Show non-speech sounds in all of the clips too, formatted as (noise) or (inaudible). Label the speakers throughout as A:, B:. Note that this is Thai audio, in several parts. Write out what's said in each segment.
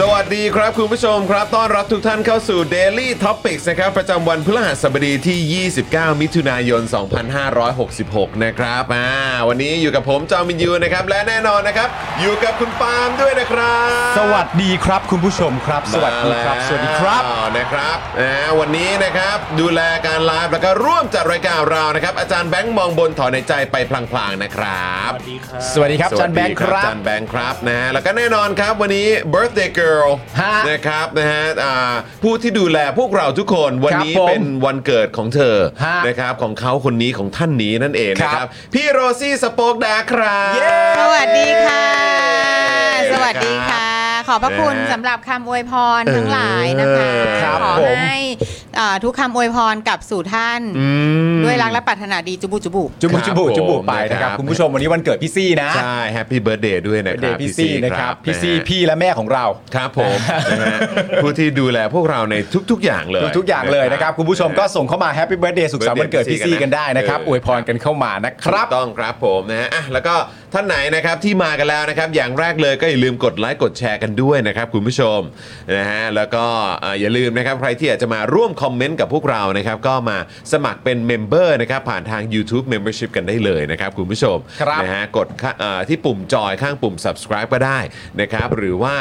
A: สวัสดีครับคุณผู้ชมครับ ต้อนรับทุกท่านเข้าสู่ Daily Topics นะครับ ประจำวันพฤหัสบดีที่ 29 มิถุนายน 2566 นะครับอ่าวันนี้อยู่กับผมจอมินยูนะครับ และแน่นอนนะครับ อยู่กับคุณปาล์มด้วยนะครับ
B: สวัสดีครับคุณผู้ชมครับ สวัสดีครับ
A: มาแล้ว
B: สวัสดีครับ
A: นะครับนะฮะวันนี้นะครับดูแลการไลฟ์แล้วก็ร่วมจัดรายการเรานะครับ อาจารย์แบงค์มองบนถอนในใจไปพลางๆนะครับ
C: สวัสดีครับ
B: สวัสดีครับจอห์นแบงค์ครั
A: อา
B: บ
A: จารย์แบงค์ครับนะฮะแล้วก็แน่นอนครับวันนี้ birthday girl
B: ฮะ
A: นะครับนะฮะอ่าผู้ที่ดูแลพวกเราทุกคนวันนี้
B: ครับผม
A: เป็นวันเกิดของเธอ
B: ฮะ
A: นะครับของเขาคนนี้ของท่านนี้นั่นเองนะค
B: ครั
A: รับบ พี่โรซี่สโปกดาครับ
D: สวัสดีค่ะ สวัสดี
A: รับ
D: ค่ะ ขอบพระคุณ
A: นะฮะ
D: สำหรับคำอวยพรทั้งหลายนะคะ
A: เออครับ
D: ขอ
A: ผม
D: ให้เอ่อทุกคำอวยพรกลับสู่ท่าน
A: อืม
D: ด้วยรักและปรารถนาดีจุบุจุบุ
B: จุบุ
A: ครับ
B: จุบุจุบุ
A: ผม
B: ไปนะครับ
A: นะครับ
B: คุณผู้ชมวันนี้วันเกิดพี่ซี่นะ
A: ใช่แฮปปี้เบิร์ดเดย์ด้วยนะค
B: เด
A: รับ
B: ย์พี่ซี่นะครับ พี่
A: นะ
B: ซี่
A: ฮะ
B: พี่และแม่ของเรา
A: ครับ
B: (laughs)
A: ผมนะฮะผู้ที่ดูแลพวกเราในทุก ๆ อย่างเลย
B: ทุกๆอย่างเลยนะครับ คุณผู้ชมก็ส่งเข้ามาแฮปปี้เบิร์ดเดย์สุขสันต์วันเกิดพี่ซี่กันได้นะครับอวยพรกันเข้ามานะค
A: ค
B: รั
A: รับ บต้องครับผมนะฮะอ่ะแล้วก็ท่านไหนนะครับที่มากันแล้วนะครับ อย่างแรกเลยก็อย่าลืมกดไลค์กดแชร์กันด้วยนะครับคุณผู้ชมนะฮะแล้วก็อ่าอย่าลืมนะครับใครที่อยากจะมาร่วมคอมเมนต์กับพวกเรานะครับก็มาสมัครเป็นเมมเบอร์นะครับผ่านทาง YouTube Membership กันได้เลยนะครับคุณผู้ชม
B: ครับ
A: นะฮะ นะฮะกดข้าเอ่อที่ปุ่มจอยข้างปุ่ม subscribe ก็ได้นะครับหรือว่า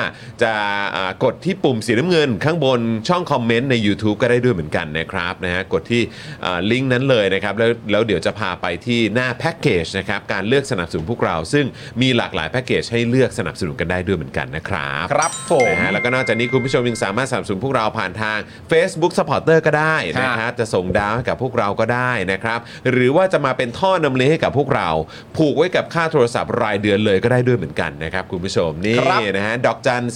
A: จะอ่ากดที่ปุ่มสีน้ำเงินข้างบนช่องคอมเมนต์ใน YouTube ก็ได้ด้วยเหมือนกันนะครับนะฮะกดที่อ่าลิงก์นั้นเลยนะครับแล้วแล้วเดี๋ยวจะพาไปที่หน้าแพ็กเกจนะครับการเลือกสนับสนุนพวกเรา ซึ่งมีหลากหลายแพ็กเกจให้เลือกสนับสนุนกันได้ด้วยเหมือนกันนะครับ
B: ครับผม
A: นะฮะแล้วก็นอกจากนี้คุณผู้ชมยังสามารถสนับสนุนพวกเราผ่านทาง Facebook Supporter ก็ได้นะครับจะส่งดาวให้กับพวกเราก็ได้นะครับ หรือว่าจะมาเป็นท่อนำเลี้ยงให้กับพวกเรา ผูกไว้กับค่าโทรศัพท์รายเดือนเลยก็ได้ด้วยเหมือนกันนะครับ คุณผู้ชมนี่
B: ครับ
A: นะฮะดอกจัน 489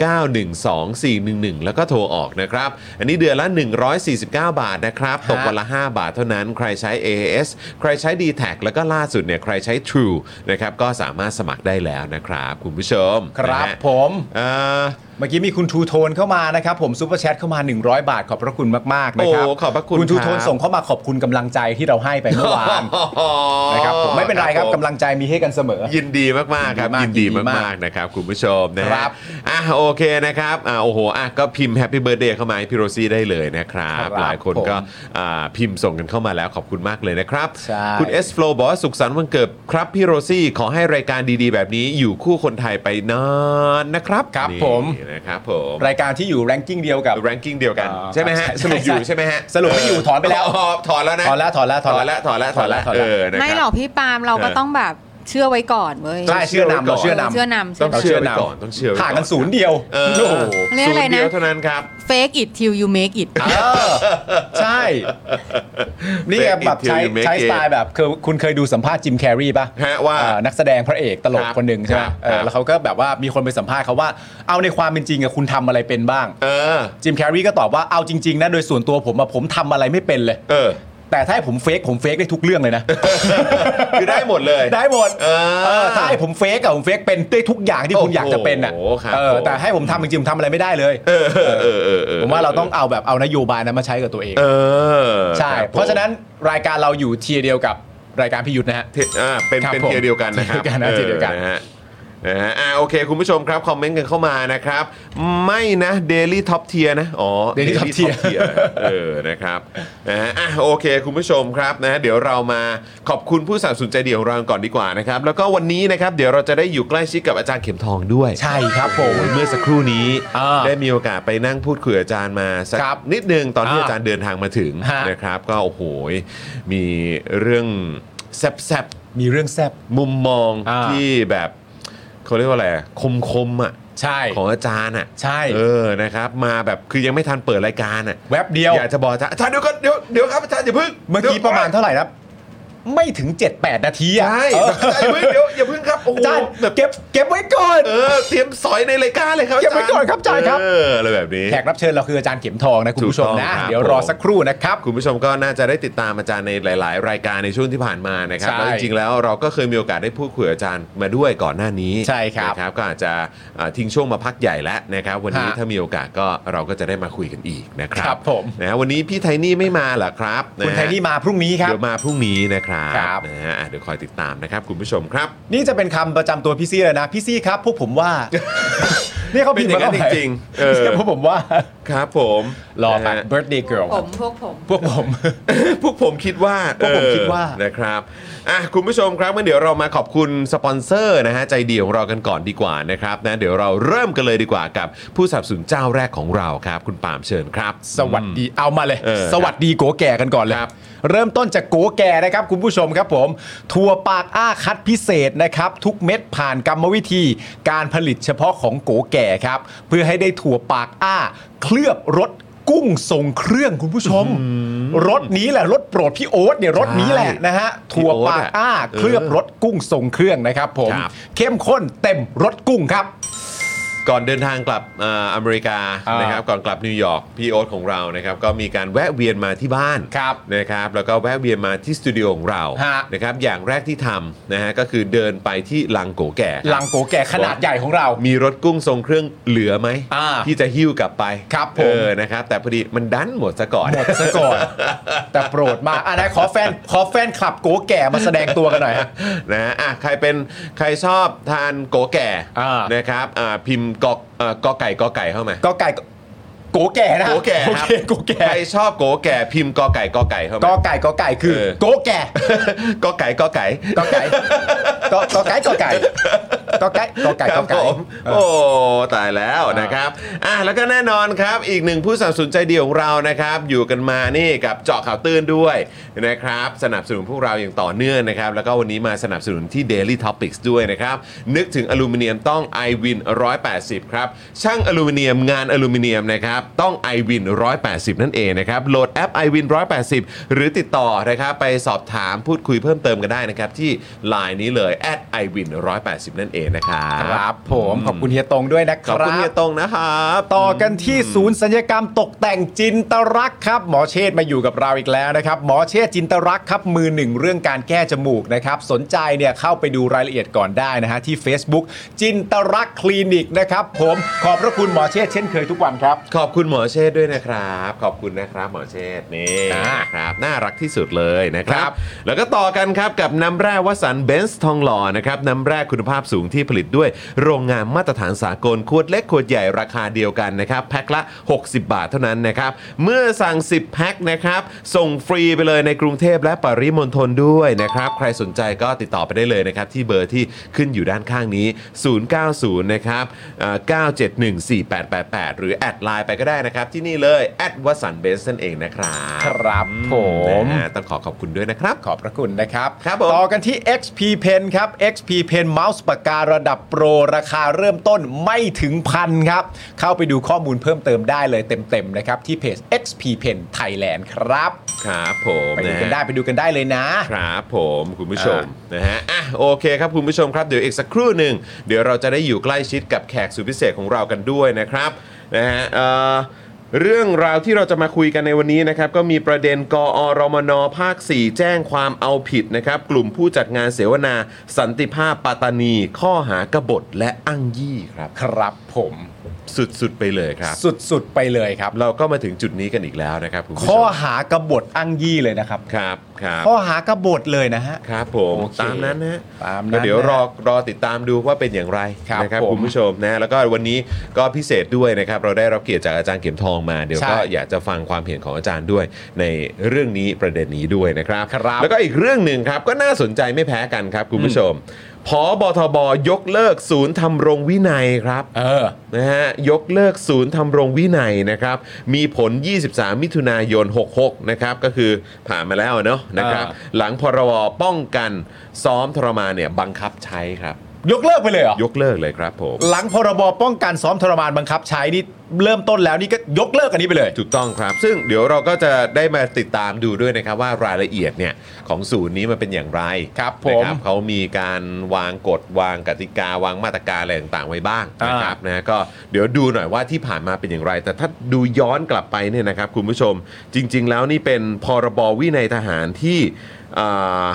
A: 912 411 แล้วก็โทรออกนะครับ อันนี้เดือนละ 149 บาทนะครับ ตกวันละ 5 บาทเท่านั้นใครใช้ AAS ใครใช้ d t แทแล้วก็ล่าสุดเนี่ยใครใช้ True นะครับก็สามารถสมัครได้แล้วนะครับคุณผู้ชม
B: ครับ
A: นะฮะ
B: ผม
A: เอ่อ
B: เมื่อกี้มีคุณทูโทนเข้ามานะครับผมซูเปอร์แชทเข้ามา 100 บาทขอบพระคุณมากๆนะ
A: โอ้
B: ครับ
A: ขอบพระคุณ
B: คุณทูโทน
A: รับ
B: ส่งเข้ามาขอบคุณกำลังใจที่เราให้ไปเมื่อวาน
A: โอ้โห
B: นะครับผมไม่เป็นไรครับกำลังใจมีให้กันเสมอ
A: ยินดีมากๆครับยิ
B: ยิ
A: น
B: นดี
A: ดี
B: มาก
A: มากๆนะครับคุณผู้ชมนะฮะ
B: ครับ
A: อ่ะโอเคนะครับอ่ะโอ้โหอ่ะก็พิมพ์แฮปปี้เบิร์ดเดย์เข้ามาให้พี่โรซี่ได้เลยนะครับ
B: ครับ
A: หลายคนก็
B: ผม
A: อ่าพิมพ์ส่งกันเข้ามาแล้วขอบคุณมากเลยนะครับ
B: ใช่
A: คุณ S Flow บอกว่าสุขสันต์วันเกิดครับพี่โรซี่ ขอให้รายการดีๆ แบบนี้อยู่คู่คนไทยไปนานนะครับ
B: ครับ
A: นี่
B: ผม
A: นะครับผม
B: รายการที่อยู่แรงกิ้งเดียวกับ
A: แรงกิ้งเดียวกัน
B: อ่า
A: ใช่ไหมฮะส
B: ใช่
A: รุปอยู่
B: ใช่
A: ใช่ไหมฮะ
B: สรุปไม่อยู่ถอนไปแล้ว
A: ถอนแล้วนะ
B: ถอนแล้วถอนแล้ว
A: ถอนแล้วถอนแล้วถอนแล้ว
B: ถอน
A: เออ
B: แล้ว
A: นะคบ
E: ไม่หรอกพี่ปาล์มเราก็
A: เออ
E: ต้องแบบเชื่อไว้ก่อนเว้ย
B: ใช่เชื่อนำเราเชื่อนำ
E: เชื่อนำ
A: ต้อง
B: รา
A: เชื่อไว้ก่อนต้องเชื่อไว้ก่อน
B: ห่างกันศูนย์เดียว
A: เออ
B: โอ้โห
E: เรียกอะไร
A: ศูนเดีว
E: นะ
A: เท่านั้นครับ
E: fake it till you make it
B: เออใช่ นี่ไง
A: Make it
B: แบบ
A: till
B: ใช้
A: you make
B: ใช้
A: it
B: สไตล์แบบคือคุณเคยดูสัมภาษณ์จิมแคร์รีป่ะ
A: ฮะว่า
B: เอ่อนักแสดงพระเอกตล
A: ค
B: ก
A: รับ
B: คนหนึ่งใช่ไห
A: ค
B: ม
A: รับ
B: เอ
A: ครั
B: อบ แล้วเขาก็แบบว่ามีคนไปสัมภาษณ์เขาว่าเอาในความเป็นจริงอะคุณทำอะไรเป็นบ้าง
A: เออ
B: จิมแคร์รีก็ตอบว่าเอาจริง ๆ นะ โดยส่วนตัวผมอะผมทำอะไรไม่เป็นเลย
A: เออ
B: แ แต่ถ้าให้ผมเฟกผมเฟกได้ทุกเรื่องเลยนะ
A: (laughs) คือได้หมดเลย
B: ได้หมด
A: เออ
B: เออถ้าให้ผมเฟกอะผมเฟกเป็นได้ทุกอย่างที่คุณอยากจะเป็นอะ
A: โอ้โหครับ
B: เออ
A: ผม
B: แต่ให้ผมทำจริงๆผมทำอะไรไม่ได้เลย
A: เออเออเออเออ
B: ผมว่าเราต้องเอาแบบเอานโยบายนั้นมาใช้กับตัวเอง
A: เออ
B: ใช่
A: คบผม
B: เพราะฉะนั้นรายการเราอยู่เทียร์เดียวกับรายการพี่ยุทธนะฮะ
A: เทอ่าเป็น
B: ครับ
A: เป็น
B: ผม
A: เทียร์เดียวกันนะครับ
B: เทียร์เดียวกันนะเทียร์เดียวกัน
A: ออะฮะนะฮะอ่าโอเค คุณผู้ชมครับ คอมเมนต์กันเข้ามานะครับ ไม่นะ Daily Top Tier นะ อ๋อ
B: Daily Top Tier
A: Top Tier เออนะครับนะฮะอ่ะโอเค คุณผู้ชมครับนะเดี๋ยวเรามาขอบคุณผู้สนับสนุนใจเดียวของเราก่อนดีกว่านะครับ แล้วก็วันนี้นะครับ เดี๋ยวเราจะได้อยู่ใกล้ชิดกับอาจารย์เข็มทองด้วย
B: ใช่ครับผม
A: โอ้ยเมื่อสักครู่นี้
B: อ่า
A: ได้มีโอกาสไปนั่งพูดคุยกับอาจารย์มาสัก
B: ครับ
A: นิดนึงตอนที่
B: อ่า
A: อาจารย์เดินทางมาถึง
B: ฮะ
A: นะครับ ก็โอ้โหยมีเรื่องแซบ
B: มีเรื่องแซบ
A: ๆมุมมอง
B: อ่า
A: ที่แบบเขาเรียกว่าอะไรคมคมๆอ่ะ
B: ใช่
A: ของอาจารย์อ่ะ
B: ใช่
A: เออนะครับ มาแบบคือยังไม่ทันเปิดรายการอ่ะ
B: แว็บเดียว
A: อยากจะบอกอาจารย์อาจารย์เดี๋ยวก่อนเดี๋ยวเดี๋ยวครับอาจารย์อย่าเพิ่ง
B: เมื่อกี้ประมาณเท่าไหร่นะไม่ถึง 7-8 นาทีอะ
A: ใช่
B: เออ
A: อาจารย์อย่าเพิ่งเดี๋ยวอย่าเพิ่งครับโอ้โห
B: อาจารย์
A: แบบ
B: เก็บเก็บไว้ก่อน
A: เออเตรียมสอยในรายการเลยครับ
B: เก็บไว้ก่อนครับอาจารย์ครับ
A: เอออะไรแบบนี้
B: แขกรับเชิญเราคืออาจารย์เข็มทองนะคุณผู้ชม
A: ถูกต้
B: นะ
A: องครับ
B: เดี๋ยวรอ
A: ผม
B: สักครู่นะครับ
A: คุณผู้ชมก็น่าจะได้ติดตามอาจารย์ในหลาย ๆ รายการในช่วงที่ผ่านมานะครับ
B: ใช่
A: แล้วจริง ๆ แล้วเราก็เคยมีโอกาสได้พูดคุยกับอาจารย์มาด้วยก่อนหน้านี้
B: ใช่ครับ
A: นะครับก็อาจจะเอ่อทิ้งช่วงมาพักใหญ่แล้วนะครับวันนี้
B: ฮะ
A: ถ้ามีโอกาสก็เราก็จะได้มาคุยกันอีกนะครับ
B: ครับผม
A: นะฮะวันนี้พี่ไทนี่ไม่มาเหรอครับ
B: คุณ
A: ะฮะ
B: ไทนี่มาพรุ่งนี้ครับ
A: เดี๋ยวมาพรุ่งนี้นะครับ
B: ครับ
A: นะฮะอ่ะเดี๋ยวคอยติดตามนะครับคุณผู้ชมครับ
B: นี่จะเป็นคำประจำตัวพี่ซี่เลยนะ พี่ซี่ครับพวกผม
A: (laughs)
B: ว่า นี่เขาผิดมาแล้ว
A: เป็นอย่างนั้นจริงๆเออ
B: พวกผมว่า
A: ครับผม
B: รอไป
A: นะฮะ
B: birthday girl
E: ผมพวกผม
B: พวกผม
A: (laughs) พวกผมคิดว่า
B: พวกผม
A: เออ
B: คิดว่า
A: นะครับอ่ะคุณผู้ชมครับงั้นเดี๋ยวเรามาขอบคุณสปอนเซอร์นะฮะใจดีของเรากันก่อนดีกว่านะครับนะเดี๋ยวเราเริ่มกันเลยดีกว่ากับผู้สนับสนุนเจ้าแรกของเราครับ คุณปาล์มเชิญครับ
B: สวัสดีเอามาเลย
A: เออ
B: สวัสดีโกแก่กันก่อนเลย
A: ครับ
B: เริ่มต้นจากโกแก่นะครับคุณผู้ชมครับผมถั่วปากอ้าคัดพิเศษนะครับ ทุกเม็ดผ่านกรรมวิธี การผลิตเฉพาะของโกแก่ครับ เพื่อให้ได้ถั่วปากอ้า เคลือบรสกุ้งทรงเครื่องคุณผู้ชมรสนี้แหละรสโปรดพี่โอ๊ตเนี่ยรสนี้แหละนะฮะถั่วปากอ้า เคลือบรสกุ้งทรงเครื่องนะครับ ผม
A: ครับ
B: เข้มข้นเต็มรสกุ้งครับ
A: ก่อนเดินทางกลับเอ่ออเมริกา
B: อ่าน
A: นะครับก่อนกลับนิวยอร์กพี่โอ๊ตของเรานะครับก็มีการแวะเวียนมาที่บ้าน
B: ครับ
A: นะครับแล้วก็แวะเวียนมาที่สตูดิโอของเรา
B: ฮะ
A: นะครับอย่างแรกที่ทำนะฮะก็คือเดินไปที่ลังโกแก่ครับ
B: ลังโกแก่ขนาดใหญ่ของเรา
A: มีรถกุ้งทรงเครื่องเหลือไหม
B: อ่า
A: ที่จะหิ้วกลับไป
B: ครับผม
A: เออนะครับ แต่พอดีมันดันหมดซะก่อน
B: หมดซะก่อน แต่โปรดมากอ่ะนะขอแฟนขอแฟนคลับโกแก่มาแสดงตัวกันหน่อยฮะ
A: นะฮะอ่ะใครเป็นใครชอบทานโกแก่
B: อ่าน
A: นะครับอ่าพิมพ์กอกเอ่อกอไก่กอไก่เข้ามา
B: ก็ไก่โกแก่นะ
A: โกแก่
B: โอ
A: ครั
B: เคโกแก่
A: ใครชอบโกแก่พิมพ์กอไก่กอไก่เข้า
B: ก็
A: มา
B: ไก่ก็ไก่คือ
A: เออ
B: โกแก่
A: (laughs) กอไก่กอไก่
B: ก็ไก่ก็ก็ไก่ก็ไก่ก็ไก่ก็ไก่
A: ค
B: ก็
A: รับ
B: ไก่
A: ผมโอ้ตายแล้วนะครับอ่ะแล้วก็แน่นอนครับอีกหนึ่งผู้สนับสนุนใจดีของเรานะครับ อยู่กันมานี่กับเจาะข่าวตื้นด้วยนะครับ สนับสนุนพวกเราอย่างต่อเนื่องนะครับ แล้วก็วันนี้มาสนับสนุนที่ Daily Topics ด้วยนะครับ นึกถึงอลูมิเนียมต้อง i w วิน180 ครับ ช่างอลูมิเนียมงานอลูมิเนียมนะครับ ต้อง i w วิน180 นั่นเองนะครับ โหลดแอป i w วิน180 หรือติดต่อนะครับ ไปสอบถามพูดคุยเพิ่มเติมกันได้นะครับ ที่ Line นี้เลย i w วิน180 นั่นเองนะครับ
B: ครับผมขอบคุณเฮียตงด้วยนะค
A: ข
B: รั
A: อ
B: บบ
A: คุณเฮียตงนะครับ
B: ต่อกันที่ศูนย์สัญญกรรมตกแต่งจินตรักษณ์ครับ หมอเชษฐ์มาอยู่กับเราอีกแล้วนะครับ หมอเชษฐ์จินตรักษณ์ครับมือหนึ่งเรื่องการแก้จมูกนะครับ สนใจเนี่ยเข้าไปดูรายละเอียดก่อนได้นะฮะที่ Facebook จินตรักษณ์คลินิกนะครับ ผมขอบพระคุณหมอเชษฐ์เช่นเคยทุกวันครับ
A: ขอบคุณหมอเชษฐ์ด้วยนะครับ ขอบคุณนะครับหมอเชษฐ์นี่
B: อ่า
A: นะครับน่ารักที่สุดเลยนะครั
B: ครับ บ
A: แล้วก็ต่อกันครับกับน้ำแร่วสันเบนซ์ทองหล่อนะครับน้ำแร่คุณภาพสูงที่ผลิตด้วยโรงงานมาตรฐานสากลขวดเล็กขวดใหญ่ราคาเดียวกันนะครับแพ็คละ 60 บาทเท่านั้นนะครับ เมื่อสั่ง 10 แพ็คนะครับ ส่งฟรีไปเลยในกรุงเทพและปริมณฑลด้วยนะครับ ใครสนใจก็ติดต่อไปได้เลยนะครับ ที่เบอร์ที่ขึ้นอยู่ด้านข้างนี้ 090 นะครับเอ่อ9714888 หรือแอดไลน์ไปก็ได้นะครับ ที่นี่เลยแอดวสันเบนซ์นั่นเองนะครับ
B: ครับผ
A: นะ
B: ม
A: ฮะต้องขอขอบคุณด้วยนะครับ
B: ขอบพระคุณนะครับ
A: ครับผม
B: ต่อกันที่ XP Pen ครับ XP Pen เมาส์ปากการะดับโปร ราคาเริ่มต้นไม่ถึงพันครับ เข้าไปดูข้อมูลเพิ่มเติมได้เลยเต็มๆนะครับ ที่เพจ XP Pen Thailand ครับ
A: ครับผม
B: ไปดู
A: ะฮะ
B: กันได้ไปดูกันได้เลยนะ
A: ครับผมคุณผู้ชมนะฮะอ่ะโอเคครับคุณผู้ชมครับเดี๋ยวอีกสักครู่หนึ่งเดี๋ยวเราจะได้อยู่ใกล้ชิดกับแขกสุดพิเศษของเรากันด้วยนะครับนะฮะเอ่อ เรื่องราวที่เราจะมาคุยกันในวันนี้นะครับก็มีประเด็นกอรมนภาค 4 แจ้งความเอาผิดนะครับ กลุ่มผู้จัดงานเสวนา สันติภาพปัตตานี ข้อหากบฏและอ้างยี่ครับ
B: ครับผม
A: สุดๆไปเลยครับ
B: สุดๆไปเลยครับ
A: เราก็มาถึงจุดนี้กันอีกแล้วนะครับคุณผู้ชม
B: ข้อหากบฏอ้างยี่เลยนะครับ
A: ครับครับ
B: ข้อหากบฏเลยนะฮะ
A: ครับผม
B: โอเค
A: ตามนั้นนะฮะ
B: ตามนั้น
A: ก็เดี๋ยว
B: นะ
A: รอรอติดตามดูว่าเป็นอย่างไร
B: ครับ
A: นะครับ
B: ผม
A: คุณผู้ชมนะแล้วก็วันนี้ก็พิเศษด้วยนะครับ เราได้รับเกียรติจากอาจารย์เข็มทองมา เดี๋ยวก็
B: ใช่
A: อยากจะฟังความเห็นของอาจารย์ด้วยในเรื่องนี้ประเด็นนี้ด้วยนะครับ
B: ครับ
A: แล้วก็อีกเรื่องหนึ่งครับก็น่าสนใจไม่แพ้กันครับคุณผู้ชมพอบทบยกเลิกศูนย์ทำรงวินัยครับ
B: เออ
A: นะฮะยกเลิกศูนย์ทำรงวินัยนะครับ มีผล 23 มิถุนายน 66 นะครับ ก็คือผ่านมาแล้วเนาะนะครับ
B: อ่
A: หลังพรบป้องกันซ้อมทรมานเนี่ยบังคับใช้ครับ
B: ยกเลิกไปเลยเหรอ
A: ยกเลิกเลยครับผม
B: หลังพรบป้องกันซ้อมทรมานบังคับใช้นี่เริ่มต้นแล้วนี่ก็ยกเลิกอันนี้ไปเลย
A: ถูกต้องครับ ซึ่งเดี๋ยวเราก็จะได้มาติดตามดูด้วยนะครับว่ารายละเอียดเนี่ยของศูนย์นี้มันเป็นอย่างไร
B: ครับ
A: นะ
B: ผม
A: เขามีการวางกฎวางกติกาวางมาตรการอะไรต่างๆไว้บ้าง
B: อ่าน
A: นะครับนะก็เดี๋ยวดูหน่อยว่าที่ผ่านมาเป็นอย่างไร แต่ถ้าดูย้อนกลับไปเนี่ยนะครับคุณผู้ชมจริง ๆ แล้วนี่เป็นพรบวินัยทหารที่อ่า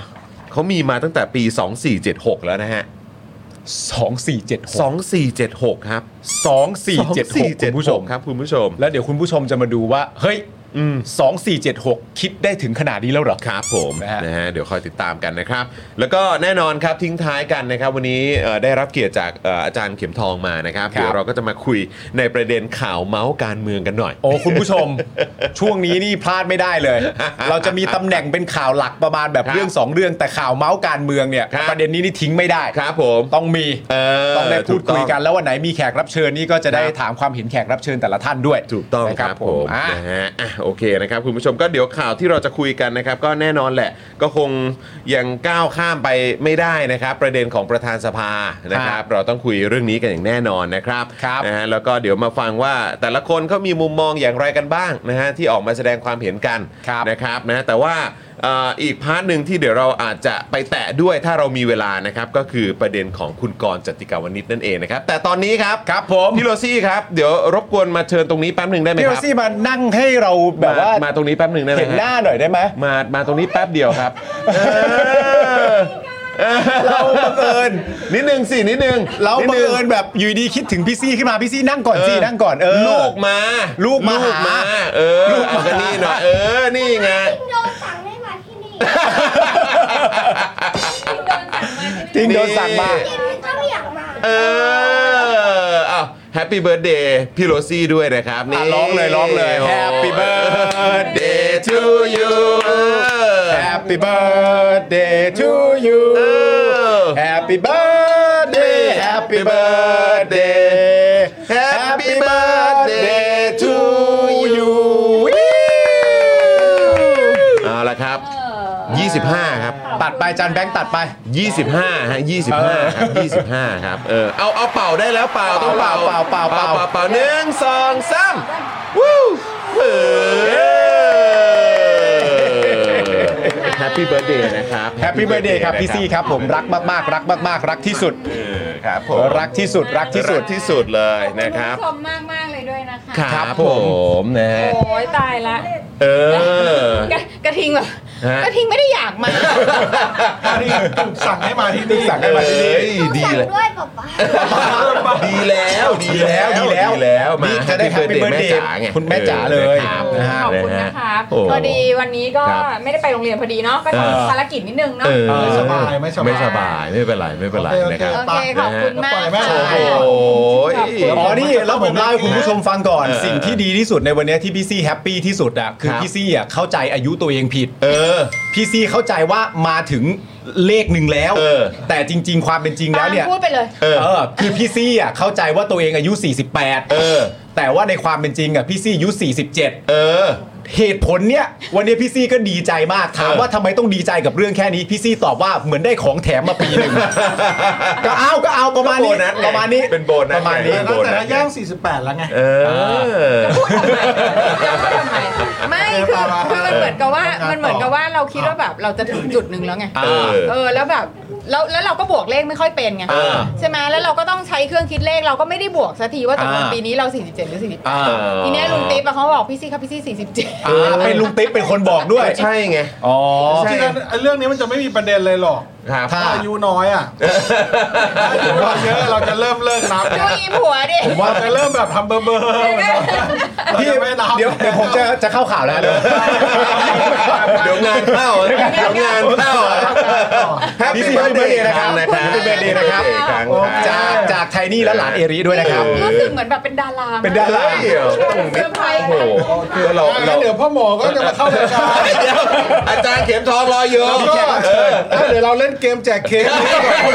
A: เขามีมาตั้งแต่ปี 2476 แล้วนะฮะ2476
B: 2476
A: ครับ
B: 2476คุณผู้ชม
A: ครับคุณผู้ชม
B: แล้วเดี๋ยวคุณผู้ชมจะมาดูว่า เฮ้ย
A: อืม
B: 2476 คิดได้ถึงขนาดนี้แล้วเหรอ
A: ครับผม
B: นะฮะ
A: นะฮะเดี๋ยวคอยติดตามกันนะครับ แล้วก็แน่นอนครับทิ้งท้ายกันนะครับ วันนี้เอ่อได้รับเกียรติจากเอ่ออาจารย์เข็มทองมานะครับ
B: ครับ
A: เดี๋ยวเราก็จะมาคุยในประเด็นข่าวเมาส์การเมืองกันหน่อย
B: โอ้คุณผู้ชม ช่วงนี้นี่พลาดไม่ได้เลย เราจะมีตำแหน่งเป็นข่าวหลักประมาณแบบ
A: ครับ
B: เรื่องสองเรื่องแต่ข่าวเมาส์การเมืองเนี่ย
A: ครับ
B: ประเด็นนี้นี่ทิ้งไม่ได้
A: ครับผม
B: ต้องมี
A: เ
B: ต้องได้พูดคุยกัน
A: ถู
B: แล้ววันไหนมีแขกรับเชิญนี่ก็จะได้
A: ครับ
B: ถามความเห็นแขกรับเชิญแต่ละท่านด้วย
A: ถูกต้อง
B: นะครับ
A: ผม
B: อ่ะ
A: นะฮะอ่ะโอเคนะครับคุณผู้ชมก็เดี๋ยวข่าวที่เราจะคุยกันนะครับ ก็แน่นอนแหละ ก็คงยังก้าวข้ามไปไม่ได้นะครับ ประเด็นของประธานสภานะค
B: ครั
A: รับบ เราต้องคุยเรื่องนี้กันอย่างแน่นอนนะครับ
B: ครับ
A: นะฮะแล้วก็เดี๋ยวมาฟังว่าแต่ละคนเขามีมุมมองอย่างไรกันบ้างนะฮะที่ออกมาแสดงความเห็นกัน
B: ครับ
A: นะครับนะแต่ว่าเอ่ออีกพาร์ทหนึ่งที่เดี๋ยวเราอาจจะไปแตะด้วยถ้าเรามีเวลานะครับก็คือประเด็นของคุณกรณ์จติกาวนิชนั่นเองนะครับแต่ตอนนี้ครับ
B: ครับผม
A: พี่โรซี่ครับเดี๋ยวรบกวนมาเชิญตรงนี้แป๊บหนึ่งได้ไหม
B: พี่
A: ค
B: โร
A: รับ
B: ซี่มานั่งให้เราแบบว่าม
A: มาตรงนี้แป๊บหนึ่งได้ไหม
B: เห็นหน้า
A: ฮะ
B: หน่อยได้ไหม
A: มามาตรงนี้แป๊บเดียวค
B: (laughs)
A: รับเออ
B: เราบังเอิญ
A: นิดนึงสินิดนึง
B: เราบั
A: นิดนึ
B: งเอิญแบบอยู่ดีคิดถึงพี่ซี่ขึ้นมาพี่ซี่นั่งก่อน
A: เ
B: ซี่นั่งก่อนเออ
A: ลูกมา
B: ลูกมา
A: ลูกมา
B: หา
A: เออ
B: ลูก
A: เอา
B: มา
A: กันนี่หน่อยเออนี่ไง
C: โดนสั่งให้มาที่ (laughs) นี่
B: จริงโดนสั่งมา
C: ที่นี่ก็ไม่อยากมา
A: เออเอาแฮปปี้เบิร์ดเดย์พี่โรซี่ด้วยนะครับนี่
B: อ่ะร้องเลยร้องเลย Happy birthday
A: to you
B: Happy birthday to you
A: เออ
B: Happy birthday Happy birthday Happy birthday to you
A: เอาละครับ 25 ครับ
B: ตัดไปจานแบงค์ตัดไป
A: 25ฮะ25ครับ25 ครับ เออ เอา เอาเป่าได้แล้วเป่าต้องเป่า
B: เป่าเป่าเป่า
A: เป่าเป่าหนึ่งสองสามวู้เออแฮปปี้เบิร์ดเดย์นะครับ
B: แฮปปี้เบ t ร์ a เดย์ครับพี่ซี่ครับผมรักมากๆรักมากๆ รักที่สุด
A: เออครับผม
B: รักที่สุดรักที่สุด
A: รักที่สุดเลยนะครับ
E: ชมมากมากเลยด้วยนะคะ
A: ครับผมนะฮะ
E: โอ้ยตายละ
A: เออ
E: กระกระทิงแบบ
B: (laughs)
A: ฮะ
E: กระทิงไม่ได้อยากมา
B: ถูกสั่งให้มาที่นี่สั่งให้มาที่นี่
A: เอ้ยดีเลย
C: ด้วยป๊าป๊า
A: ดีแล้วดีแล้ว
B: ดีแล้ว
A: ดีแล้วมา
B: นี่จะได้ Happy
A: แม่
B: Birthday
A: จ๋าไง
B: คุณแม่จ๋าเลย
A: ออครับ
B: นะฮะ
E: ขอบคุณนะคะ
A: โอ้
E: พอดีวันนี้ก็
A: ครับ
E: ไม่ได้ไปโรงเรียนพอดีเนาะก็
A: เออ
E: ทำภารกิจนิดนึงเนาะ
A: เออ
B: ไม่สบาย
A: ไม่สบายไม่สบายไม่เป็นไรไม่เป็นไรนะครับ
E: โอเค ขอบคุณมาก
A: ปล่อยแม่
E: ค่ะ
A: โอ้ย
B: อ๋อนี่แล้วผมเล่าให้คุณผู้ชมฟังก่อน
A: เออ
B: สิ่งที่ดีที่สุดในวันนี้ที่พี่ซี่แฮปปี้ที่สุดอ่ะคือ
A: ครับ
B: พี่ซี่อ่ะเข้าใจอายุตัวเองผิด
A: เออ
B: พี่ซี่เข้าใจว่ามาถึงเลขหนึ่งแล้ว
A: เออ
B: แต่จริง ๆ ความเป็นจริงแล้
E: ปา
B: ว
E: ล์ม
B: เนี่ย
E: พูดไปเลย
A: เออ
B: เออคือพี่ซี่อ่ะเข้าใจว่าตัวเองอายุ 48
A: เออ
B: แต่ว่าในความเป็นจริงอ่ะพี่ซี่อายุ 47
A: เออ
B: เหตุผลเนี่ยวันนี้พี่ซี่ก็ดีใจมากถาม
A: เออ
B: ว่าทำไมต้องดีใจกับเรื่องแค่นี้พี่ซี่ตอบว่าเหมือนได้ของแถมมาปีหนึ่ง (laughs) ก็เอาก็เอาประมาณนี้
A: โบสไง
B: ประมาณนี้
A: เป็นโบนัส
B: ประมาณนี้
A: เป็โบนัส
F: แต่ย่าง 48 แล้วไง
A: เออ
E: พูดทำไมเราพูดทำไมไม่คือคือมันเหมือนกับว่ามันเหมือนกับว่าเราคิดว่าแบบเราจะถึงจุดหนึ่งแล้วไง
A: เออ
E: เออแล้วแบบ แล้วแล้วเราก็บวกเลขไม่ค่อยเป็นไง
A: อ่า
E: ใช่ไหมแล้วเราก็ต้องใช้เครื่องคิดเลขเราก็ไม่ได้บวกสักทีว่าตกลง
B: อ่า
E: ปีนี้เรา 47 หรือ 48
B: อ่า
E: ทีเนี้ยลุงติ๊บอะเขาบอกพี่ซี่ครับพี่ซี่47
B: อ่าเป็นลุงติ๊บเป็นคนบอกด้วย
A: ใช่ไง
B: อ๋อ
A: ใช่
G: จริงๆไอ้เรื่องนี้มันจะไม่มีประเด็นเลยหรอก
A: ครับ
B: ถ้ อ่า
G: อายุน้อยอ่ะอายุน้อยเยอะเราจะเริ่มเลิก
B: (laughs)
G: นับ
E: ดูอีผัวดิ
G: ว่าจะเริ่มแบบทำเบอร์เบอร์
B: พี่
G: พี่ไม่นับ
B: เดี๋ยวเดี๋ยวผมจะจะเข้าข่าวแล้วเดี๋ยว
A: เดี๋ยวงานเข้าเดี๋ยวงานเข้าแฮป
B: Happy
A: ปี้
B: Birthday
A: เบิร์ดเดย์
B: นะ
A: นะ
B: ค
A: ค
B: รั
A: รั
B: บบ Happy Birthday นะครับ
A: อีกครั้งครับ
B: จากจากไทนี่และหลานเอริด้วยนะครับ
A: เออ
E: รู้สึกเหมือนแบบเป็นดารา
B: เป็นดารา
A: เดี๋ยวต้อง
E: เซอร์ไพรส์
A: โอ้โหเรา
G: อ่ะ
A: เรา
G: งั้นเดี๋ยวพ่อหมอก็จะมาเข้ารายการ
A: เดี๋ยวอาจารย์เข็มทองรออยู่
G: แล้วก็เออแล้วเดี๋ยวเราเล่นเกมแจกเค้ก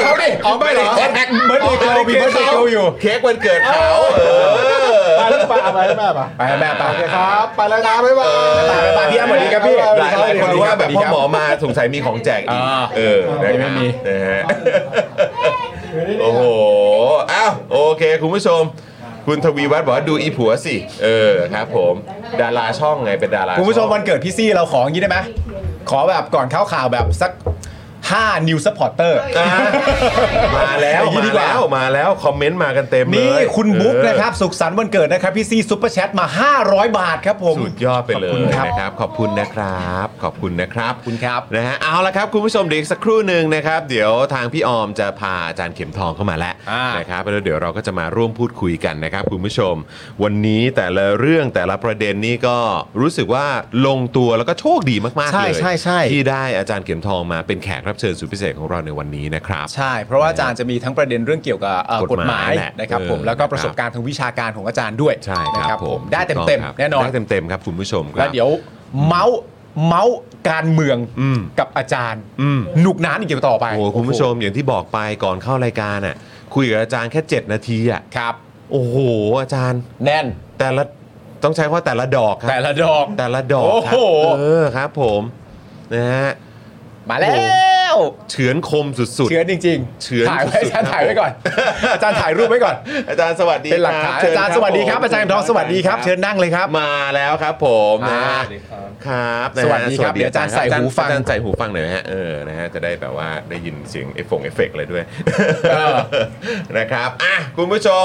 G: เขาดิเอาไม่เหรอ
A: แจก
B: เบิร์ดเดย์เกิร์ลมีเบิร์ดเดย์เกิร์ลอยู่
A: เค้กวันเกิดเขาเออ
G: ไปแล้วไปเอาไปแล้วแม่ป่ะ
B: ไปแม่ไป
G: โอเคครับ ไปแล้วนะบ๊ายบาย
B: บ๊ายบายพี่อ้ำสวัสดีครับพี่
A: หลายหลายคนรู้ว่าแบบ
B: สวัสดี
A: พ่อ
B: ครับ
A: หมอมาสงสัยมีของแจกอีก
B: อ่า
A: เออนะครับ
B: ไม่มี
A: นะฮะโอ้โหอ้าวโอเค คุณผู้ชม คุณทวีวัฒน์บอกว่าดูอีผัวสิ เออครับผม ดาราช่องไงเป็นดารา
B: คุณผู้ชม
A: อ
B: วันเกิดพี่ซี่เราขออย่างนี้ได้ไหมขอแบบก่อนเข้าข่าวแบบสัก 5 New Supporter
A: อ่ามาแล้ว
B: อย่างนี้ดี
A: มาก
B: ว่า
A: แล้วมาแล้ว คอมเมนต์มากันเต็มเลย
B: นี่คุณบุ๊ก
A: เออ
B: นะครับ สุขสันต์วันเกิดนะครับ พี่ซี่ซุปเปอร์แชทมา 500 บาทครับผม
A: สุดยอดไปเล
B: ขอบคุ
A: ย
B: ณครับ
A: นะครับ ขอบคุณนะครับ ขอบคุณนะครับ
B: คุณครับ
A: นะฮะเอาละครับ คุณผู้ชมเดี๋ยวอีกสักครู่หนึ่งนะครับ เดี๋ยวทางพี่ออมจะพาอาจารย์เข็มทองเข้ามาแล้ว
B: อ่าน
A: นะครับแล้วเดี๋ยวเราก็จะมาร่วมพูดคุยกันนะครับ คุณผู้ชม วันนี้แต่ละเรื่องแต่ละประเด็นนี่ก็รู้สึกว่าลงตัวแล้วก็โชคดีมากๆ
B: ใช่
A: เลย
B: ใช่ใช่
A: ที่ได้อาจารย์เข็มทองมาเป็นแขกรับเชิญสุดพิเศษของเราในวันนี้นะครับ
B: ใช่ เพราะว่าอาจารย์จะมีทั้งประเด็นเรื่องเกี่ยวกับเอ่อก ก
A: ฎห
B: ฎ
A: มาม
B: หายย
A: แหละ
B: นะครับผม
A: เออ
B: แล้วก็ประสบการณ์ทางวิชาการของอาจารย์ด้วย
A: ใช่
B: นะครับ
A: ผม
B: ได้
A: ถูกอง
B: เต็ม
A: ครับ
B: ๆแน่นอน
A: ได้เต็มๆครับคุณผู้ชมครับ
B: แล้วเดี๋ยวเมาส์เมาส์การเมือง
A: อืม
B: กับอาจารย์
A: อืม
B: หนุกหนานอีกเกี่ยวต่อไป
A: โอ้โหคุณผู้ชมอย่างที่บอกไปก่อนเข้ารายการอ่ะคุยกับอาจารย์แค่ 7 นาทีอ่ะ
B: ครับ
A: โอ้โหอาจารย์
B: แน่น
A: แต่ละต้องใช้คำว่าแต่ละดอกครับ
B: แต่ละดอก
A: แต่ละดอกครั
B: โอ้โห
A: เออครับผมนะฮะ
B: มาแล้
A: โอ้
B: ว
A: เฉือนคมสุด
B: เชื้อนจริง
A: เฉือน
B: ถ่ายไว้
A: สุ
B: อา
A: ดๆ
B: จา
A: ครับ
B: รย์ถ่ายไว้ก่อน อาจารย์ถ่ายรูปไว้ก่อน
A: ๆ อาจารย์สวัสดี
B: เป็นหลักฐา
A: ค
B: น
A: บเชิญ
B: อาจารย์สวัสดีครับ
A: ผม
B: อาจารย์ทองสวัสดีครับ เชิญนั่งเลยครับ
A: มาแล้วครับผมนะ
B: อ่า
A: ครับนะฮะ
B: สวัสดีครับเดี๋ยวอาจารย์ใส่หูฟัง
A: อาจารย์ใส่หูฟังหน่อยไหมฮะเออนะฮะจะได้แบบว่าได้ยินเสียงเอฟเฟงเอฟเฟกต์อะไรด้วย
B: เออ
A: (laughs) นะครับอ่ะคุณผู้ชม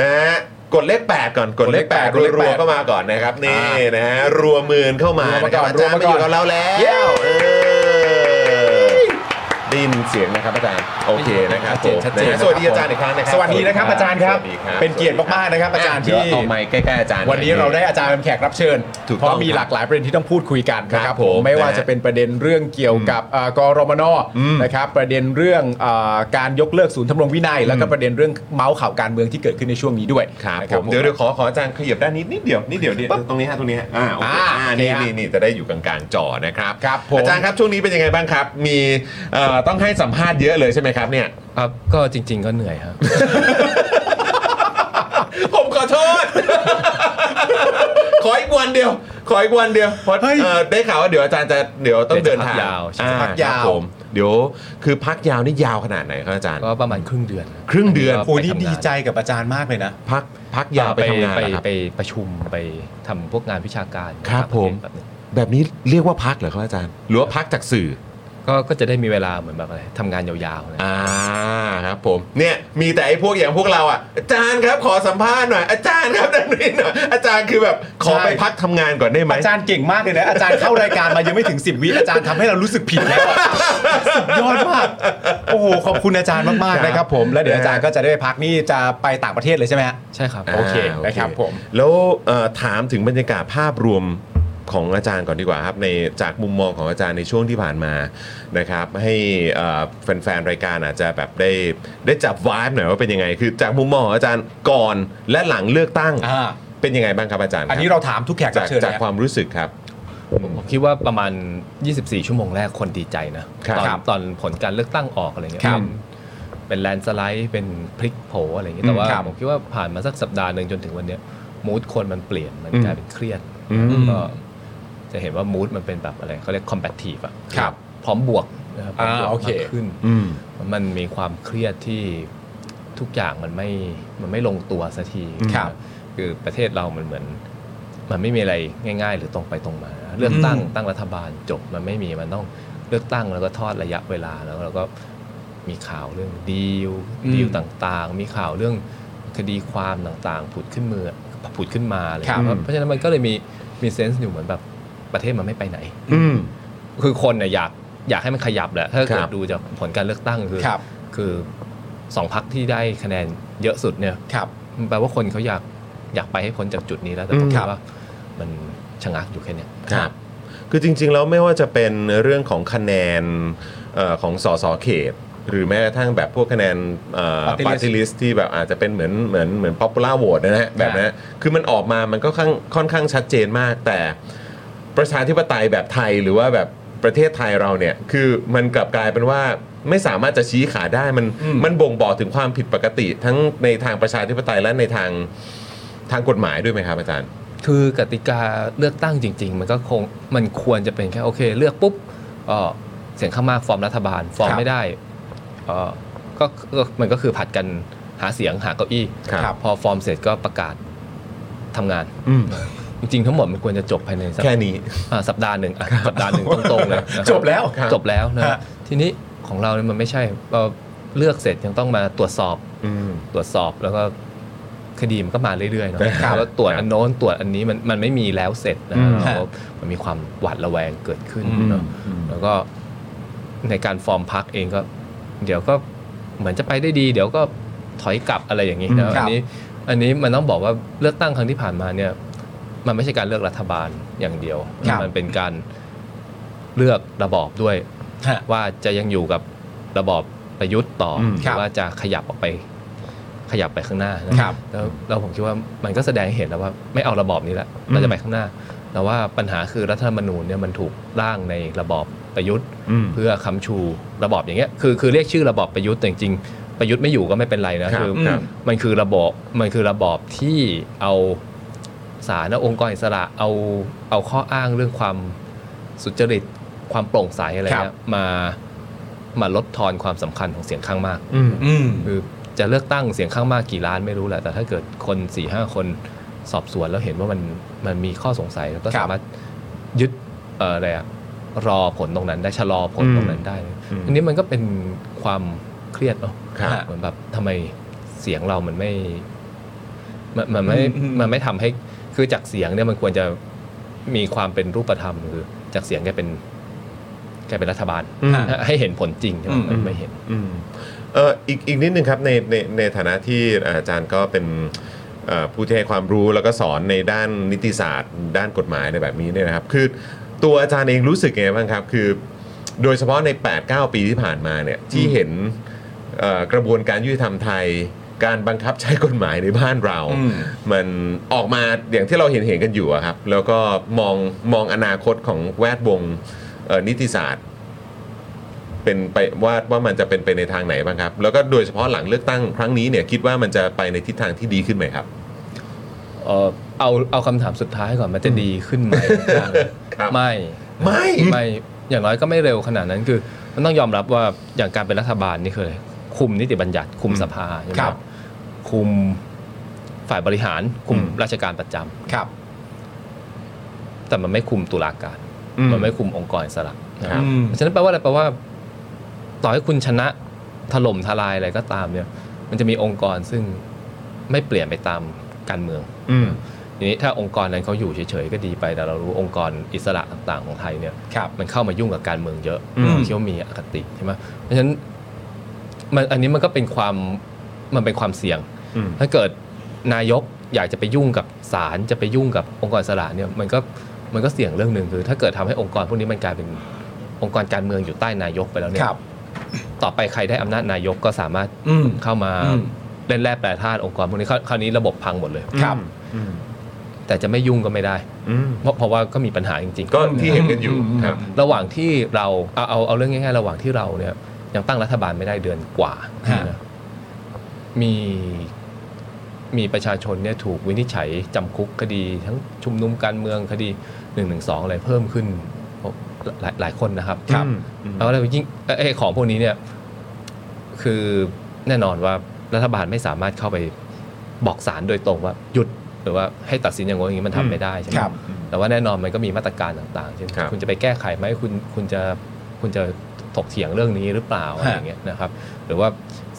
A: นะฮะกดเลข 8 ก่อนกดเลข 8
B: กดเลขแป
A: รั
B: ด
A: วๆเข้ามาก่อนนะครับนี่
B: อ่า
A: นะฮะรัวหมื่นเข้ามา
B: รัวมาก่อ
A: นะครับ
B: น
A: อาจารย์
B: รัวมา
A: มา
B: ก่
A: อ
B: อน
A: ยู่กับเราแล้
B: เย้
A: วเออได้ยินเสียงนะครับอาจารย์โอเคนะครับ
B: ชัดเจนชัดเจน
A: ผมะฮะสวัสดีอาจารย์อีกครั้งนะครั
B: สวัสดีนะครับอาจารย์ครับ
A: สวัสดีครับ
B: เป็นเกียรติมากๆนะครับ อาจารย์ที่
A: เดี๋วเอาไมค์ใกล้ๆอาจารย์
B: วันนี้เราได้อาจารย์เป็นแขกรับเชิญ
A: ถูกต้อง
B: เพราะมีหลากหลายประเด็นที่ต้องพูดคุยกันนะค
A: ครั
B: รั
A: บบ ผ
B: ผมมไม่ว่า
A: นะฮะ
B: จะเป็นประเด็นเรื่องเกี่ยวกับเอ่อกรมน
A: อืม
B: นะครับประเด็นเรื่องเอ่อการยกเลิกศูนย์ทำรงวินัย แล้วก็ประเด็นเรื่องเมาส์ข่าวการเมืองที่เกิดขึ้นในช่วงนี้ด้วย
A: ครับ
B: นะ
A: ผมเดี๋ยวเดี๋ยวขอขออาจารย์ขยับด้านนี้นิดเดียวนิดเดียวนิดเดียวตรงนี้ฮะตรงนี้ฮะอ่าโอเค
B: อ่า
A: อ่า
B: โอเค
A: นี่
B: ฮะ
A: นี่นี่จะได้อยู่กลางๆจอนะครับ
B: ครับผม
A: อาจารย์ครับช่วงนี้เป็นยังไงบ้างครับ มีเอ่อต้องให้สัมภาษณ์เยอะเลยใช่ไหมครับเนี่ย
F: ครับก็จริง ๆ ก็เหนื่อยครับ
A: ผมขอโทษ (laughs) ขออีกวันเดียว ขออีกวันเดียวเพราะเอ่อได้ข่าวว่าเดี๋ยวอาจารย์จะเดี๋ยวต้อง
F: เดี๋
A: เดิ
F: ย
A: น
F: วจะ
A: ทาก งอ่
B: จะ
F: พัยาว
B: พักยาว
A: ครับผมเดี๋ยวคือพักยาวนี่ยาวขนาดไหนครับอาจารย์
F: ก็ประมาณครึ่งเดือน
A: ครึ่งเดือน
F: ครับ
B: โอ้นี่ดีใจกับอาจารย์มากเลยนะ
A: พักพักยาวไปทำงาน
F: ไป
A: เหรอครับ
F: ไปประชุมไปทำพวกงานวิชาการ
A: ครับผม
F: แนี้
A: แบบนี้เรียกว่าพักเหรอครับอาจารย์ หรือว่าพักจากสื่อ
F: ก็ก็จะได้มีเวลาเหมือนแบบอะไรทำงานยาวๆนะ
A: อ่าครับผมเนี่ยมีแต่ไอ้พวกอย่างพวกเราอ่ะอาจารย์ครับขอสัมภาษณ์หน่อยอาจารย์ครับ (laughs) นั่นนี่หน่อยอาจารย์คือแบบขอ
B: ใช่
A: ไปพักทำงานก่อนได้ไหม
B: อาจารย์เก่งมากเลยนะอาจารย์เข้ารายการมายังไม่ถึง 10 วิอาจารย์ทำให้เรารู้สึกผิดแล้วอะสุดยอดมากโอ้โหขอบคุณอาจารย์มากๆนะครับผมแล้วเดี๋ยวอาจารย์ก็จะได้ไปพักนี่จะไปต่างประเทศเลยใช่ไหมฮะ
F: ใช่ครับ
A: า
B: โอเคนะครับผม
A: แล้วเอ่อถามถึงบรรยากาศภาพรวมของอาจารย์ก่อนดีกว่าครับในจากมุมมองของอาจารย์ในช่วงที่ผ่านมานะครับให้เอ่อแฟนๆรายการอาจจะแบบได้ได้จับวายหน่อยว่าเป็นยังไง คือจากมุมมองของอาจารย์ก่อนและหลังเลือกตั้ง
B: อ่า
A: เป็นยังไงบ้างครับอาจารย์ค
B: อั
A: รับ
B: นนี้เราถามทุกแขกรั
A: จา
B: บ
A: ก
B: เชิญ
A: จาก
B: เลย
A: ความรู้สึกครับ
F: ผมคิดว่าประมาณ 24 ชั่วโมงแรกคนดีใจนะครับ ตอน
A: ครับ
F: ตอนผลการเลือกตั้งออกอะไรเงี้ย
B: ครับ
F: เป็นเป็นแลนสไลด์เป็นพลิกโผอะไรเงี้ยแต่ว่า
B: ครับ
F: ผมคิดว่าผ่านมาสักสัปดาห์หนึ่งจนถึงวันเนี้ยมูดคนมันเปลี่ยนมัน
A: อืม
F: กลายเป็นเครียด
A: อืม
F: ก็จะเห็นว่ามูดมันเป็นแบบอะไรเขาเรียกคอมแบททีฟอะ
B: ครับ
F: พร้อมบวกนะครับพร้มบวก
B: อ่าโอเค
F: มากขึ้น
A: อืม
F: มันมีความเครียดที่ทุกอย่างมันไม่ มันไม่ลงตัวสักที
B: ครับ
F: คือประเทศเรามันเหมือน มันไม่มีอะไรง่ายๆ หรือตรงไปตรงมา เลือกตั้งตั้งรัฐบาลจบมันไม่มีมันต้องเลือกตั้งแล้วก็ทอดระยะเวลาแล้วเราก็ มีข่าวเรื่องดีลดีลต่างๆ มีข่าวเรื่องคดีความต่างๆ ผุดขึ้นมือผุดขึ้นมาอะไรอย่าง
A: ครั
F: เล
A: บ
F: ยเพราะฉะนั้นมันก็เลยมีมีเซนส์อยู่เหมือนแบบประเทศมันไม่ไปไหน
A: อืม
F: คือคนเนี่ยอยากอยากให้มันขยับแหละถ้าเกิ
A: ครั
F: ด
A: บ
F: ดูจากผลการเลือกตั้งคือ
B: ครับ
F: คือสองพักที่ได้คะแนนเยอะสุดเนี่ย
B: ครับ
F: มันแปลว่าคนเขาอยากอยากไปให้พ้นจากจุดนี้แล้วแต่
A: อื
F: ผม ม
B: ครับ
F: ว่ามันชะงักอยู่แค่เนี้ย
A: ครับคือจริงๆ แล้วไม่ว่าจะเป็นเรื่องของคะแนนเอ่อของสสเขต หรือแม้กระทั่งแบบพวกคะแนน
B: Party
A: ปาร์ตี้ลิสที่แบบอาจจะเป็นเหมือนเหมือนเหมือนป๊อปปูล่าโหวตนะฮะแบบนั้นคือมันออกมามันก็ค่อนค่อนข้างชัดเจนมาก แต่ประชาธิปไตยแบบไทยหรือว่าแบบประเทศไทยเราเนี่ย คือมันกลับกลายเป็นว่าไม่สามารถจะชี้ขาได้มัน
B: อืม
A: มันบ่งบอกถึงความผิดปกติทั้งในทางประชาธิปไตยและในทางทางกฎหมายด้วยไหมครับอาจารย์
F: คือกติกาเลือกตั้งจริง ๆ มันก็คงมันควรจะเป็นแค่โอเค เลือกปุ๊บเอ่อเสียงข้างมากฟอร์มรัฐบาล ฟอร์ม
B: ครับ
F: ไม่ได้เอ่อก็ก็มันก็คือผัดกันหาเสียงหาเก้าอี้
A: ครับ
F: พอฟอร์มเสร็จก็ประกาศทำงาน
A: อืม
F: จริง ๆ ทั้งหมดมันควรจะจบภายในสัป
A: แค่นี้
F: อ่าสัปดาห์หนึ่งอ่ะสัปดาห์ห
A: (laughs)
F: นึ่งตรงๆเลยนะครับ
B: จบแล้ว
A: ครับ
F: จบแล้วนะ
B: ฮะ
F: ทีนี้ของเราเนี่ยมันไม่ใช่เราเลือกเสร็จยังต้องมาตรวจสอบ
A: อืม
F: ตรวจสอบแล้วก็คดีมันก็มาเรื่อยๆเนาะ
A: ครับ
F: แล้วตรวจ
A: ครับ
F: อันโน้นตรวจอันนี้มันมันไม่มีแล้วเสร็จนะ
A: อืม
F: เราก็มันมีความหวาดระแวงเกิดขึ้น
A: อืม
F: เนาะ
A: อืม
F: แล้วก็ในการฟอร์มพักเองก็ เดี๋ยวก็เหมือนจะไปได้ดี เดี๋ยวก็ถอยกลับอะไรอย่างนี้นะ
B: ครั
F: อั
B: บ
F: นนี้อันนี้มันต้องบอกว่าเลือกตั้งครั้งที่ผ่านมาเนี่ย มันไม่ใช่การเลือกรัฐบาลอย่างเดียว
B: ครับ
F: มันเป็นการเลือกระบอบด้วย
B: ฮะ
F: ว่าจะยังอยู่กับระบอบประยุทธ์ต่ออ
A: ม
F: ห
B: ครั
F: รื
B: บ
F: อว่าจะขยับออกไปขยับไปข้างหน้านะครับ แล้วแล้วผมคิดว่ามันก็แสดงให้เห็นแล้วว่าไม่เอาระบอบนี้ละเรา
A: อื
F: จะ
A: ม
F: ไปข้างหน้า แต่ว่าปัญหาคือรัฐธรรมนูญเนี่ยมันถูกร่างในระบอบประยุทธ์
A: อืม
F: เพื่อคำชูระบอบอย่างเงี้ยคือคือเรียกชื่อระบอบประยุทธ์แต่จริงๆประยุทธ์ไม่อยู่ก็ไม่เป็นไรนะครับ คือ
A: ครับ
F: มันคือระบอบมันคือระบอบที่เอาสารและองค์กรอิสระเอาเอาข้ออ้างเรื่องความสุจริตความโปร่งใสอะไร
B: ครับ
F: เงี้ยมามาลดทอนความสำคัญของเสียงข้างมาก
B: อืม
F: คือจะเลือกตั้งเสียงข้างมากกี่ล้านไม่รู้แหละแต่ถ้าเกิดคน4ี่ห้าคนสอบสวนแล้วเห็นว่ามันมันมีข้อสงสัยแล้วก็
B: ครับ
F: สามารถยึดเอ่ออะไรอะรอผลตรงนั้นได้ชะลอผลตรงนั้นได้
A: อืม
F: อันนี้มันก็เป็นความเครียดเนาะ
A: ครับ
F: เหมือนแบบทำไมเสียงเรามันไม่ มันมันไม่
B: อืมอืม
F: มันไม่ทำให้คือจากเสียงเนี่ยมันควรจะมีความเป็นรูปธรรมคือจากเสียงแกเป็นแกเป็นรัฐบาล
A: อืม
F: ให้เห็นผลจริงใช่ไหมมันไม่เห็น
A: อืมเอออีกอีกนิดนึงครับในในในฐานะที่อาจารย์ก็เป็นเอ่อผู้ที่ให้ความรู้แล้วก็สอนในด้านนิติศาสตร์ ด้านกฎหมายในแบบนี้เนี่ยนะครับ คือตัวอาจารย์เองรู้สึกไงบ้างครับ คือ โดยเฉพาะใน 8-9 ปีที่ผ่านมาเนี่ยที่เห็นเอ่อกระบวนการยุติธรรมไทย การบังคับใช้กฎหมายในบ้านเรา
B: อืม
A: มันออกมาอย่างที่เราเห็นเห็นๆกันอยู่อะครับ แล้วก็มองมองอนาคตของแวดวงเอ่อนิติศาสตร์ เป็นไปว่าว่ามันจะเป็นไปในทางไหนบ้างครับ แล้วก็โดยเฉพาะหลังเลือกตั้งครั้งนี้เนี่ยคิดว่ามันจะไปในทิศทางที่ดีขึ้นไหมครับ
F: เอ่อเอาเอาคำถามสุดท้ายก่อนมันจะดีขึ้นไหม
A: (laughs) ครับ
F: ไม่
A: ไม่
F: ไม่อย่างน้อยก็ไม่เร็วขนาดนั้นคือ มันต้องยอมรับว่าอย่างการเป็นรัฐบาลนี่เคยคุมนิติบัญญัติ คุมสภาใช่ไหม
B: ครับ
F: คุมฝ่ายบริหาร คุม
A: อืม
F: ราชการประจำ
B: ครับ
F: แต่มันไม่คุมตุลาการ
A: อื
F: มันไม่คุมองค์กรอิสระนะ
A: ค
F: ค
A: รั
F: รั
A: บบ
B: อืม
F: ฉะนั้นแปลว่าอะไรแปลว่า ต่อให้คุณชนะถล่มทลายอะไรก็ตามเนี่ย มันจะมีองค์กรซึ่งไม่เปลี่ยนไปตามการเมือง
A: อืม
F: ทีนี้ถ้าองค์กรนั้นเขาอยู่เฉยๆก็ดีไปแต่เรารู้องค์กรอิสระต่างๆของไทยเนี่ย
B: ครับ
F: มันเข้ามายุ่งกับการเมืองเยอะ
A: อืม
F: เที่ยวามีอคติใช่ไหมเพราะฉะนั้นมันอันนี้มันก็เป็นความมันเป็นความเสี่ยง
A: อืม
F: ถ้าเกิดนายกอยากจะไปยุ่งกับศาลจะไปยุ่งกับองค์กรอิสระเนี่ยมันก็มันก็เสี่ยงเรื่องหนึ่งคือ ถ้าเกิดทำให้องค์กรพวกนี้มันกลายเป็นองค์กรการเมืองอยู่ใต้นายกไปแล้วเนี่
B: ค
F: ย
B: รับ
F: ต่อไปใครได้อำนาจนายกก็สามารถ
B: อืม
F: เข้ามา
B: อืม
F: เล่นแร่แปรธาตุองค์กรพวกนี้คราวคราวนี้ระบบพังหมดเลย
B: ครับ
A: อืม
F: แต่จะไม่ยุ่งก็ไม่ได้
A: อืม
F: เพราะเพราะว่าก็มีปัญหาจริงๆ
A: ก็ที่เห็นกันอยู่ครับ
F: ระหว่างที่เราเอาเอาเอาเรื่องง่ายๆ ระหว่างที่เราเนี่ยยังตั้งรัฐบาลไม่ได้เดือนกว่า
B: ฮะ
F: นะมีมีประชาชนเนี่ยถูกวินิจฉัยจำคุกคดี ทั้งชุมนุมการเมืองคดี1นึอะไรเพิ่มขึ้นหลายหลายคนนะครับ
A: ครับอืม
F: แล้วอะไรยิ่งเอ้ยไอ้ของพวกนี้เนี่ยคือแน่นอนว่ารัฐบาลไม่สามารถเข้าไปบอกศาลโดยตรงว่าหยุดหรือว่าให้ตัดสินอย่างงนอย่างนี้มันทำไม่ได้ใช่ไหม
B: ครับ
F: แต่ว่าแน่นอนมันก็มีมาตรการต่างๆเช่น
A: ครับ
F: คุณจะไปแก้ไขไหมคุณคุณจะคุณจะ ถกเถียงเรื่องนี้หรือเปล่าอะไรอย่างเงี้ยนะครับ หรือว่า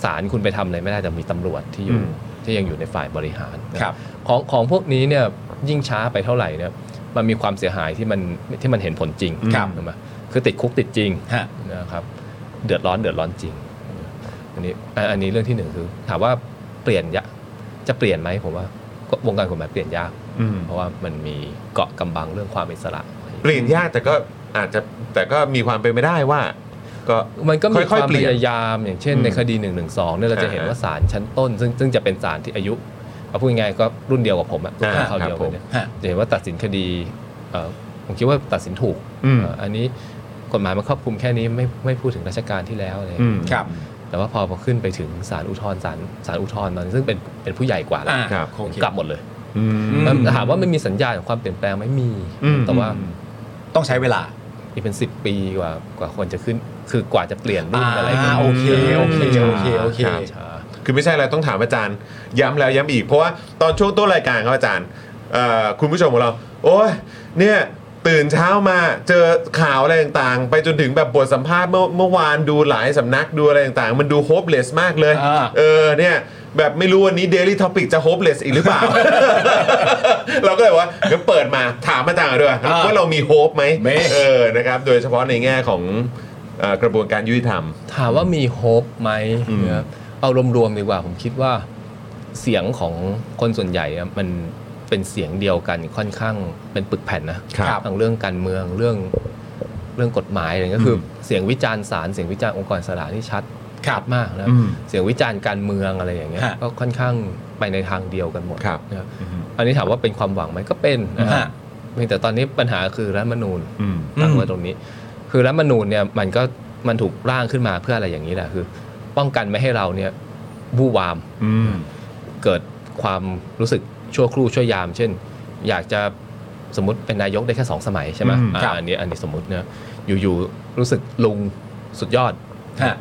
F: ศาลคุณไปทำอะไรไม่ได้แต่มีตำรวจที่อยู่
A: อืม
F: ที่ยังอยู่ในฝ่ายบริหารนะครับ ของของพวกนี้เนี่ยยิ่งช้าไปเท่าไหร่เนี่ยมันมีความเสียหายที่มันที่มันเห็นผลจริง
B: ครับ
F: ใช่ไหมคือติดคุกติดจริง
B: ฮะ
F: นะครับเดือดร้อนเดือดร้อนจริง อันนี้อ่ะอันนี้เรื่องที่หนึ่งคือถามว่าเปลี่ยนยะจะเปลี่ยนไหมผมว่าก็วงการกฎหมายเปลี่ยนยาก
A: อืม
F: เพราะว่ามันมีเกาะกำบังเรื่องความอิสระอะไรอย่าง
A: เปลี่ยน
F: เงี้ย
A: ยากแต่ก็อาจจะแต่ก็มีความเป็นไม่ได้ว่า ก็
F: มันก็มี
A: ค่อยวๆ
F: คาม
A: เปลี่
F: พ
A: ยน
F: ยายามอย่างเช่น
A: อืม
F: ในคดี1นึเนี่ยเราจะเห็น
A: อ่าฮะ
F: ว่าศาลชั้นต้น ซึ่งซึ่งจะเป็นศาลที่อายุเอาพูดง่ายๆก็รุ่นเดียวกับผมอะรุ่น
A: อ่า
F: เขาวเดียวกันเนี่ย
B: ครับผมฮะ
F: จะเห็นว่าตัดสินคดีเอ่อผมคิดว่าตัดสินถูก
A: อืม
F: เอ่ออันนี้กฎหมายมันครอบคลุมแค่นี้ไม่ไม่พูดถึงราชการที่แล้วอะไรอย่างเงี้ย
A: อืม
B: ครับ
F: แต่ว่าพอพอขึ้นไปถึงศาลอุทธรณ์ศาลศาลอุทธรณ์ตอนนี้ซึ่งเป็นเป็นผู้ใหญ่กว่าแล้ว
B: อ่า
A: ครับ
B: โอเค
F: กลับหมดเลย
A: อืม
B: อื
F: แล้วถามว่ามันมีสัญญาณของความเปลี่ยนแปลงไหมมี
A: อืม
F: แต่ว่า
B: ต้องใช้เวลา
F: อีกเป็น 10 ปีกว่ากว่าคนจะขึ้น คือกว่าจะเปลี่ยนรุ่นอะไรกัน
B: อ่าโอเคโอเคโอเคโอเค
F: รับช้า
A: คือไม่ใช่อะไรต้องถามอาจารย์ ย้ำแล้วย้ำอีก เพราะว่าตอนช่วงต้นรายการครับอาจารย์เอ่อคุณผู้ชมของเรา โอ้ยเนี่ยตื่นเช้ามาเจอข่าวอะไรต่างๆ ไปจนถึงแบบบทสัมภาษณ์เมื่อเมื่อวานดูหลายสำนักดูอะไรต่างๆ มันดูโฮปเลสมากเลย
B: อ่า
A: เออเนี่ยแบบไม่รู้วันนี้ Daily Topic จะโฮปเลสอีกหรือเปล่า (laughs) เราก็เลยว่างั้นเปิดมาถามอาจารย์ด้วย
B: อ่า
A: ว่าเรามีโฮปไหม
B: มี
A: เออนะครับโดยเฉพาะในแง่ของเอ่อกระบวนการยุติธรรม
F: ถามว่ามีโฮปไหม
A: อืม
F: นะครับเอารวมๆดีกว่าผมคิดว่าเสียงของคนส่วนใหญ่อะมันเป็นเสียงเดียวกันค่อนข้างเป็นปึกแผ่นนะครับทางเรื่องการเมืองเรื่องเรื่องกฎหมายอะไรเงี้ยก็คืออเสียงวิจารณ์ศาลเสียงวิจารณ์องค์กรอิสระที่ชัด
B: ครับ
F: ชัดมากนะ
A: อืม
F: เสียงวิจารณ์การเมืองอะไรอย่างเงี้ย
B: ฮะ
F: ก็ค่อนข้างไปในทางเดียวกันหมด
A: ครับ
F: นะครับอันนี้ถามว่าเป็นความหวังไหมก็เป็นนะ
B: ฮะ
F: ฮะเพียงแต่ตอนนี้ปัญหาคือรัฐธรรมนูญ
A: อืม
F: ตั้งไว้ตรงนี้ คือรัฐธรรมนูญเนี่ยมันก็มันถูกร่างขึ้นมาเพื่ออะไรอย่างนี้แหละคือ ป้องกันไม่ให้เราเนี่ยบู้วาม
A: อืม
F: เกิดความรู้สึกชั่วครู่ชั่วยาม เช่น อยากจะสมมติเป็นนายกได้แค่สองสมัยใช่ไหม
A: อืมครับ
F: อ่าอันนี้อันนี้สมมตินะอยู่ๆรู้สึกลุงสุดยอด
B: ฮะ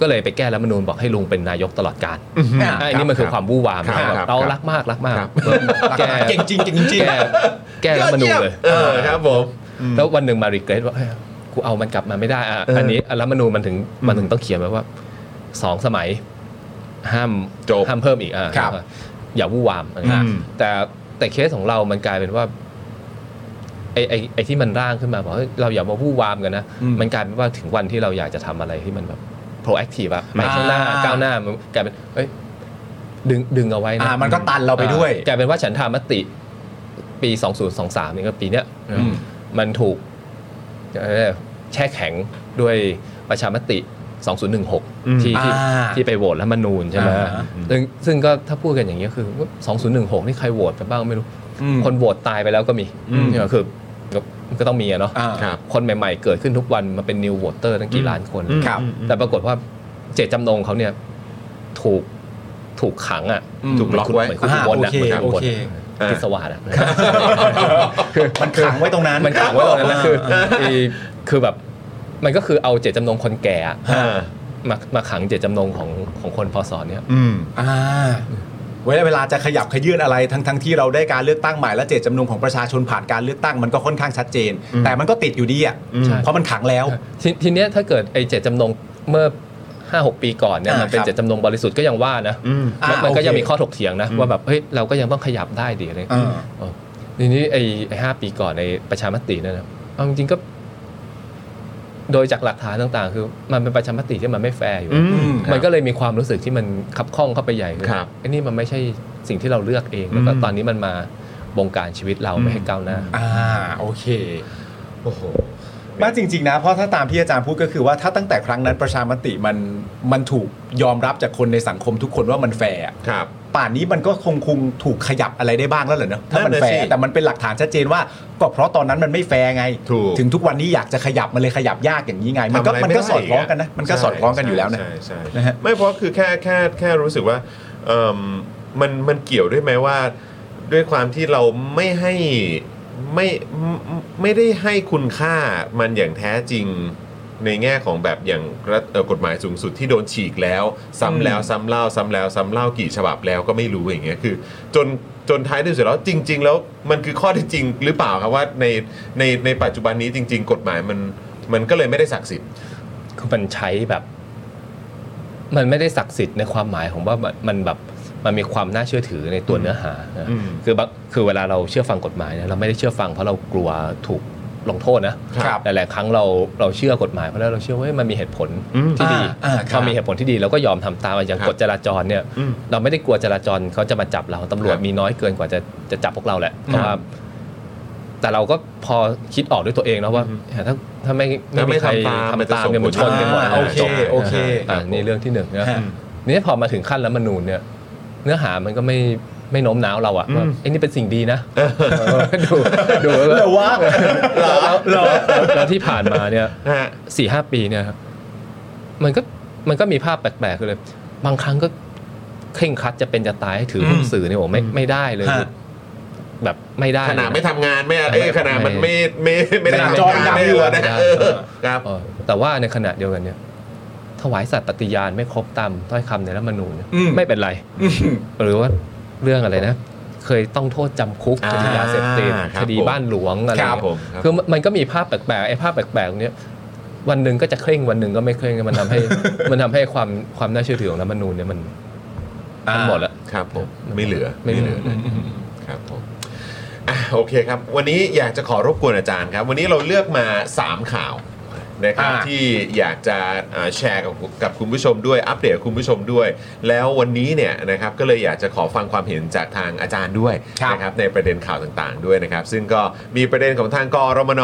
F: ก็เลยไปแก้รัฐธรรมนูญบอกให้ลุงเป็นนายกตลอดกาล
A: อืม
F: อ่ะอันนี้มันคือความบู้วาม
A: ครับ
F: นะครับ
A: ครับ
F: เรารักมากรักมาก
A: ครับ
F: แก้
B: เก่งจริงเก่งจริง
F: แก้แก้รัฐธรรมนูญเลย
A: เออครับผม
F: แล้ววันหนึ่งมารีเกรสว่าเอ้ยกูเอามันกลับมาไม่ได้อ่ะ
A: เอออั
F: อันนี้รัฐธรรมนูญมันถึง
A: อืม
F: มันถึงต้องเขียนไว้ว่าสองสมัยห้าม
A: จบ
F: ห้ามเพิ่มอีกอ่ะ
B: ครับ
F: อย่าวู่วามอะไรอย่างเงี้ย
A: อืม
F: แต่แต่เคสของเรามันกลายเป็นว่าไอ้ไอ้ไอ้ที่มันร่างขึ้นมาบอกเฮ้ยเราอย่ามาวู่วามกันนะ
B: อืม
F: มันกลายเป็นว่าถึงวันที่เราอยากจะทำอะไรที่มันแบบ proactive อะไปข้างหน้า
B: อ่า
F: ก้าวหน้ามันกลายเป็นเอ้ยดึงดึงเอาไว้นะ
B: อ่ามันก็ตันเราไปด้วย
F: อ่ากลายเป็นว่าฉันทามติปี 2023นี่ก็ปีเนี้ย
B: อืม
F: มันถูกเอ่อแช่แข็งด้วยประชามติ
A: อืม
F: 2016 ที่ที่
B: อ่า
F: ที่ไปโหวตรัฐธรรมนูญใช่ไหม
B: อ่าฮะ
F: ซึ่งซึ่งก็ถ้าพูดกันอย่างนี้ยคือ 2016 นี่ใครโหวตไปบ้างไม่รู้
B: อืม
F: คนโหวตตายไปแล้วก็มี
A: อืม
F: เนี่ยคือก็ก็ต้องมีอะเนาะ
B: อ่า
A: ครับ
F: คนใหม่ๆ เกิดขึ้นทุกวันมาเป็นนิวโหวตเตอร์ตั้งกี่ล้านคน
A: อืม
B: ครับ
F: แต่ปรากฏว่าเจตจำนงเขาเนี่ยถูกถูกขังอ่ะ
B: อืม
A: ถูกล็อกไว้
F: เหมือนคุณบนนะ
B: อ่าโอเค
F: เหมือนคุณบน
B: โอเค
F: พิศวาสอะ
B: มันขังไว้ตรงนั้น
F: มันขังไว้ตรงนั้นนะคือไอ้คือแบบมันก็คือเอาเจตจำนงคนแก่อะ
A: อ่า
F: มามาขังเจตจำนงของของคนพศเนี่ย
A: อืม
B: อ่าเวลาเวลาจะขยับขยื่นอะไรทั้งทั้งที่เราได้การเลือกตั้งใหม่และเจตจำนงของประชาชนผ่านการเลือกตั้งมันก็ค่อนข้างชัดเจน
A: อืม
B: แต่มันก็ติดอยู่ดีอ่ะ
A: อืม
B: เพราะมันขังแล้ว
F: ททีเนี้ยถ้าเกิดไอ้เจตจำนงเมื่อห้าหกปีก่อนเนี่ย
B: อ่ามั
F: มันเป็น
B: ครับ
F: เจตจำนงบริสุทธิ์ก็ยังว่านะ
A: อืม
B: อ่ามั
F: มันก็
B: โอเค
F: ยังมีข้อถกเถียงนะ
A: อืม
F: ว่าแบบเฮ้ยเราก็ยังต้องขยับได้ดีอะไร
B: อ่า
F: เออทีนี้ไอ้ไอ้ห้าปีก่อนในประชามตินั่นนะเอาจริงๆก็ โดยจากหลักฐานต่างๆ คือมันเป็นประชามติที่มันไม่แฟร์อยู่
A: อืม
F: มันก็เลยมีความรู้สึกที่มันขับข้องเข้าไปใหญ่เลย
A: ครับ
F: ไอ้นี่มันไม่ใช่สิ่งที่เราเลือกเอง แล้วก็
A: อืม
F: ตอนนี้มันมาบงการชีวิตเรา
A: อืม
F: ไม่ให้ก้าวหน้า
B: อ่าโอเค
A: โอ้โห
B: ไมาจริงๆนะเพราะถ้าตามที่อาจารย์พูดก็คือว่าถ้าตั้งแต่ครั้งนั้นประชามติมันมันถูกยอมรับจากคนในสังคมทุกคนว่ามันแฟร์อะ
A: ครับ
B: ป่านนี้มันก็คงคงถูกขยับอะไรได้บ้างแล้วเหรอเนอะถ้ามันแฟ
A: นั่น
B: ร์
A: น่ะสิ
B: แต่มันเป็นหลักฐานชัดเจนว่าก็เพราะตอนนั้นมันไม่แฟร์ไง
A: ถูก
B: ถึงทุกวันนี้อยากจะขยับมันเลยขยับยากอย่างนี้ไง มันก็
A: ทำะไร
B: มันก็
A: ไได้
B: สอดคล้องกันนะมันก็สอดคล้องกันอยู่แล้วนะ
A: ใช่ใช่ใช่
B: นะฮะ
A: ไม่เพราะคือแค่แค่แค่รู้สึกว่าเอิ่มมันมันเกี่ยวด้วยไหมว่า ด้วยความที่เราไม่ให้ไม่ไม่ไม่ได้ให้คุณค่ามันอย่างแท้จริงในแง่ของแบบอย่างรัฐเอ่อกฎหมายสูงสุดที่โดนฉีกแล้ว ซ้ำ
B: อืม
A: แล้วซ้ำเล่าซ้ำแล้วซ้ำเล่ากี่ฉบับแล้วก็ไม่รู้อย่างเงี้ยคือ จนจนท้ายที่สุดแล้วจริง ๆ แล้วมันคือข้อเที่จริงหรือเปล่าครับว่าในในในปัจจุบันนี้จริง ๆ กฎหมายมันมันก็เลยไม่ได้ศักดิ์สิทธิ์
F: คือมันใช้แบบ มันไม่ได้ศักดิ์สิทธิ์ในความหมายของว่ามันมันแบบมันมีความน่าเชื่อถือในตัวเนื้อหานะ
A: อืม
F: คือบางคือเวลาเราเชื่อฟังกฎหมายเนี่ยเราไม่ได้เชื่อฟังเพราะเรากลัวถูกลงโทษนะครับ หลาย ๆ ครั้งเราเราเชื่อกฎหมายเพราะเราเชื่อว่าเฮ้ยมันมีเหตุผลที่ดี
B: อ่าอ่าครับ
F: พอมีเหตุผลที่ดีเราก็ยอมทำตามอย่างกฎจราจรเนี่ย
A: อืม
F: เราไม่ได้กลัวจราจรเขาจะมาจับเราตำรวจ
A: ครับ
F: มีน้อยเกินกว่าจะจะจับพวกเราแหละเพราะว่าแต่เราก็พอคิดออกด้วยตัวเองแล้วว่าถ้าถ้าไม่ไม่มีใครทำตามเนี่ยมันชนกันหมด
B: อ่าโอเค
F: จบ
B: โอเค
F: อ่า
B: ครับ
F: นี่เรื่องที่หนึ่งนะ
B: ฮะ
F: นี่พอมาถึงขั้นรัฐธรรมนูญเนี่ย เนื้อหามันก็ไม่ไม่โน้มน้าวเราอะว่าไอ้นี่เป็นสิ่งดีนะดูดูแล้ว
B: เหรอวะ
F: แล้วแล้วแล้วที่ผ่านมาเนี่ย
A: ฮะ
F: สี่ห้าปีเนี่ยครับมันก็มันก็มีภาพแปลกๆเลย บางครั้งก็เคร่งครัดจะเป็นจะตายให้ถือหุ้น
B: อืม
F: สื่อเนี่ยผมไม่
A: อืม
F: ไม่ได้เลย
B: ฮะ
F: แบบไม่ได้
A: ขนาดไม่
F: เลย
A: ทำงานไม่เอ้ยขนาดมันไม่ไม่ไม่ได้
F: ไม่ได้
A: ทำ
F: จอด
A: งาน
F: ดำ
A: ไม่
F: อยู่
A: เลย
F: อะ
A: นะ
F: ไม่ได้
A: เออครับ
F: เออแต่ว่าในขณะเดียวกันเนี่ย ถวายสัตย์ปฏิญาณไม่ครบตามถ้อยคำในรัฐธรรมนูญเนี่ย
B: อืม
F: ไม่เป็นไร หรือว่าเรื่องอะไรนะ เคยต้องโทษจำคุก
A: อ่า
F: คดียาเสพติด
A: ครับ
F: คดี
A: ผม
F: บ้านหลวงอะไร
A: ครับ
F: เงี้ย
A: ผมครับ
F: คือมันก็มีภาพแปลกๆไอ้ภาพแปลกๆเนี้ยวันหนึ่งก็จะเคร่งวันหนึ่งก็ไม่เคร่งมันทำให้ มันทำให้ความความน่าเชื่อถือของรัฐธรรมนูญเนี่ยมันมันหมดละ
A: ครับผมไม่เหลือ
F: ไม่
A: ไม่เห
F: เหลื
A: ลือ
F: อ
A: เลยครับผมอ่ะโอเคครับ วันนี้อยากจะขอรบกวนอาจารย์ครับ วันนี้เราเลือกมา 3 ข่าวนะครับ
B: อ่า
A: ที่อยากจะอ่าแชร์กับกับคุณผู้ชมด้วยอัปเดตกับคุณผู้ชมด้วย แล้ววันนี้เนี่ยนะครับก็เลยอยากจะขอฟังความเห็นจากทางอาจารย์ด้วยนะครับในประเด็นข่าวต่างๆด้วยนะครับ ซึ่งก็มีประเด็นของทางกรมน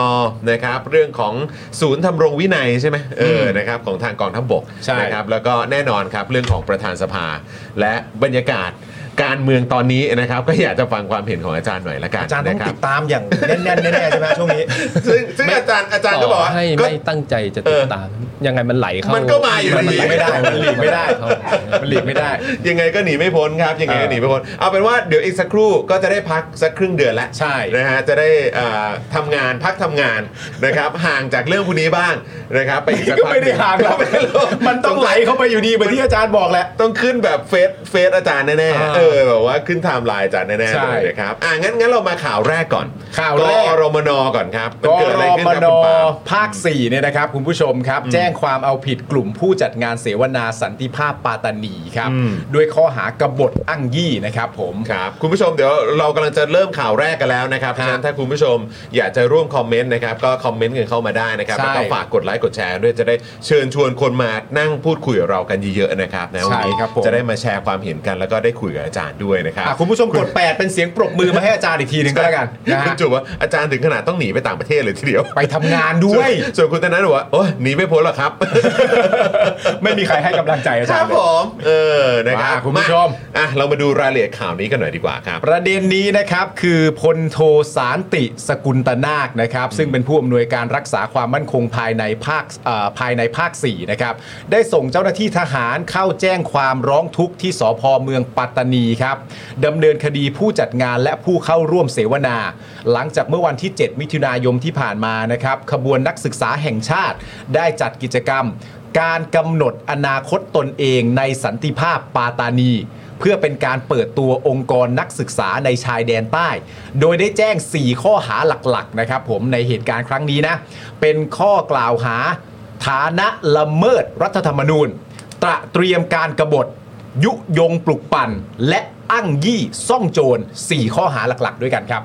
A: นะครับ เรื่องของศูนย์ทำรงวินัยใช่ไหมเออนะครับของทางกองทัพบก
B: ใช่
A: นะครับ ครับแล้วก็แน่นอนครับเรื่องของประธานสภา และบรรยากาศการเมืองตอนนี้นะครับ ก็อยากจะฟังความเห็นของอาจารย์หน่อยละกัน
B: อาจารย์ต้อง
A: นะครั
B: ติ
A: บ
B: ดตามอย่างแน่นๆแน่ๆใช่ไหมช่วงนี้
A: ซึ่งซึ่งอาจารย์อาจารย์ก็บอก
F: ต่อ
A: ว่า
F: ให้
A: ก็
F: ไม่ตั้งใจจะติดตาม ยังไงมันไหลเข้า
A: มั
F: มัน
A: ก็มาอยู่
B: มันหลีกไม่ได้มันหลีกไม่ได้
F: เข้า
B: มันหลีกไม่ได้
A: ยังไงก็หนีไม่พ้นครับยังไงก็หนีไม่พ้นเอาเป็นว่าเดี๋ยวอีกสักครู่ก็จะได้พักสักครึ่งเดือนแล้ว
B: ใช่
A: นะฮะจะได้อ่าทำางานพักทำงานนะครับ ห่างจากเรื่องพวกนี้บ้างนะครับไปอีกสัก
B: ก็
A: พัก
B: ไม่ได้ห่างหรอก
A: ไม่ได้หรอก
B: มันต้องไหลเข้าไปอยู่ดีเหมือนที่อาจารย์บอกแหละ
A: ต้องขึ้นแบบเฟซเฟซอาจารย์แน่
B: อ่า
A: ๆ เออแบบว่าขึ้นไทม์ไลน์อาจารย์แน่ๆ
B: ใช่
A: เลยนะครับ อ่ะงั้นงั้นเรามาข่าวแรกก่อน
B: ข่าวแรก
A: กรมนก่อนครับ
B: ก
A: มันเกิดอะไร
B: ร
A: ขึ้น
B: ม
A: ครับ
B: น
A: คุณปาล์ม
B: ภาค4เนี่ยนะครับคุณผู้ชมครับ แจ้งความเอาผิดกลุ่มผู้จัดงานเสวนาสันติภาพปาตานีครับ
A: อืม
B: ด้วยข้อหากบฏอ้างยี่นะครับผม
A: ครับคุณผู้ชมเดี๋ยวเรากำลังจะเริ่มข่าวแรกกันแล้วนะครับเพราะฉะนั้นถ้าคุณผู้ชมอยากจะร่วมคอมเมนต์นะครับก็คอมเมนต์กันเข้ามาได้นะครับ
B: ใช่
A: แล้วก็ฝากกดไลค์กดแชร์ด้วยจะได้เชิญชวนคนมานั่งพูดคุยกับเรากันเยอะๆนะครับนะวันนี้
B: ใช่ครับผม
A: จะได้มาแชร์ความเห็นกันแล้วก็ได้คุยกับอาจารย์ด้วยนะครับ
B: อ่ะคุณผู้ชมกด 8 เป็นเสียงปรบมือมาให้อาจารย์อีกทีหนึ่งก็แล้วกันนะ
A: คุณ
B: ฮะ
A: จุบว่าอาจารย์ถึงขนาดต้องหนีไปต่างประเทศเลยทีเดียว
B: ไปทำงานด้วย
A: ส่วนส่วนคุณธนาบอกว่าโอ้ยหนีไม่พ้นหรอกครับ
B: ไม่มีใครให้กำลังใจอา
A: ค
B: จาร
A: รับ
B: ย์เล
A: ผ
B: ย
A: ม เออ นะครับ
B: มาคุณผู้ชม
A: อ่ะ เรามาดูรายละเอียดข่าวนี้กันหน่อยดีกว่าครับ
B: ประเด็นนี้นะครับคือพลโทสารติสกุลตนาคนะครับ ซึ่งเป็นผู้อำนวยการรักษาความมั่นคงภายในภาคเอ่อภายในภาค4นะครับได้ส่งเจ้าหน้าที่ทหารเข้าแจ้งความร้องทุกข์ที่สพเมืองปัตตานีครับดำเนินคดีผู้จัดงานและผู้เข้าร่วมเสวนา หลังจากเมื่อวันที่ 7 มิถุนายมที่ผ่านมานะครับขบวนนักศึกษาแห่งชาติ ได้จัดกิจกรรม การกำหนดอนาคตตนเองในสันติภาพปาตานี เพื่อเป็นการเปิดตัวองค์กรนักศึกษาในชายแดนใต้ โดยได้แจ้ง 4 ข้อหาหลักๆนะครับผมในเหตุการณ์ครั้งนี้นะ เป็นข้อกล่าวหา ฐานะละเมิดรัฐธรรมนูญ ตระเตรียมการกบฏ ยุยงปลุกปั่น และอ้างยี่ซ่องโจร 4 ข้อหาหลักๆ ด้วยกันครับ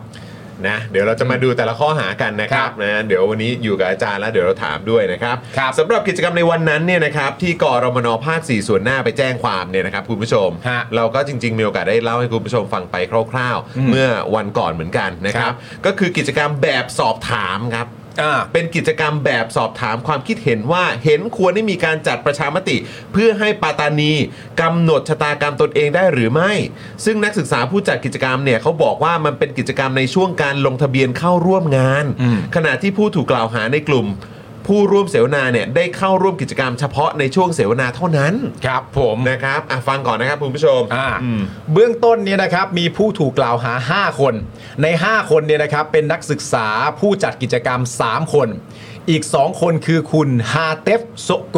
A: นะ เดี๋ยวเราจะมาดูแต่ละข้อหากันนะครับ
B: ครับ
A: นะ เดี๋ยววันนี้อยู่กับอาจารย์แล้วเดี๋ยวเราถามด้วยนะครับ
B: ครับ
A: สำหรับกิจกรรมในวันนั้นเนี่ยนะครับที่กรมนภาค 4 ส่วนหน้าไปแจ้งความเนี่ยนะครับคุณผู้ชม
B: ฮะ
A: เราก็จริง ๆ มีโอกาสได้เล่าให้คุณผู้ชมฟังไปคร่าว
B: อื
A: ๆ
B: ม
A: เมื่อวันก่อนเหมือนกันนะค
B: ครั
A: รับ
B: บ
A: ก็คือกิจกรรมแบบสอบถามครับ
B: อ่า
A: เป็นกิจกรรมแบบสอบถามความคิดเห็นว่าเห็นควรได้มีการจัดประชามติ เพื่อให้ปาตานีกำหนดชะตากรรมตนเองได้หรือไม่ ซึ่งนักศึกษาผู้จัดกิจกรรมเนี่ยเขาบอกว่ามันเป็นกิจกรรมในช่วงการลงทะเบียนเข้าร่วมงาน
B: อืม
A: ขณะที่ผู้ถูกกล่าวหาในกลุ่ม ผู้ร่วมเสวนาเนี่ยได้เข้าร่วมกิจกรรมเฉพาะในช่วงเสวนาเท่านั้น
B: ครับผม
A: นะครับอ่ะฟังก่อนนะครับคุณผู้ชม
B: อ่า
A: อืม
B: เบื้องต้นเนี่ยนะครับมีผู้ถูกกล่าวหา 5 คน ใน 5 คนเนี่ยนะครับเป็นนักศึกษาผู้จัดกิจกรรม 3 คน อีก 2 คนคือคุณฮาเตฟโซโก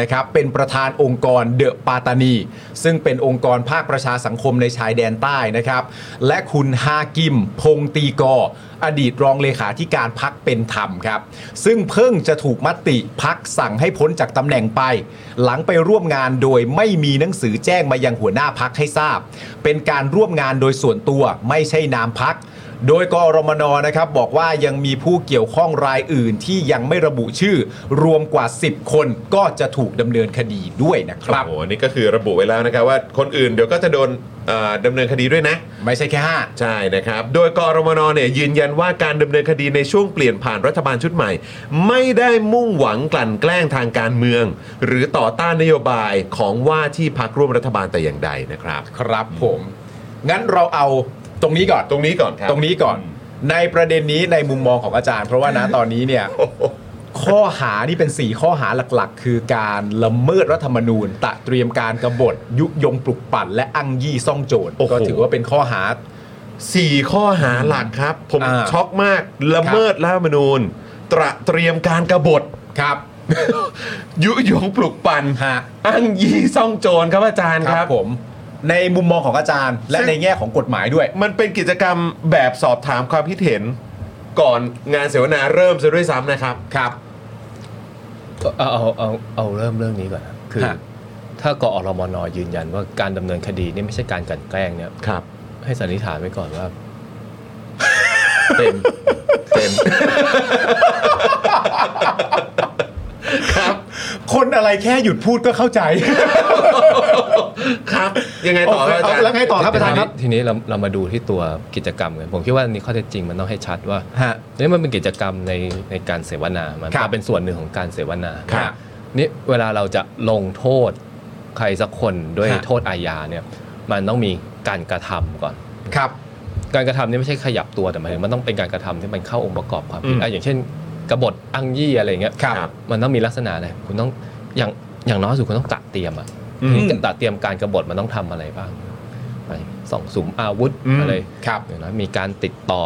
B: นะครับเป็นประธานองค์กรเดอะปาตานี ซึ่งเป็นองค์กรภาคประชาสังคมในชายแดนใต้นะครับ และคุณฮากิม พงตีกอ อดีตรองเลขาธิการพักเป็นธรรมครับ ซึ่งเพิ่งจะถูกมติพักสั่งให้พ้นจากตำแหน่งไป หลังไปร่วมงานโดยไม่มีหนังสือแจ้งมายังหัวหน้าพักให้ทราบ เป็นการร่วมงานโดยส่วนตัวไม่ใช่นามพัก โดยกอรมนนะครับบอกว่ายังมีผู้เกี่ยวข้องรายอื่นที่ยังไม่ระบุชื่อ รวมกว่า 10 คนก็จะถูกดำเนินคดีด้วยนะครับ
A: โอ้โหนี่ก็คือระบุไว้แล้วนะครับว่าคนอื่นเดี๋ยวก็จะโดนเอ่อดำเนินคดีด้วยนะ
B: ไม่ใช่แค่ 5
A: ใช่นะครับ โดยกรมนเนี่ยยืนยันว่าการดำเนินคดีในช่วงเปลี่ยนผ่านรัฐบาลชุดใหม่ ไม่ได้มุ่งหวังกลั่นแกล้งทางการเมือง หรือต่อต้านนโยบายของว่าที่พักร่วมรัฐบาลแต่อย่างใดนะครับ
B: ครับผม งั้นเราเอาตรงนี้ก่อน
A: ตรงนี้ก่อนครับ
B: ตรงนี้ก่อน ในประเด็นนี้ในมุมมองของอาจารย์ เพราะว่านะตอนนี้เนี่ย ข้อหานี่เป็น 4 ข้อหาหลักๆ คือการละเมิดรัฐธรรมนูญตระเตรียมการกบฏยุยงปลุกปั่น และอ้างยี่ซ่องโจร
A: โอ้โห
B: ก็ถือว่าเป็นข้อหา
A: สี่ข้อหาหลักครับ ผม
B: อ่า
A: ช็อกมากละเมิดรัฐธรรมนูญ ตระเตรียมการกบฏ (laughs)
B: ครับ
A: ยุยงปลุกปั่น
B: ฮะ
A: อ้างยี่ซ่องโจรครับอาจารย์
B: ค
A: ค
B: รั
A: รั
B: บบ ผม ในมุมมองของอาจารย์ และ
A: ซึ่ง
B: ในแง่ของกฎหมายด้วย
A: มันเป็นกิจกรรมแบบสอบถามความคิดเห็น ก่อนงานเสวนาเริ่มซะด้วยซ้ำนะครับ
B: ครับ
F: เอาเอาเอาเอาเริ่มเรื่องนี้ก่อนนะคือ
B: ฮะ
F: ถ้ากอรมนยืนยันว่าการดำเนินคดีนี่ไม่ใช่การกลันแกล้งเนี่ย
A: ครับ
F: ให้สันนิษฐานไว้ก่อนว่า
A: เต็ม เต็ม ครับ
B: คนอะไรแค่หยุดพูดก็เข้าใจ
A: ครับ ยังไงต่อครับอาจารย์
B: แล้วไงต่อครับอาจารย์ครับ
F: ทีนี้เราเรามาดูที่ตัวกิจกรรมกันผมคิดว่านี่ข้อเท็จจริงมันต้องให้ชัดว่า
B: ฮะ
F: นี่มันเป็นกิจกรรมในในการเสวนา มัน
B: ครับ
F: เป็นส่วนหนึ่งของการเสวนา
B: ครับ
F: นี่เวลาเราจะลงโทษใครสักคนด้วย
B: ฮะ
F: โทษอาญาเนี่ยมันต้องมีการกระทำก่อน
B: ครับ
F: การกระทำนี่ไม่ใช่ขยับตัวแต่หมายถึงมันต้องเป็นการกระทำที่มันเข้าองค์ประกอบความผิด
A: อืม
F: อ่ะอย่างเช่นกบฏอังยี่อะไรอย่างเงี้ย
B: ครับ
A: ครับ
F: มันต้องมีลักษณะอะไรคุณต้องอย่างอย่างน้อยสุดคุณต้องตระเตรียมอ่ะ
A: อืม
F: นี่ตระเตรียมการกบฏมันต้องทำอะไรบ้างไปส่องสุมอาวุธ
A: อืม
F: อะไร
B: ครับ
F: อย่างน้อยมีการติดต่อ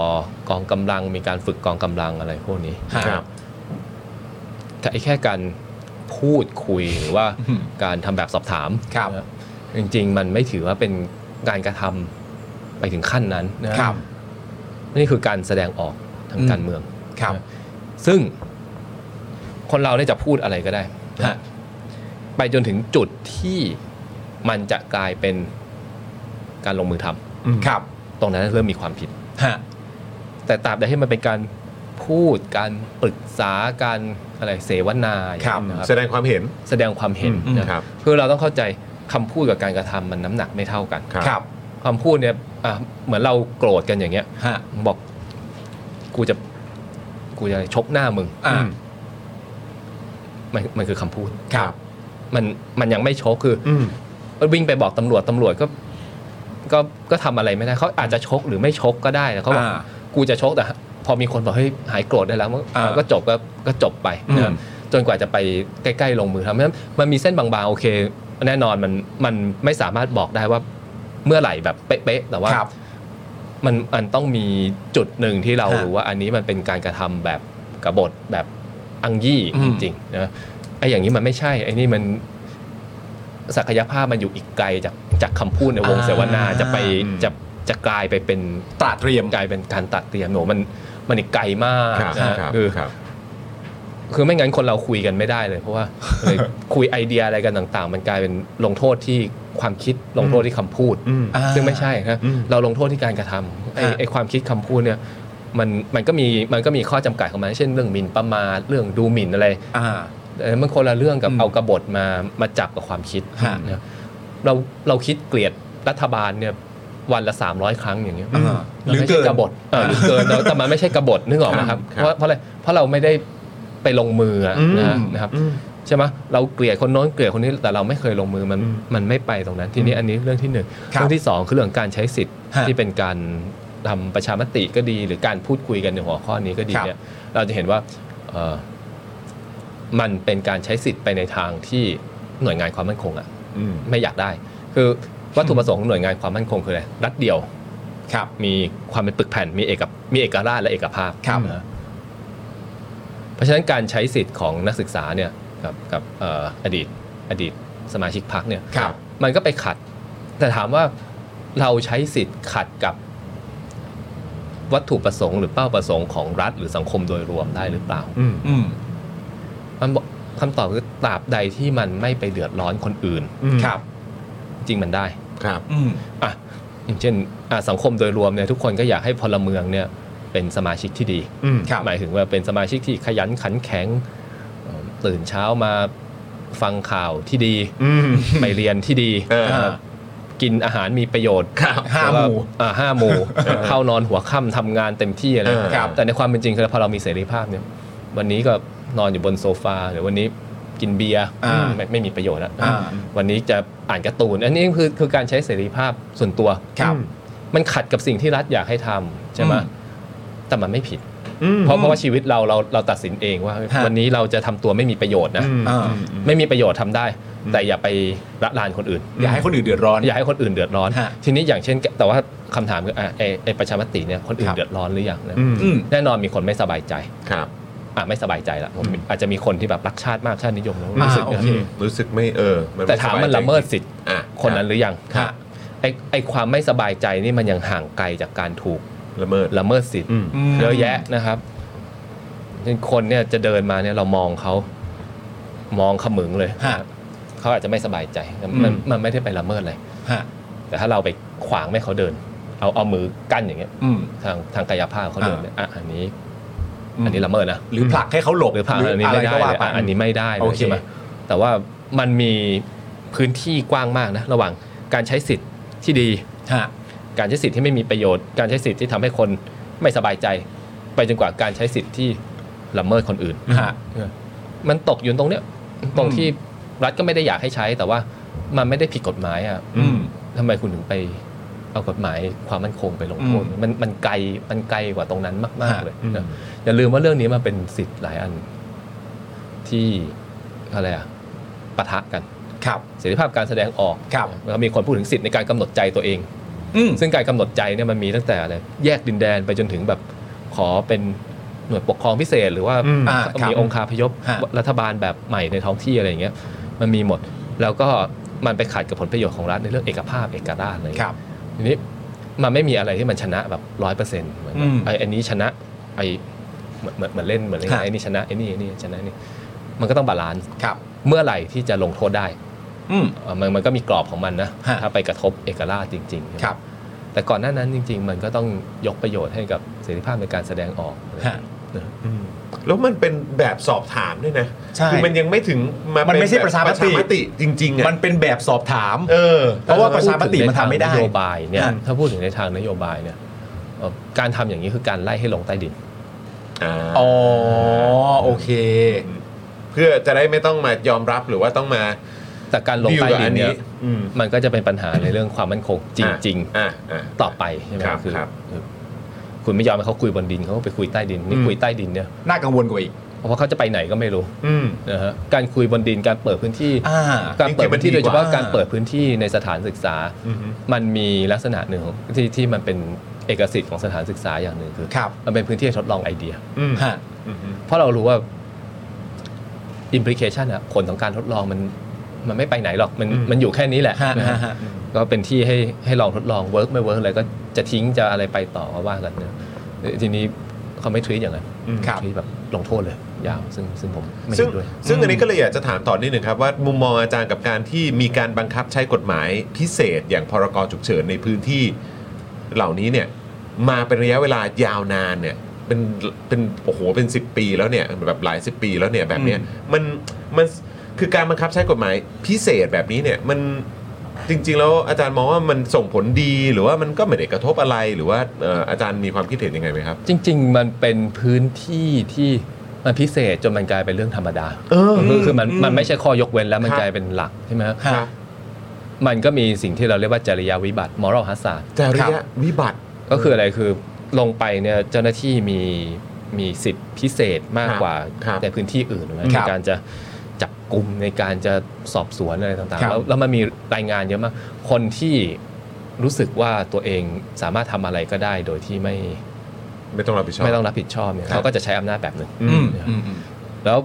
F: กองกำลัง มีการฝึกกองกำลังอะไรพวกนี้
A: ครับ
F: แต่ไอ้แค่การพูดคุยหรือว่า
B: อืม
F: การทำแบบสอบถาม
B: ครับ
F: นะจริง ๆ มันไม่ถือว่าเป็นการกระทำไปถึงขั้นนั้นนะ
B: ครับ
F: นี่คือการแสดงออกทาง
B: อืม
F: การเมือง
B: ครับ
F: ซึ่งคนเราเนี่ยจะพูดอะไรก็ได้นะ
B: ฮะ
F: ไปจนถึงจุดที่มันจะกลายเป็นการลงมือทำ
B: ครับ
F: ตรงนั้นเริ่มมีความผิด
B: ฮะ
F: แต่ตราบใดที่มันเป็นการพูดการปรึกษาการอะไรเสวนาอย่าง
B: ครับ
F: นี้นะ
A: แสดงความเห็น
F: แสดงความเห็น
A: อืม
F: นะครับ คือเราต้องเข้าใจคำพูดกับการกระทำมันน้ำหนักไม่เท่ากัน
A: ครับ
B: ครับ
F: คำพูดเนี่ยอ่ะเหมือนเราโกรธกันอย่างเงี้ย
B: ฮะ
F: บอกกูจะกูจะชกหน้ามึง
B: อ่า
F: มันมันคือคำพูด
B: ครับ
F: มันมันยังไม่ชกคือ
A: อืม
F: มันวิ่งไปบอกตำรวจตำรวจก็ ก็ก็ทำอะไรไม่ได้เขาอาจจะชกหรือไม่ชกก็ได้แต่เขาบอก
B: อ่า
F: กูจะชกแต่ พอมีคนบอกเฮ้ยหายโกรธได้แล้วมัน
B: อ่า
F: ก็จบก็ก็จบไป
B: อืม
F: นะจนกว่าจะไปใกล้ๆลงมือทำเพราะฉะนั้นมันมีเส้นบางๆโอเค แน่นอนมันมันไม่สามารถบอกได้ว่าเมื่อไหร่แบบเป๊ะๆแต่ว่า
B: ครับ
F: มันมันต้องมีจุดหนึ่งที่เรา
B: ฮะ
F: รู้ว่าอันนี้มันเป็นการกระทำแบบกบฏแบบอังยี่
B: อื
F: จ
B: ม
F: ริงๆนะไอ้อย่างนี้มันไม่ใช่ไอ้นี่มันศักยภาพมันอยู่อีกไกลจากจากคำพูดในวงเสวนาจะไป
A: อืม
F: จะจะกลายไปเป็น
B: ตราเตรียม
F: กลายเป็นการตัดเตรียมโหนมันมันอีกไกลมาก
A: ครับ
F: นะฮะ
A: ครับ
F: คือ
A: ครับ
F: คือไม่งั้นคนเราคุยกันไม่ได้เลย เพราะว่า เลยคุยไอเดียอะไรกันต่างๆ มันกลายเป็นลงโทษที่ความคิดลงโทษที่คำพูด
A: อืม
B: อ่า
F: ซึ่งไม่ใช่ครับ
A: อืม
F: เราลงโทษที่การกระทำไอ้
B: ฮะ
F: ไอ้ความคิดคำพูดเนี่ยมันมันก็มีมันก็มีข้อจำกัดของมันเช่นเรื่องหมิ่นประมาทเรื่องดูหมิ่นอะไร
B: อ่า
F: เออมันคนละเรื่องกับ
B: อืม
F: เอากบฏมามาจับกับความคิด
B: ฮะ
F: นะเราเราคิดเกลียดรัฐบาลเนี่ยวันละ 300 ครั้งอย่างเงี้ย
B: อ่าห
F: มัน
B: รือ
F: ไม่
B: เกิน
F: ใช่กบฏเออหรือเกินแต่แต่มันไม่ใช่กบฏนึกออกไหมครับ
A: ครับ
F: เพราะเพราะอะไรเพราะเราไม่ได้ไปลงมืออะนะนะครับ
A: อืม
F: ใช่ไหมเราเกลียดคนโน้นเกลียดคนนี้แต่เราไม่เคยลงมือมัน
A: อืม
F: มันไม่ไปตรงนั้น ทีนี้อันนี้เรื่องที่หนึ่ง
B: ครับ
F: เรื่องที่สองคือเรื่องการใช้สิทธิ์
B: ฮะ
F: ที่เป็นการทำประชามติก็ดี หรือการพูดคุยกันในหัวข้อนี้ก็ดี
B: ครับ
F: เนี่ยเราจะเห็นว่าเอ่อมันเป็นการใช้สิทธิ์ไปในทางที่หน่วยงานความมั่นคงอะ
A: อืม
F: ไม่อยากได้ คือวัตถุประสงค์ของหน่วยงานความมั่นคงคืออะไรรัฐเดียว
B: ครับ
F: มีความเป็นปึกแผ่นมีเอกมีเอกราชและเอกภาพ
B: ครับ
F: นะ เพราะฉะนั้นการใช้สิทธิ์ของนักศึกษาเนี่ยกับกับเอ่ออดีตอดีตสมาชิกพรรคเนี่ย
B: ครับ
F: มันก็ไปขัด แต่ถามว่าเราใช้สิทธิ์ขัดกับวัตถุประสงค์หรือเป้าประสงค์ของรัฐหรือสังคมโดยรวมได้หรือเปล่า
A: อืม
B: อืม
F: มันบอกคำตอบคือตราบใดที่มันไม่ไปเดือดร้อนคนอื่น
A: อืม
B: ครับ
F: จริงมันได้
A: ครับ
B: อืม
F: อ่ะอย่างเช่นอ่ะสังคมโดยรวมเนี่ยทุกคนก็อยากให้พลเมืองเนี่ยเป็นสมาชิกที่ดี
A: อืม
B: ครับ
F: หมายถึงว่าเป็นสมาชิกที่ขยันขันแข็งเอ่อตื่นเช้ามาฟังข่าวที่ดี
A: อืม
F: ไปเรียนที่ดี
A: เออ
F: เอ่อกินอาหารมีประโยชน์
A: ครับ
B: ห้า
F: แล้ว
B: ห
F: ก็
B: มู่
F: อ่าห้าหมู่เข้านอนหัวค่ำทำงานเต็มที่อะไร
A: เออ
B: ครับ
F: แต่ในความเป็นจริงคือพอเรามีเสรีภาพเนี่ยวันนี้ก็นอนอยู่บนโซฟาหรือวันนี้กินเบียร์
B: อ่า
F: ไม่ไม่มีประโยชน์แล้ว
B: อ่า
F: วันนี้จะอ่านการ์ตูน อันนี้คือคือการใช้เสรีภาพส่วนตัว
B: ครับ
F: มันขัดกับสิ่งที่รัฐอยากให้ทำใช่ไหม
B: อืม
F: แต่มันไม่ผิด
A: อืม
F: เพราะเพราะว่าชีวิตเราเราเราตัดสินเองว่า
B: ฮะ
F: วันนี้เราจะทำตัวไม่มีประโยชน์นะ
A: อืม
B: อ่า
A: อืมอืม
F: ไม่มีประโยชน์ทำได้ แต่อย่าไปละลานคนอื่น
B: อย่าให้คนอื่นเดือดร้อน
F: อย่าให้คนอื่นเดือดร้อน
B: ฮะ
F: ทีนี้อย่างเช่น แต่ว่าคำถามคืออ่ะไอ้ไอ้ประชามติเนี่ยคนอื่
B: คน รับ
F: เดือดร้อนหรือยังนะ
A: อืม
B: อืม
F: แน่นอนมีคนไม่สบายใจ
A: ครับ
F: อ่ะไม่สบายใจละผมอาจจะมีคนที่แบบรักชาติมากชาตินิยมแล้วรู้สึก
B: อ่าโอ
F: นะ
B: เค
A: รู้สึกไม่เออไ
F: แต่ถามมันละเมิดสิทธิ์
A: อ่ะ
F: คนนั้นหรือยัง
B: ครับ
F: ไอ้ไอ้ความไม่สบายใจนี่มันยังห่างไกลจากการถูก
A: ละเมิด
F: ละเมิดสิทธิ
A: อืม
B: ม
F: เยอะแยะนะครับเช่นคนเนี่ยจะเดินมาเนี่ยเรามองเขามองขมึงเลย
B: ฮะ
F: เขาอาจจะไม่สบายใจ
B: อื
F: มัน
B: ม
F: มันไม่ได้ไปละเมิดเลย
B: ฮะ
F: แต่ถ้าเราไปขวางไม่ให้เขาเดิน เอาเอามือกั้นอย่างเงี้ย
B: อืม
F: ทางทางกายภาพเขาเดินเนี่ยอ่ะอันนี้
B: อืม
F: อันนี้ละเมิดนะ
B: หรือผลักให้เขาหลบ
F: หรือพาอันนี้
B: ะร
F: ไม่ได้
B: ก็ว่า
F: เลย
B: ป
F: อ่ะอันนี้ไม่ได้เล
B: โอย เค
F: ใช่ไหมแต่ว่ามันมีพื้นที่กว้างมากนะระหว่างการใช้สิทธิ์ที่ดี
B: ฮะ
F: การใช้สิทธิ์ที่ไม่มีประโยชน์ การใช้สิทธิ์ที่ทำให้คนไม่สบายใจ ไปจนกว่าการใช้สิทธิ์ที่ละเมิดคนอื่น
B: ฮะ
F: มันตกอยู่ตรงเนี้ยตรง
B: อืม
F: ที่รัฐก็ไม่ได้อยากให้ใช้ แต่ว่ามันไม่ได้ผิดกฎหมายอ่ะ
B: อืม
F: ทำไมคุณถึงไปเอากฎหมายความมั่นคงไปลงโทษ
B: อืม
F: มันมันไกลมันไกลกว่าตรงนั้นมาก ๆ
B: ฮะ
F: เลย
A: อืม
F: นะอย่าลืมว่าเรื่องนี้มันเป็นสิทธิ์หลายอันที่อะไรอ่ะปะทะกัน
B: ครับ
F: เสรีภาพการแสดงออก
B: ครับ
F: แล้วก็มีคนพูดถึงสิทธิ์ในการกำหนดใจตัวเอง
B: อืม
F: ซึ่งการกำหนดใจเนี่ยมันมีตั้งแต่อะไรแยกดินแดนไปจนถึงแบบขอเป็นหน่วยปกครองพิเศษ หรือว่า
A: อืม
B: อ่าครับ
F: มีองค์คาพยพ
B: ฮะ
F: รัฐบาลแบบใหม่ในท้องที่อะไรอย่างเงี้ยมันมีหมด แล้วก็มันไปขัดกับผลประโยชน์ของรัฐในเรื่องเอกภาพเอกราชอะไรอย่าง
B: ค
F: เงี้ย
B: รับ
F: ทีนี้มันไม่มีอะไรที่มันชนะแบบร้อยเปอร์เซ็นต์เหมือน
B: อืม
F: ไอ้อันนี้ชนะไอ้เหมือนเหมือนเหมือนเล่นเหมือนเล่น
B: ฮะ
F: ไอ้นี่ชนะไอ้นี่ไอ้นี่ชนะไอ้นี่มันก็ต้องบาลานซ์
B: ครับ
F: เมื่อไหร่ที่จะลงโทษได้
B: อืม
F: เอ่อมันมันก็มีกรอบของมันนะ
B: ฮะ
F: ถ้าไปกระทบเอกราชจริงๆ
B: ครับ
F: แต่ก่อนหน้านั้นจริง ๆ มันก็ต้องยกประโยชน์ให้กับเสรีภาพในการแสดงออก
B: ฮะ
A: อืมแล้วมันเป็นแบบสอบถามด้วยนะ
B: ใช่
A: คือมันยังไม่ถึงมา
B: มันไม่ใช่
A: เป็แบบ
B: ประชามติ
A: จริงๆอ่ะ
B: มันเป็นแบบสอบถาม
A: เออ
B: เพราะว่าประชามติมันทำไม่ได้
F: ถ้าพูถึงในทางนโยบายเนี่ย
B: ฮะ
F: ถ้าพูดถึงในทางนโยบายเนี่ยเอ่อการทำอย่างนี้คือการไล่ให้ลงใต้ดิน
B: อ๋อ โอเค
A: เพื่อจะได้ไม่ต้องมายอมรับหรือว่าต้องมา
F: แต่การลง
A: ดิว
F: ใต้
A: กับ
F: ดิ
A: อั
F: น
A: น
F: เนี่
A: นี้
F: ยมันก็จะเป็นปัญหาในเรื่องความมั่นคงจริง
A: อ่ะอ่ะ
F: ๆ ต่อไปใช่ไหม
A: ครับ
F: อ
A: ครับ
F: อคุณไม่ยอมให้เขาคุยบนดินเขาก็ไปคุยใต้ดินนี่
A: อืม
F: คุยใต้ดินเนี่ย
B: น่ากังวลกว่าอีก
F: เพราะว่าเขาจะไปไหนก็ไม่รู้
A: อืม
F: นะฮะการคุยบนดินการเปิดพื้นที่
B: อ่า
F: การเปิดพื้นที่
A: จริงๆมันดีกว่า
F: โดยเฉพาะการเปิดพื้นที่ในสถานศึกษา
A: อืม
F: มันมีลักษณะหนึ่งของที่ที่มันเป็นเอกสิทธิ์ของสถานศึกษาอย่างหนึ่งคือ
B: ครับ
F: มันเป็นพื้นที่ทดลองไอเดีย
A: อืม
B: ฮะ
A: อืม
F: เพราะเรารู้ว่าอิมพลิเคชันอะผลของการทดลองมันมันไม่ไปไหนหรอกมันมันอยู่แค่นี้แหละ
B: ฮะ
F: นะ
B: ฮะ
F: ฮะ
B: ฮะ
F: ก็เป็นที่ให้ให้ลองทดลองเวิร์กไม่เวิร์กอะไรก็จะทิ้งจะอะไรไปต่อก็ว่ากันนะทีนี้เขาไม่ทวีตอย่างนั้น
A: อืม
B: ครับ
F: ทวีตแบบลงโทษเลย ยาวซึ่งซึ่งผมไม่
A: ซึ่
F: เห็
A: ง
F: นด้วย
A: ซึ่งอันนี้ก็เลยอยากจะถามต่อนิดหนึ่งครับว่ามุมมองอาจารย์กับการที่มีการบังคับใช้กฎหมายพิเศษอย่างพรกฉุกเฉินในพื้นที่เหล่านี้เนี่ยมาเป็นระยะเวลายาวนานเนี่ยเป็นเป็นโอ้โหเป็น 10 ปีแล้วเนี่ยแบบหลาย 10 ปีแล้วเนี่ยแบบเนี้ยมันมันคือการบังคับใช้กฎหมายพิเศษแบบนี้เนี่ยมันจริง ๆ แล้วอาจารย์มองว่ามันส่งผลดีหรือว่ามันก็ไม่ได้กระทบอะไรหรือว่าเอ่ออาจารย์มีความคิดเห็นยังไงไหมครับ
F: จริง ๆ มันเป็นพื้นที่ที่มันพิเศษจนมันกลายเป็นเรื่องธรรมดา
A: เออ
F: คือคือมันมันไม่ใช่ข้อยกเว้นแล้วมัน
A: ครับ
F: กลายเป็นหลักใช่ไหมฮะ
B: ฮะ
F: มันก็มีสิ่งที่เราเรียกว่าจริยวิบัติ moral hazard
A: จริยะวิบัติ
F: ก็คืออะไรคือลงไปเนี่ยเจ้าหน้าที่มีมีสิทธิพิเศษมากกว่า
A: ครับ
F: ในพื้นที่อื่นนะครับ ในการจะจับกลุ่มในการจะสอบสวนอะไรต่าง
B: ครั
F: ๆ
B: บ
F: แล้วแล้วมันมีรายงานเยอะมากคนที่รู้สึกว่าตัวเองสามารถทำอะไรก็ได้โดยที่ไม่
A: ไม่ต้องรับผิดชอบ
F: ไม่ต้องรับผิดชอบเนี่ย
A: ครับ
F: เขาก็จะใช้อำนาจแบบหนึ่ง
A: อื
B: อื
A: ม
B: มอืมอืม
F: แล้ว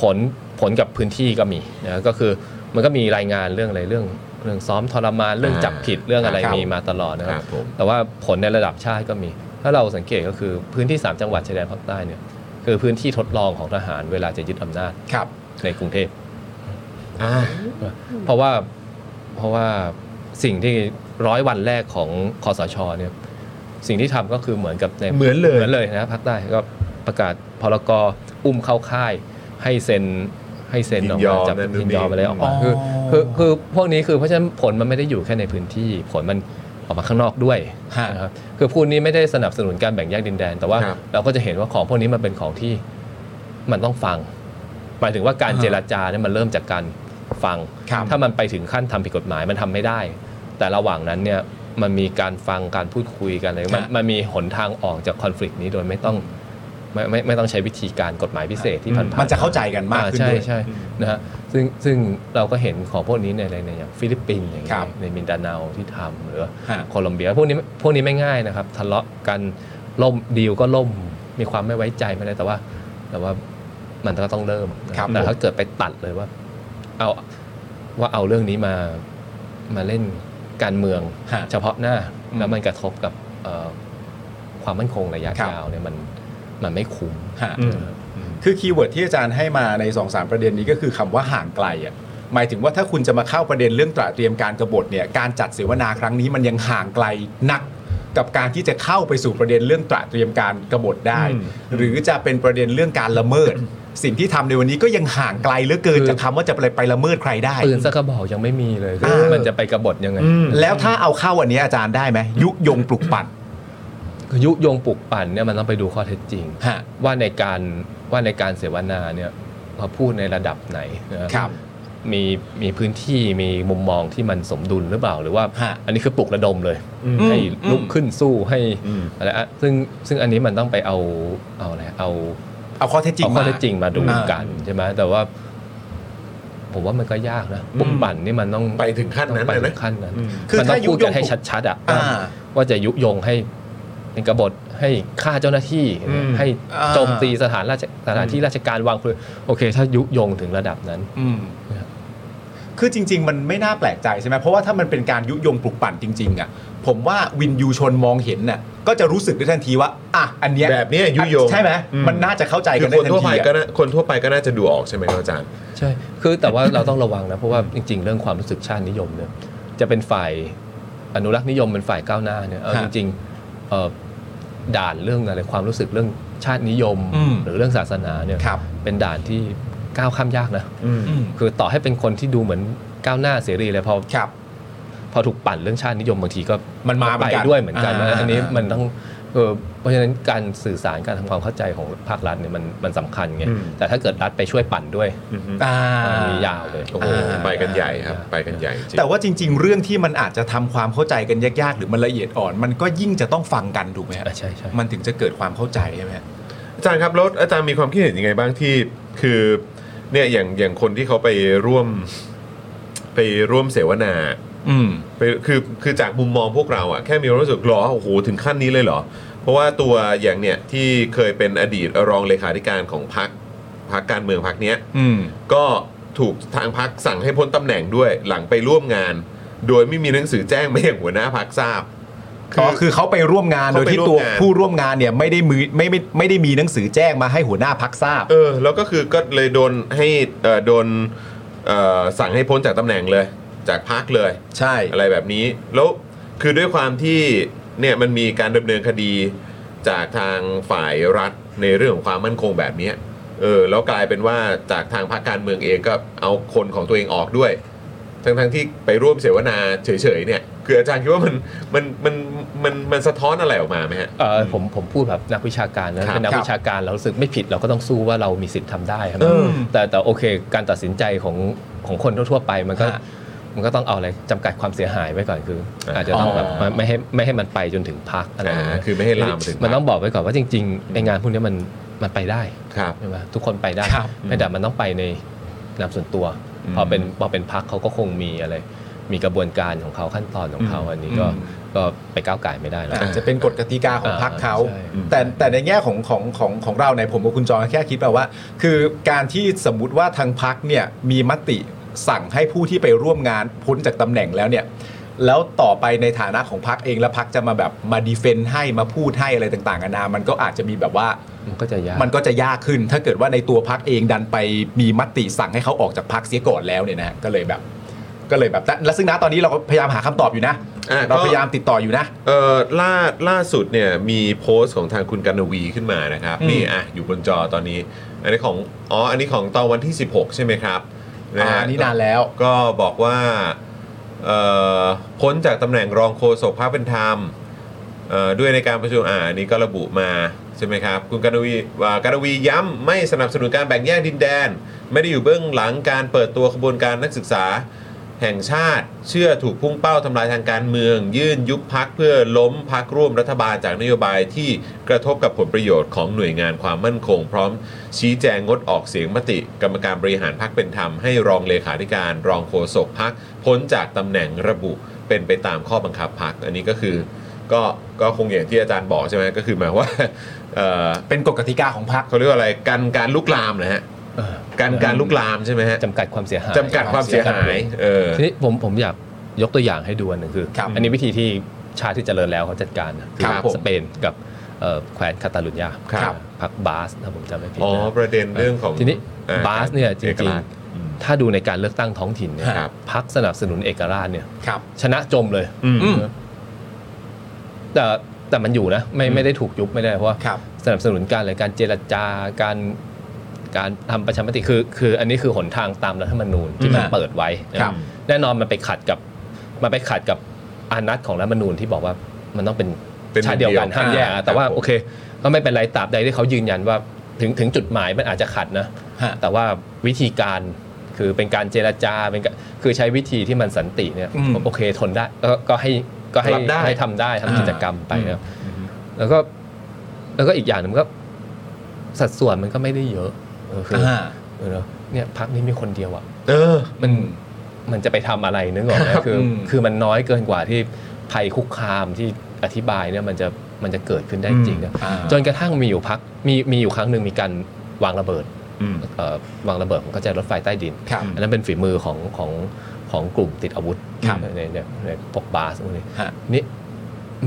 F: ผลผลกับพื้นที่ก็มีนะก็คือมันก็มีรายงานเรื่องอะไรเรื่องเรื่องซ้อมทรมานเรื่องจับผิดเรื่องอะไร
A: ครับ
F: มีมาตลอดนะค
A: ค
F: รั
A: รั
F: บบ
A: ผม
F: แต่ว่าผลในระดับชาติก็มี ถ้าเราสังเกตก็คือพื้นที่ 3 จังหวัดชายแดนภาคใต้เนี่ยคือพื้นที่ทดลองของทหารเวลาจะยึดอำนาจ
B: ครับ
F: ในกรุงเทพ
A: อ่า
F: เพราะว่าเพราะว่าสิ่งที่ร้อยวันแรกของคอสชเนี่ยสิ่งที่ทำก็คือเหมือนกับใน
A: เหมือนเลย
F: เหมือนเลยนะพักใต้ก็ประกาศพรกอุ้มเข้าค่าย ให้เซ็นให้เซ็นออก
A: ยินย
F: มา
A: อม
F: จับ
A: นั่นนู่น
F: ยินยอม
A: นี่
F: อะไรออกมา
B: อ๋อ
F: คือคือคือพวกนี้คือเพราะฉะนั้นผลมันไม่ได้อยู่แค่ในพื้นที่ ผลมันออกมาข้างนอกด้วย
B: ฮะ
F: นะครับคือพูดนี้ไม่ได้สนับสนุนการแบ่งแยกดินแดน แต่ว่า
A: ครับ
F: เราก็จะเห็นว่าของพวกนี้มันเป็นของที่มันต้องฟังหมายถึงว่าการ
B: อ่า
F: เจรจาเนี่ยมันเริ่มจากการฟัง
B: ครับ
F: ถ้ามันไปถึงขั้นทำผิดกฎหมายมันทำไม่ได้ แต่ระหว่างนั้นเนี่ยมันมีการฟังการพูดคุยกันอะไรมันมันมีหนทางออกจากคอน FLICT นี้โดยไม่ต้องไม่ไม่ไม่ต้องใช้วิธีการกฎหมายพิเศษที่ผ่านๆ
B: มันจะเข้าใจกันมากขึ้น
F: อ่ใช่
B: ด้วย
F: ใช่นะฮะซึ่งซึ่งเราก็เห็นของพวกนี้ในในในอย่างฟิลิปปินส์อย่า
B: ค
F: งเงี้
B: รั
F: ย
B: บ
F: ในมินดาเนาที่ทำหรือ
B: ฮะ
F: โคลอมเบียพวกนี้พวกนี้ไม่ง่ายนะครับ ทะเลาะกันล่มดีลก็ล่มมีความไม่ไว้ใจมาเลยแต่ว่า แต่ว่ามันก็ต้องเริ่มนะครับ แต่
B: ผม
F: ถ้าเกิดไปตัดเลยว่า เอาว่าเอาเรื่องนี้มามาเล่นการเมือง
B: ฮะ
F: เฉพาะหน้า
B: อืม
F: แล้วมันกระทบกับเอ่อความมั่นคงระยะ
B: ครับ
F: ยาวเนี่ยมันมันไม่คุ้ม
B: ฮะ คือคีย์เวิร์ดที่อาจารย์ให้มาใน2อสาประเด็นนี้ก็คือคำว่าห่างไกลอ่ะหมายถึงว่าถ้าคุณจะมาเข้าประเด็นเรื่องตระเตรียมการกบฏเนี่ยการจัดเสวนาครั้งนี้มันยังห่างไกลนักกับการที่จะเข้าไปสู่ประเด็นเรื่องตระเตรียมการกบฏได้
A: อืม
B: หรือจะเป็นประเด็นเรื่องการละเมิด สิ่งที่ทำในวันนี้ก็ยังห่างไกลเหลือเกิน
F: คือ
B: จากคำว่าจะไปไปละเมิดใครได้
F: ปืนสักกระบอกยังไม่มีเลยคือ
B: เออ
F: มันจะไปกบฏยังไง
A: อืม
B: แล้วถ้าเอาเข้าอันนี้อาจารย์ได้ไหมยุยงปลุกปั่น
F: คือยุยงปลุกปั่นเนี่ยมันต้องไปดูข้อเท็จจริง
B: ฮะ
F: ว่าในการว่าในการเสวนาเนี่ยเราพูดในระดับไหนนะครับ มีมีพื้นที่มีมุมมองที่มันสมดุลหรือเปล่า หรือว่า
B: ฮะ
F: อันนี้คือปลุกระดมเลย
A: อืม
F: ให้
B: อืม
F: ลุกขึ้นสู้ให้
A: อืม
F: อะไรอะซึ่งซึ่งอันนี้มันต้องไปเอาเอาอะไรเอา
B: เอาข้อเท็จจริง
F: เอาข้อ
B: มา
F: เท็จจริงมาดู
B: อ่ากั
F: กันใช่ไหมแต่ว่า ผมว่ามันก็ยากนะปลุกปั่นนี่มันต้อง
A: ไปถึงขั้นนั้น
F: ต้อง
A: เลยนะ
F: ไปถึงขั้นนั้น
A: อืม
B: คือ
F: มันต้อ
B: ถ้าง ยุ
F: พูด
B: ย
F: กั
B: ง
F: นให้
B: ปลุก
F: ชัดๆอ่ะ
B: อ่า
F: ว่าว่าจะยุยงให้เป็นกบฏให้ฆ่าเจ้าหน้าที่
A: อืม
F: ให้
B: อ่า
F: โจมตีสถานราชสถานที่ราชการวางเพลิงโอเค ถ้ายุยงถึงระดับนั้น
B: อืม
F: ครับ
B: คือจริง ๆ มันไม่น่าแปลกใจใช่ไหมเพราะว่าถ้ามันเป็นการยุยงปลุกปั่นจริง ๆ อ่ะ ผมว่าวินยูชนมองเห็นน่ะก็จะรู้สึกได้ทันทีว่า อ่ะ อันเนี้ย
A: แบบเนี้ยยุยง
B: ใช่ไหม
A: อื
B: มันน่าจะเข้าใจ
A: คื
B: กั
A: อ
B: นได้
A: คน
B: ทั
A: ทั่วน ไป
B: ที
A: ก็
B: อะ
A: น่าคนทั่วไปก็น่าจะดูออกใช่ไหมครับอาจารย์
F: ใช่ คือแต่ว่าเรา (laughs) ต้องระวังนะ เพราะว่าจริง ๆ เรื่องความรู้สึกชาตินิยมเนี่ยจะเป็นฝ่ายอนุรักษ์นิยมเป็นฝ่ายก้าวหน้าเนี่ยเอา
B: ฮะ
F: จริงๆเอ่อด่านเรื่องอะไรความรู้สึกเรื่องชาตินิยม
B: อืม
F: หรือเรื่องศาสนาเนี่ย
B: ครับ
F: เป็นด่านที่ก้าวข้ามยากนะ
A: อืม
B: อืม
F: คือต่อให้เป็นคนที่ดูเหมือนก้าวหน้าเสรีเลยพอ
B: ครับ
F: พอถูกปั่นเรื่องชาตินิยมบางทีก็
B: มันมาเหมื
F: ไป
B: อนกัน
F: ด้วยเหมือนกันนะ
B: อ่า
F: อันนี้มันต้องเออเพราะฉะนั้นการสื่อสารการทำความเข้าใจของภาครัฐเนี่ยมันมันสำคัญไง
A: อืม
F: แต่ถ้าเกิดรัฐไปช่วยปั่นด้วย
B: อ่า
F: มียาวเลย
A: โอ้โห
B: า
A: ไปกันใหญ่ครับ ไปกันใหญ่จริง
B: แต่ว่าจริง ๆ เรื่องที่มันอาจจะทำความเข้าใจกันยากๆ หรือมันละเอียดอ่อน มันก็ยิ่งจะต้องฟังกันถูกไหมฮะ
F: อ่ะใช่ใช่
B: มันถึงจะเกิดความเข้าใจใช่ไหมฮะ
A: อาจารย์ครับแล้วอาจารย์มีความคิดเห็นยังไงบ้างที่คือเนี่ยอย่างอย่างคนที่เขาไปร่วมไปร่วมเสวนา
B: อืม
A: ไปคือคือจากมุมมองพวกเราอะแค่มีความรู้สึกหรอโอ้โหถึงขั้นนี้เลยเหรอ เพราะว่าตัวอย่างเนี่ยที่เคยเป็นอดีตรองเลขาธิการของพรรคพรรคการเมืองพรรคเนี้ย
B: อืม
A: ก็ถูกทางพักสั่งให้พ้นตำแหน่งด้วยหลังไปร่วมงาน โดยไม่มีหนังสือแจ้งมาอย่างหัวหน้าพักทราบ
B: อ๋อคือเขาไปร่วมงาน
A: เขา
B: โด
A: ไป
B: ยที่ตัว
A: ร่วมงาน
B: ผู้ร่วมงานเนี่ยไม่ได้มือไม่ไม่ไม่ได้มีหนังสือแจ้งมาให้หัวหน้าพักทราบ
A: เออแล้วก็คือก็เลยโดนให้เอ่อโดนเอ่อสั่งให้พ้นจากตำแหน่งเลย จากพักเลย
B: ใช่
A: อะไรแบบนี้แล้วคือด้วยความที่เนี่ยมันมีการดำเนินคดีจากทางฝ่ายรัฐในเรื่องของความมั่นคงแบบเนี้ยเออแล้วกลายเป็นว่าจากทางพรรคการเมืองเองก็เอาคนของตัวเองออกด้วย ทั้งทั้งๆที่ไปร่วมเสวนาเฉยๆเนี่ยคืออาจารย์คิดว่ามันมันมันมันมันสะท้อนอะไรออกมาไหมฮะ
F: เอ่อผมผมพูดแบบนักวิชาการ
A: ครั
F: นะ
A: บ
F: เป็นนัก
B: ครับ
F: วิชาการเรารู้สึกไม่ผิดเราก็ต้องสู้ว่าเรามีสิทธิ์ทำได้ครับ
A: เออ
F: แต่แต่โอเค การตัดสินใจของของคนทั่วๆไปมันก็
B: ฮะ
F: มันก็ต้องเอาอะไรจำกัดความเสียหายไว้ก่อนคือ อาจจะต้องแบบ
B: อ๋อ
F: ไม่ให้ไม่ให้มันไปจนถึงพักอะไร
A: อ่า
F: ย่างเงี้ย
A: คือไม่ให้ลามไปถึง
F: มันต้องบอกไว้ก่อนว่าจริงๆในงานพวกนี้มันมันไปได้
A: ครับ
F: ใช่ไหมทุกคนไปได้
B: ครับ
F: ไม่แต่มันต้องไปในนามส่วนตัว พอเป็นพอเป็นพักเขาก็คงมีอะไร มีกระบวนการของเขาขั้นตอนของเขาอันนี้ก็
B: อืม
F: ก็ไปก้าวไก่ายไม่ได้แล้ว
B: อาจจะเป็นกฎกติกาของพรรคเขา
F: ใช่
B: แต่แต่ในแง่ของของของของเราในยผมกับคุณจอยแค่คิดแบบว่า คือการที่สมมติว่าทางพรรคเนี่ยมีมติสั่งให้ผู้ที่ไปร่วมงานพ้นจากตำแหน่งแล้วเนี่ยแล้วต่อไปในฐานะของพรรคเองแล้วพรรคจะมาแบบมาดีเฟนต์ให้มาพูดให้อะไรต่างๆนานามันก็อาจจะมีแบบว่า
F: มันก็จะยาก
B: มันก็จะยากขึ้น ถ้าเกิดว่าในตัวพักเองดันไปมีมติสั่งให้เขาออกจากพักเสียก่อนแล้วเนี่ยนะฮะก็เลยแบบ ก็เลยแบบแต่และซึ่งนะตอนนี้เราก็พยายามหาคำตอบอยู่นะ
A: อ่ะ
B: เรา
A: ก็
B: พยายามติดต่ออยู่นะ
A: เออล่าล่าสุดเนี่ยมีโพสต์ของทางคุณกันวีขึ้นมานะครับ
B: อืม
A: นี่อ่ะอยู่บนจอตอนนี้ อันนี้ของอ๋ออันนี้ของตอนวันที่ 16 ใช่ไหมครับนะฮะ
B: อ่านี่นานแล้ว
A: ก็บอกว่าเอ่อพ้นจากตำแหน่งรองโฆษกพรรคเป็นธรรมเอ่อด้วยในการประชุมอ่าอันนี้ก็ระบุมาใช่ไหมครับ คุณกนวีว่ากนวีย้ำไม่สนับสนุนการแบ่งแยกดินแดน ไม่ได้อยู่เบื้องหลังการเปิดตัวขบวนการนักศึกษา แห่งชาติเชื่อถูกพุ่งเป้าทำลายทางการเมือง ยื่นยุบพักเพื่อล้มพักร่วมรัฐบาลจากนโยบายที่กระทบกับผลประโยชน์ของหน่วยงานความมั่นคง พร้อมชี้แจงงดออกเสียงมติ กรรมการบริหารพักเป็นธรรมให้รองเลขาธิการ รองโฆษกพักพ้นจากตำแหน่งระบุเป็นไปตามข้อบังคับพักอันนี้ก็คือก็ก็คงอย่างที่อาจารย์บอกใช่ไหมก็คือหมายว่า (laughs) เอ่อ
B: เป็นกฎกติกาของพัก
A: เขาเรียกว่าอะไรกันการลุกลามนะฮะ
F: เออ
A: การการลุกลามใช่ไหมฮะ
F: จำกัดความเสียหาย
A: จำกัดความเสียหายเออ
F: ทีนี้ผมผมอยากยกตัวอย่างให้ดูอันหนึ่งคือ
B: ครับ
F: อันนี้วิธีที่ชาติที่เจริญแล้วเขาจัดการนะครับ
B: ผม
F: สเปนกับเอ่อแคว้นคาตาลุญญา
B: ครับ
F: พรรคบาสถ้าผมจำไม่ผิด
A: อ๋อ
F: นะ
A: ประเด็นเรื่องของ
F: ทีนี้
A: อ่
F: บาสเนี่ยจ
A: เอก
F: ริง
A: ราช
F: ๆ ถ้าดูในการเลือกตั้งท้องถิ่นเนี่ย
A: ครับ
F: พรรคสนับสนุนเอกราชเนี่ย
B: ครับ
F: ชนะจมเลย
A: อืม
B: อืม
F: แต่แต่มันอยู่นะ ไม่ไม่ได้ถูกยุบไม่ได้เพราะว่า
B: ครับ
F: สนับสนุนการอะไรการเจรจาการการทำประชามติคือ คืออันนี้คือหนทางตามรัฐธรรมนูญที่มัน
B: อืม
F: เปิดไว้นะครับ แน่นอนมันไปขัดกับมันไปขัดกับอานัตของรัฐธรรมนูญที่บอกว่ามันต้องเป็น
A: เป็น
F: ชาติเดียวกัน
A: เดียว
F: ห้ามแยก
A: อ่า
F: อะแต่ว่า
A: ครับผม
F: โอเค ก็ไม่เป็นไรตราบใดที่เขายืนยันว่าถึงถึงจุดหมายมันอาจจะขัดนะ
B: ฮะ
F: แต่ว่าวิธีการคือเป็นการเจรจาเป็นการคือใช้วิธีที่มันสันติเนี่ย
B: อืม
F: โอเคทนได้ก็ก็ให้ก็ให้
A: รับได้
F: ให้ทำได้
B: อ่า
F: ทำกิจกรรมไปนะครับแล้วก็แล้วก็อีกอย่างหนึงมันก็สัดส่วนมันก็ไม่ได้เยอะเออคืออา เออเนอะเนี่ยพักนี้มีคนเดียวอะ
A: เออ
B: มัน
F: มันจะไปทำอะไรนึกออกไหม
B: ครับ
F: คืออ
B: ม
F: คือมันน้อยเกินกว่าที่ภัยคุกคามที่อธิบายเนี่ยมันจะมันจะเกิดขึ้นได้จริงนะจนกระทั่งมีอยู่พักมีมีอยู่ครั้งหนึ่งมีการวางระเบิด
A: อืม
F: เอ่อวางระเบิดของกระจายรถไฟใต้ดิน
B: ครับ
F: อันนั้นเป็นฝีมือของของของกลุ่มติดอาวุธ
B: ครับ
F: ในในในพวกบาสพวกนี้
B: ฮะ
F: นี่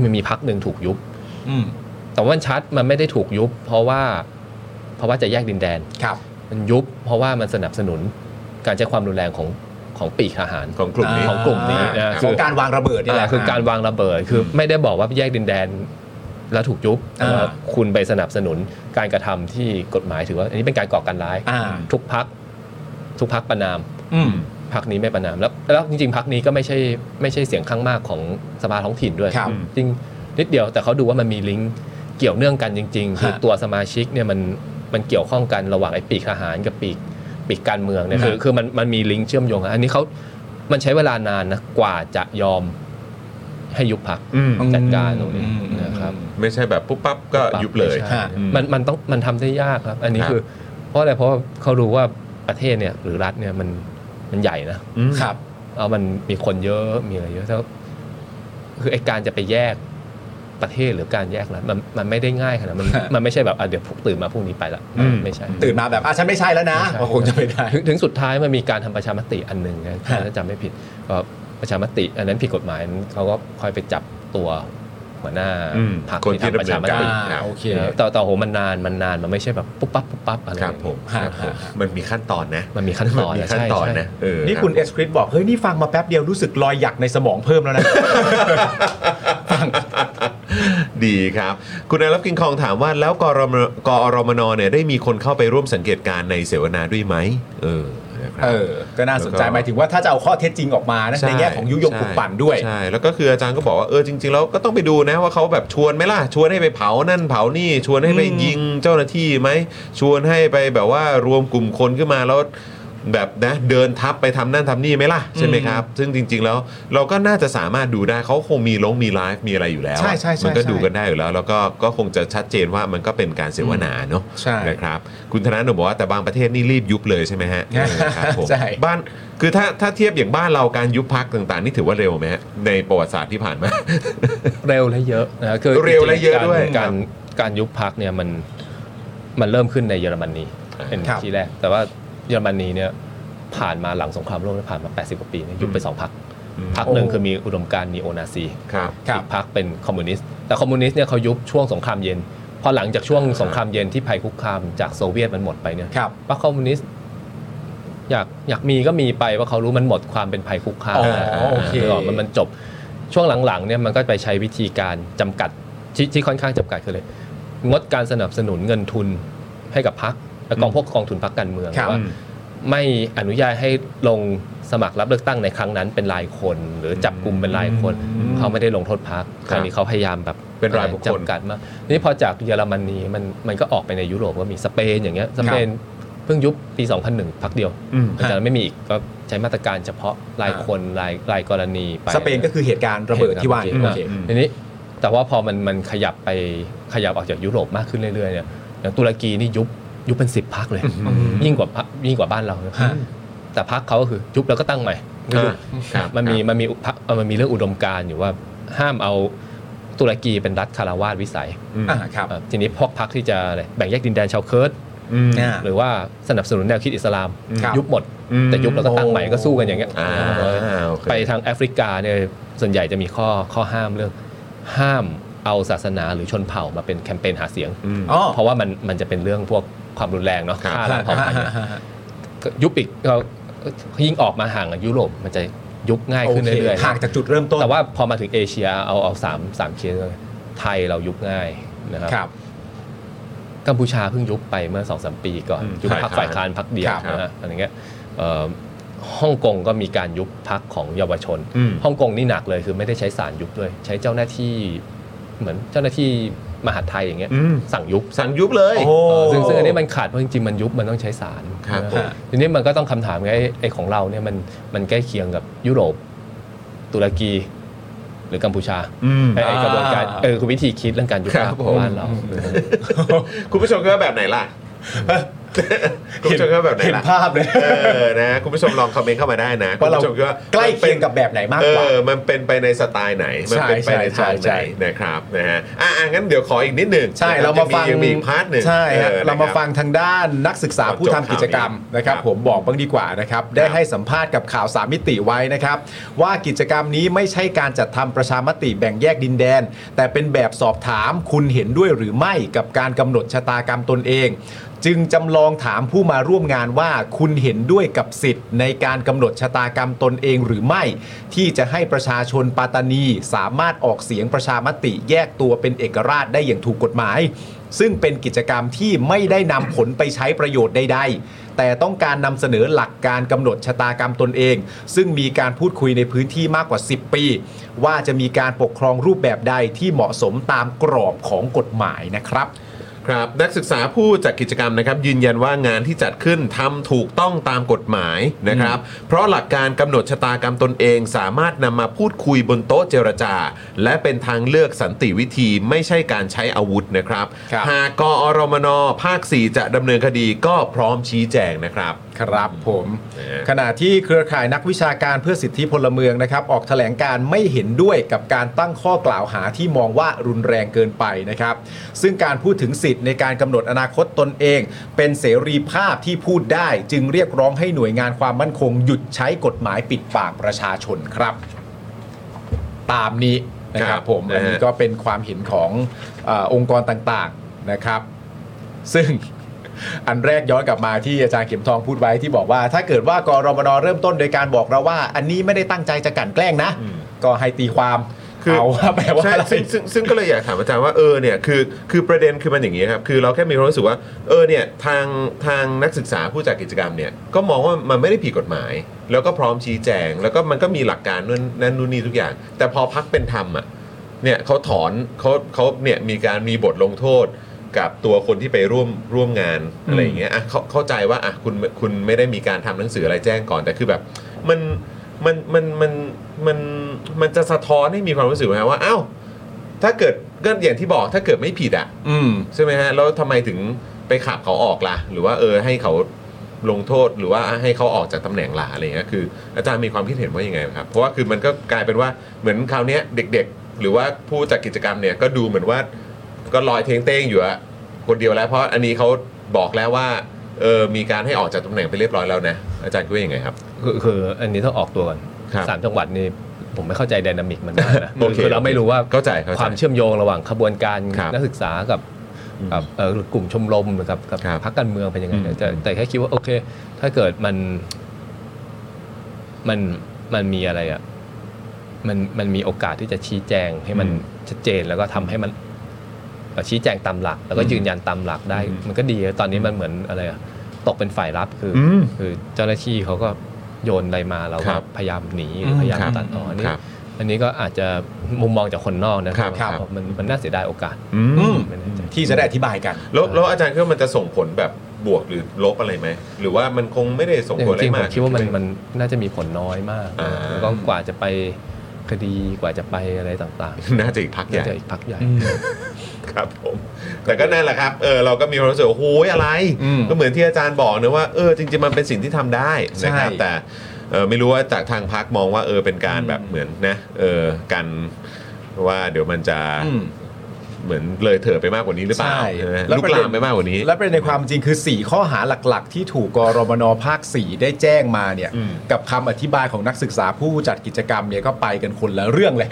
F: มันมีพักหนึ่งถูกยุบ
B: อืม
F: แต่ว่ามันชัดมันไม่ได้ถูกยุบ เพราะว่าเพราะว่าจะแยกดินแดน
B: ครับ
F: มันยุบ เพราะว่ามันสนับสนุนการใช้ความรุนแรงของของปีกทหาร
A: ของกลุ่มนี้
F: อ่า ของกลุ่มนี้นะ
B: ของการวางระเบิดนี่แหละ
F: อ่าคือการวางระเบิดคือไม่ได้บอกว่าแยกดินแดนแล้วถูกยุบ
B: อ่า
F: แต่ว่าคุณไปสนับสนุนการกระทำที่กฎหมายถือว่า อันนี้เป็นการก่อการร้าย
B: อ่า
F: ทุกพักทุกพักประนาม
B: อืม
F: พักนี้ไม่ประนามแล้วแล้วจริงๆพักนี้ก็ไม่ใช่ไม่ใช่เสียงข้างมากของสภาท้องถิ่นด้วย
B: ครับ
F: จริงนิดเดียวแต่เขาดูว่ามันมีลิงก์เกี่ยวเนื่องกันจริง ๆ คือ
B: ฮะ
F: ตัวสมาชิกเนี่ยมันมันเกี่ยวข้องกันระหว่างไอ้ปีกทหารกับปีกปีกการเมืองเนี่ยคือ
B: ฮะ
F: คือมันมันมีลิงก์เชื่อมโยงกันอันนี้เขามันใช้เวลานานนะกว่าจะยอมให้ยุบพัก
A: อืม
F: จัดการตรงนี้
B: อืม
F: นะครับ
A: ไม่ใช่แบบปุ๊บปั๊บก็ยุบเลย
F: ใช่
B: อืม
F: มันมันต้องมันทำได้ยากครับ อันนี้
A: ครับ
F: คือ เพราะอะไรเพราะว่าเขารู้ว่าประเทศเนี่ยหรือรัฐเนี่ยมันมันใหญ่นะ
A: อืม
B: ครับ
F: เอามันมีคนเยอะมีอะไรเยอะแล้วคือไอการจะไปแยกประเทศหรือการแยกรัฐมันมันไม่ได้ง่ายขนาดนั้นมัน
B: ฮะ
F: มันไม่ใช่แบบอ่ะเดี๋ยวตื่นมาพรุ่งนี้ไปละ
A: อืม
F: ไม่ใช่
B: ตื่นมาแบบอ่ะฉันไม่ใช่แล้วนะก็คงจะไม่ได้
F: ถึงถึงสุดท้ายมันมีการทำประชามติอันหนึ่งนะ
B: ฮะ
F: ถ้าจำไม่ผิดก็ประชามติ อันนั้นผิดกฎหมายเขาก็ค่อยไปจับตัวหัวหน้า
A: อืม
F: พรรค
A: คนที่
F: ทำ
A: ดำ
F: ประ
A: เนิ
F: ชาน ม
A: การ
F: ติ
A: ครับ
B: โอเค
F: แต่แต่โหมันนานมันนานมันไม่ใช่แบบปุ๊บปั๊บปุ๊บปั๊บอะไร
A: ครับผม
B: ฮะ
A: ครับผม
B: ฮะ
A: มันมีขั้นตอนนะ
F: มันมีขั้นตอน
A: มี
F: นะ
A: ขั้น
F: ใช่
A: ตอน
F: ใช่
A: นะเออ
B: นี่คุณเอสคริสบอก เฮ้ย นี่ฟังมาแป๊บเดียวรู้สึกรอยหยักในสมองเพิ่มแล้วนะ
A: (laughs) ดีครับ คุณนายรับกินคองถามว่าแล้วกอรมกอรมนเนี่ยได้มีคนเข้าไปร่วมสังเกตการณ์ในเสวนาด้วยไหมเออนะครั
B: เอบ อ ก็น่าสนใจ
A: แล้วก็
B: หมายถึงว่าถ้าจะเอาข้อเท็จจริงออกมานะในแง่ของยุยงปลุกปั่นด้วย
A: ใช่แล้วก็คืออาจารย์ก็บอกว่าเออจริง ๆ แล้วก็ต้องไปดูนะว่าเขาแบบชวนไหมล่ะ ชวนให้ไปเผานั่นเผานี่ ชวนให้ไป
B: อืม
A: ยิงเจ้าหน้าที่ไหมชวนให้ไปแบบว่ารวมกลุ่มคนขึ้นมาแล้ว แบบนะเดินทับไปทำนั่นทำนี่ไหมล่ะใช่ไหมครับ ซึ่งจริง ๆ แล้วเราก็น่าจะสามารถดูได้เขาคงมีลงมีไลฟ์มีอะไรอยู่แล้วอะ
B: ใช่ใช่ใช่
A: มันก็
B: ใช่
A: ดูกันได้อยู่แล้ว แล้วก็ก็คงจะชัดเจนว่ามันก็เป็นการเสวนาเนาะ
B: ใช่
A: นะครับคุณธนาหนูบอกว่าแต่บางประเทศนี่รีบยุบเลยใช่ไหมฮะเออครับผม
B: ใช่
A: บ้านคือถ้าถ้าเทียบอย่างบ้านเราการยุบพักต่างๆ นี่ถือว่าเร็วไหมฮะในประวัติศาสตร์ที่ผ่านมา
F: เร็วและเยอะนะคือ
A: เร็วและเยอะด้วย
F: การการการยุบพักเนี่ยมันมันเริ่มขึ้นในเยอรมนีเป็น
B: ครับ
F: ที่แรก แต่ว่าเยอรมนีเนี่ยผ่านมาหลังสงครามโลกเนี่ยผ่านมา 80 กว่าปีเนี่ยยุบไปสองพัก
A: อืม
F: พักหนึ่งคือมีอุดมการณ์นีโอนาซี
A: ครับ
F: อีกพักเป็นคอมมิวนิสต์แต่คอมมิวนิสต์เนี่ยเขายุบช่วงสงครามเย็น พอหลังจากช่วงสงครามเย็นที่ภัยคุกคามจากโซเวียตมันหมดไปเนี่ย
B: ครับ
F: พรรคคอมมิวนิสต์อยากอยากมีก็มีไปเพราะเขารู้มันหมดความเป็นภัยคุกคาม
B: อ๋อโอเค
F: นึกกมันมันจบช่วงหลังๆเนี่ยมันก็ไปใช้วิธีการจำกัดทที่ค่อนข้างจำกัดคือเลยงดการสนับสนุนเงินทุนให้กับพรรคและกองพวกกองทุนพรรคการเมือง
B: ครับ
F: ว่าไม่อนุญาตให้ลงสมัครรับเลือกตั้งในครั้งนั้นเป็นรายคน หรือจับกลุ่มเป็นรายคน
A: อืม
F: เขาไม่ได้ลงโทษพรรคคราวนี้เขาพยายามแบบ
A: เป็นรายบุคคล
F: จำกัดมากนี่พอจากเยอรมนีมันมันก็ออกไปในยุโรปก็มีสเปนอย่างเงี้ยสเปน เพิ่งยุบปี 2001พักเดียว
A: อืม
F: อาจารย์ไม่มีอีกก็ใช้มาตรการเฉพาะรายคนรายรายกรณีไป
B: สเปนก็คือเหตุการณ์ระเบิดที่ว่า
F: อืม
B: โอเค
A: อืม
F: ทีนี้แต่ว่าพอมันมันขยับไปขยับออกจากยุโรปมากขึ้นเรื่อยๆเนี่ยอย่างตุรกีนี่ยุบยุบเป็นสิบพักเลย ยิ่งกว่าพรรคยิ่งกว่าบ้านเรานะ
B: ฮะ
F: แต่พักเขาก็คือยุบแล้วก็ตั้งใหม่ก็ยุบ
A: ครับ
F: มันมีมันมีพรรคเอ่อมันมีเรื่องอุดมการณ์อยู่ว่าห้ามเอาตุรกีเป็นรัฐคาราวาสวิสัย
A: อืม
B: อ่าครับ
F: เอ่อทีนี้พวกพักที่จะอะไรแบ่งแยกดินแดนชาวเคิร์ด
A: อืม
B: อ่า
F: หรือว่าสนับสนุนแนวคิดอิสลาม
B: ครับ
F: ยุบหมด
A: อืม
F: แต่ยุบแล้วก็ตั้งใหม่ก็สู้กันอย่างเงี้ย
A: อ่าโอเค
F: ไปทางแอฟริกาเนี่ยส่วนใหญ่จะมีข้อข้อห้ามเรื่อง ห้ามเอาศาสนาหรือชนเผ่ามาเป็นแคมเปญหาเสียง
A: อืม
B: อ๋อ
F: เพราะว่ามันมันจะเป็นเรื่องพวกความรุนแรงเนาะ
A: ครับ
F: ฆ่าล้างเผ่าพันธุ์เนี่ยก็ยุบอีกก็ยิ่งออกมาห่างกับยุโรปมันจะยุบง่ายขึ้นเรื่อย
B: โคห่างจากจุดเริ่มต้น
F: ๆแต่ว่าพอมาถึงเอเชียเอาเอาสามสามเคสเลยไทยเรายุบง่ายนะครั
B: ครับ
F: กัมพูชาเพิ่งยุบไปเมื่อ2อสปีก่อน
A: อืม
F: ยุบพัก
A: ฝ่า
F: ฝ่าย ย
A: ค้า
F: ค้านนพักเดียว
B: ครับ
F: นะฮะอะไรเงี้ยเอ่อฮ่องกงก็มีการยุบพักของเยาวชน
A: อืม
F: ฮ่องกงนี่หนักเลยคือไม่ได้ใช้สารยุบด้วย ใช้เจ้าหน้าที่เหมือนเจ้าหน้าที่มหาดไทยอย่างเงี้ย
A: อืม
F: สั่งยุบ
A: สั่งยุบเลย
B: โอ้
F: เออซึ่งซึ่งอันนี้มันขาดเพราะจริงๆมันยุบมันต้องใช้สาร
A: ครับ
F: นะ
A: ผม
F: ฮะทีนี้มันก็ต้องคำถามไงไอ้ไอ้ของเราเนี่ยมันมันใกล้เคียงกับยุโรป ตุรกี หรือกัมพูชา
A: อืม
F: ไอ้ไอ้กระบวนการเออคือวิธีคิดเรื่องการยุบ
A: ครับ
F: พักข
A: ผ
F: อง
A: ม
F: บ้านเรา
A: คุณผู้ชมคิดว่าแบบไหนล่ะ คุณผู้ชมคิดว่าแบบไหน
B: เห็น
A: ล่ะ
B: ภาพเลย
A: เออนะคุณผู้ชมลองคอมเมนต์เข้ามาได้นะ
B: ว่าเรา
A: คุณผู้ชมคิด
B: ใกล้เคียงกับแบบไหนมาก
A: เอก
B: ว่า
A: อมันเป็นไปในสไตล์ไหน มันเป็นไปในสไตล์
B: ใช่ใช่
A: ไหน
B: ใช่
A: นะครับนะฮะอ่ะอ่ะงั้นเดี๋ยวขออีกนิดหนึ่ง
B: ใช่
A: นะคบ
B: เรามาฟัง
A: จะยังมีอีกพาร์ทหนึ่ง
B: ใช่ฮะ
A: ออ
B: เรามา
A: นะคบ
B: ฟังทางด้านนักศึกษาผู้ทำกิจกรรมนะครับ
A: ครับ
B: ผมบอกบ้างดีกว่านะครับ ได้ให้สัมภาษณ์กับข่าวสามมิติไว้นะครับ ว่ากิจกรรมนี้ไม่ใช่การจัดทำประชามติแบ่งแยกดินแดน แต่เป็นแบบสอบถามคุณเห็นด้วยหรือไม่กับการกำหนดชะตากรรมตนเอง จึงจำลองถามผู้มาร่วมงานว่าคุณเห็นด้วยกับสิทธิ์ ในการกำหนดชะตากรรมตนเองหรือไม่ ที่จะให้ประชาชนปาตานี สามารถออกเสียงประชามติแยกตัวเป็นเอกราชได้อย่างถูกกฎหมาย ซึ่งเป็นกิจกรรมที่ไม่ได้นำผลไปใช้ประโยชน์ใดๆ แต่ต้องการนำเสนอหลักการกำหนดชะตากรรมตนเอง ซึ่งมีการพูดคุยในพื้นที่มากกว่า 10 ปี ว่าจะมีการปกครองรูปแบบใดที่เหมาะสมตามกรอบของกฎหมายนะครับ
A: ครับนักศึกษาผู้จัดกิจกรรมนะครับยืนยันว่างานที่จัดขึ้นทำถูกต้องตามกฎหมายนะครับ เพราะหลักการกำหนดชะตากรรมตนเองสามารถนำมาพูดคุยบนโต๊ะเจรจา และเป็นทางเลือกสันติวิธีไม่ใช่การใช้อาวุธนะครับ
B: ครับ
A: หากกอรมนภาค 4 จะดำเนินคดีก็พร้อมชี้แจงนะครับ
B: ครับผม
A: นะฮะ
B: ขณะที่เครือข่ายนักวิชาการเพื่อสิทธิพลเมืองนะครับ ออกแถลงการไม่เห็นด้วยกับการตั้งข้อกล่าวหาที่มองว่ารุนแรงเกินไปนะครับ ซึ่งการพูดถึงสิทธิ์ในการกำหนดอนาคตตนเอง เป็นเสรีภาพที่พูดได้ จึงเรียกร้องให้หน่วยงานความมั่นคง หยุดใช้กฎหมายปิดปากประชาชนครับ ตามนี้นะค
A: ครั
B: รับบ ผม
A: นะฮะ
B: อันนี้ก็เป็นความเห็นของเออองค์กรต่างๆนะครับ ซึ่ง อันแรกย้อนกลับมาที่อาจารย์เข็มทองพูดไว้ที่บอกว่า ถ้าเกิดว่ากรมนเริ่มต้นโดยการบอกเราว่า อันนี้ไม่ได้ตั้งใจจะกลั่นแกล้งนะ ก็ให้ตีความเอาว่าแปลว่า
A: ใช่
B: อะไร
A: ซึ่งซึ่งซึ่งก็เลยอยากถามอาจารย์ว่าเออเนี่ยคือคือประเด็นคือมันอย่างนี้ครับคือเราแค่มีความรู้สึกว่าเออเนี่ยทางทางนักศึกษาผู้จัดกิจกรรมเนี่ยก็มองว่ามันไม่ได้ผิดกฎหมาย แล้วก็พร้อมชี้แจง แล้วก็มันก็มีหลักการนั่นนั่นนู่นนี่ทุกอย่าง แต่พอพักเป็นธรรมอ่ะเนี่ยเขาถอนเขาเขาเนี่ยมีการมีบทลงโทษ กับตัวคนที่ไปร่วมร่วมงานอะไรอย่างเงี้ยอ่ะเข้าเข้าใจว่าอ่ะคุณคุณไม่ได้มีการทำหนังสืออะไรแจ้งก่อนแต่คือแบบมันมันมันมันมันมันจะสะท้อนให้มีความรู้สึกไหมว่าอ้าวถ้าเกิดก็อย่างที่บอกถ้าเกิดไม่ผิดอ่ะ
B: อืม
A: ใช่ไหมฮะแล้วทำไมถึงไปขับเขาออกล่ะ หรือว่าเออให้เขาลงโทษหรือว่าให้เขาออกจากตำแหน่งล่ะอะไรเงี้ยคืออาจารย์มีความคิดเห็นว่ายังไงครับ เพราะว่าคือมันก็กลายเป็นว่าเหมือนคราวเนี้ยเด็กๆ หรือว่าผู้จัดกิจกรรมเนี่ยก็ดูเหมือนว่าก็ลอยเทงเต้งอยู่อะคนเดียวแล้วเพราะอันนี้เขาบอกแล้วว่าเออมีการให้ออกจากตำแหน่งไปเรียบร้อยแล้วนะอาจารย์คิดว่ายังไงครับ
F: คือคืออันนี้ต้องออกตัวก่อน
A: ครับ
F: สามจังหวัดนี่ผมไม่เข้าใจไดนามิกมันมากนะ
A: โอเค
F: คือเราไม่รู้ว่า
A: เข้าใจเข้าใจ
F: ความเชื่อมโยงระหว่างขบวนการ
A: ครับ
F: นักศึกษากับกับเอ่อกลุ่มชมรมหรือกับกับ
A: ครับ
F: พรรคการเมืองเป็นยังไง
A: อืม
F: แต่แต่แต่แค่คิดว่าโอเค ถ้าเกิดมันมันมันมีอะไรอ่ะมันมันมีโอกาสที่จะชี้แจงให้มัน
A: อืม
F: ชัดเจนแล้วก็ทำให้มันเอ่อชี้แจงตามหลัก แล้วก็
A: อืม
F: ยืนยันตามหลักได้
A: อืม
F: มันก็ดีตอนนี้มันเหมือนอะไรอ่ะตกเป็นฝ่ายรับคืออ
A: ืม
F: คือเจ้าหน้าที่เขาก็โยนอะไรมาเรา
A: ค
F: ก็
A: รับ
F: พยายามหนี
B: อืม
F: พยายาม
A: ครับ
F: ตัดออกอันนี้
A: ครับ
F: อันนี้ก็อาจจะมุมมองจากคนนอกนะครับ
A: ครับ
F: ว่ามันมันน่าเสียดายโอกาส
A: อื
B: อื
A: ม
B: ม
F: ไม่แน่ใจ
B: ที่จะได้อธิบายกัน
A: แล้วแล้วอาจารย์คิดว่ามันจะส่งผลแบบบวกหรือลบอะไรไหมหรือว่ามันคงไม่ได้ส่ง
F: จริ
A: ผลอะ
F: งๆผม
A: ไราก
F: มคิดว่ามันมันน่าจะมีผลน้อยมาก
A: อ่า
F: แล้วก็กว่าจะไปคดีกว่าจะไปอะไรต่าง
A: น่าจะอีกพัก
F: ๆ
A: ให
F: น่า
A: ญ่
F: จะอีกพักใหญ่
A: ครับผม แต่ก็นั่นแหละครับ เออเราก็มีความรู้สึกว่าโอ้ยอะไร
B: อืม
A: ก็เหมือนที่อาจารย์บอกนะว่าเออจริงๆมันเป็นสิ่งที่ทำได้นะครับ
B: ใช่
A: แต่เออไม่รู้ว่าจากทางพักมองว่าเออเป็นการแบบเหมือนนะเออกันว่าเดี๋ยวมันจะ
B: อืม
A: เหมือนเลยเถิดไปมากกว่านี้หรือเปล่า
B: ใช่
A: ใช่ไหม
B: แล้ว
A: ลุก
B: ประเด็น
A: ลามไปมากกว่านี้
B: และเป็นในความจริงคือ 4 ข้อหาหลัก ๆ ที่ถูกกรมนภาค 4 ได้แจ้งมาเนี่ย
A: อืม
B: กับคำอธิบายของนักศึกษาผู้จัดกิจกรรมเนี่ยก็ไปกันคนละเรื่องเลย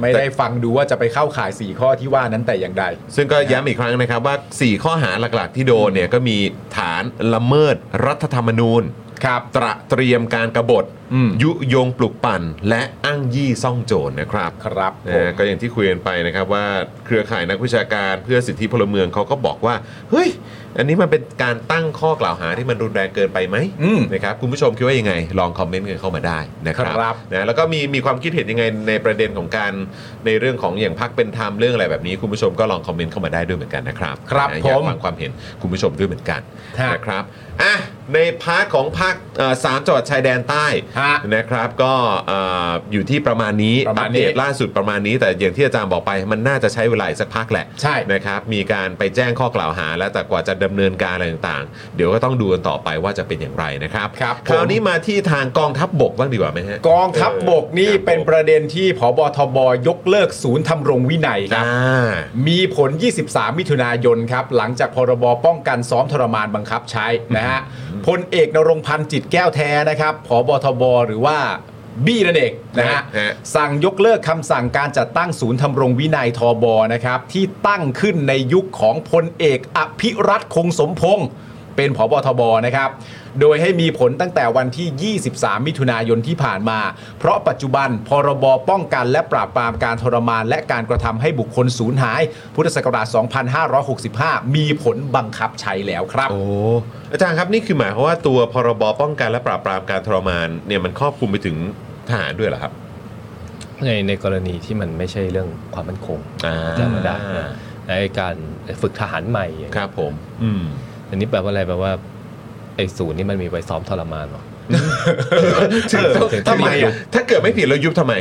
B: ไม่ได้ฟังดูว่าจะไปเข้าข่าย 4 ข้อที่ว่านั้นแต่อย่างใด
A: ซึ่งก็ย้ำอีกครั้งนะครับว่า 4 ข้อหาหลักๆ ที่โดนเนี่ยก็มีฐานละเมิดรัฐธรรมนูญ
B: ครับ
A: ตระเตรียมการกรบฏ
B: อืม
A: ยุยงปลุกปั่น และอ้างยี่ซ่องโจรนะครับ
B: ครับผ
A: นะ
B: ม
A: ฮะก็อย่างที่คุยกันไปนะครับว่าเครือข่ายนักวิชาการเพื่อสิทธิพลเมืองเขาก็บอกว่า เฮ้ย อันนี้มันเป็นการตั้งข้อกล่าวหาที่มันรุนแรงเกินไปไหม
B: อืม
A: นะครับคุณผู้ชมคิดว่ายังไง ลองคอมเมนต์กันเข้ามาได้นะครับ
B: ครับ
A: นะแล้วก็มีมีความคิดเห็นยังไงในประเด็นของการในเรื่องของอย่างพักเป็นธรรมเรื่องอะไรแบบนี้ คุณผู้ชมก็ลองคอมเมนต์เข้ามาได้ด้วยเหมือนกันนะครับ
B: ครับ
A: นะอยาก
B: ผม
A: ฟังความเห็นคุณผู้ชมด้วยเหมือนกัน
B: ฮะ
A: นะครับอ่ะในพาร์ทของภาคเอ่อสามจังหวัดชายแดนใต้
B: ฮะ
A: นะครับก็เอ่ออยู่ที่ประมาณนี้
B: ประมาณ
A: อัปเดต
B: นี้
A: ล่า ล่าสุดประมาณนี้แต่อย่างที่อาจารย์บอกไปมันน่าจะใช้เวลาอีกสักพักแหละ
B: ใช่
A: นะครับมีการไปแจ้งข้อกล่าวหา แล้วแต่กว่าจะดำเนินการอะไรต่างๆ เดี๋ยวก็ต้องดูกันต่อไปว่าจะเป็นอย่างไรนะครับ
B: ครับ
A: คราวนี้
B: ผม
A: มาที่ทางกองทัพบบกบ้างดีกว่าไหมฮะ
B: กองทัพบกนี่เป็นประเด็นที่ผบทบยกเลิกศูนย์ทำรงวินัยครับ
A: อ่า
B: มีผล 23 มิถุนายนครับ หลังจากพรบป้องกันซ้อมทรมานบังคับใช้นะฮะ พลเอกนรงค์พันธ์จิตแก้วแท้นะครับผบทบหรือว่าบี้นั่นเองนะฮะ
A: ฮะ
B: สั่งยกเลิกคำสั่งการจัดตั้งศูนย์ทำรงวินัยทอบอนะครับ ที่ตั้งขึ้นในยุคของพลเอกอภิรัตคงสมพงศ์เป็นผบทบนะครับ โดยให้มีผลตั้งแต่วันที่ 23 มิถุนายนที่ผ่านมา เพราะปัจจุบันพรบป้องกันและปราบปรามการทรมาน และการกระทำให้บุคคลสูญหาย พุทธศักราช 2565 มีผลบังคับใช้แล้วครับ
A: โอ้อาจารย์ครับนี่คือหมายความว่าตัวพรบป้องกันและปราบปรามการทรมานเนี่ยมันครอบคลุมไปถึงทหารด้วยเหรอครับ
F: ในในกรณีที่มันไม่ใช่เรื่องความมั่นคง
A: อ่า
F: จะมาได้นะในการฝึกทหารใหม่อย่างเงี้ย
A: ครับผม อืม
F: อันนี้แปลว่าอะไรแปลว่าไอ้ศูนย์นี่มันมีไว้ซ้อมทรมานเหรอ
A: ถึงต้อง
F: เออ
A: ทำไมอ่ะถ้าเกิดไม่ผิดเรายุบทำไม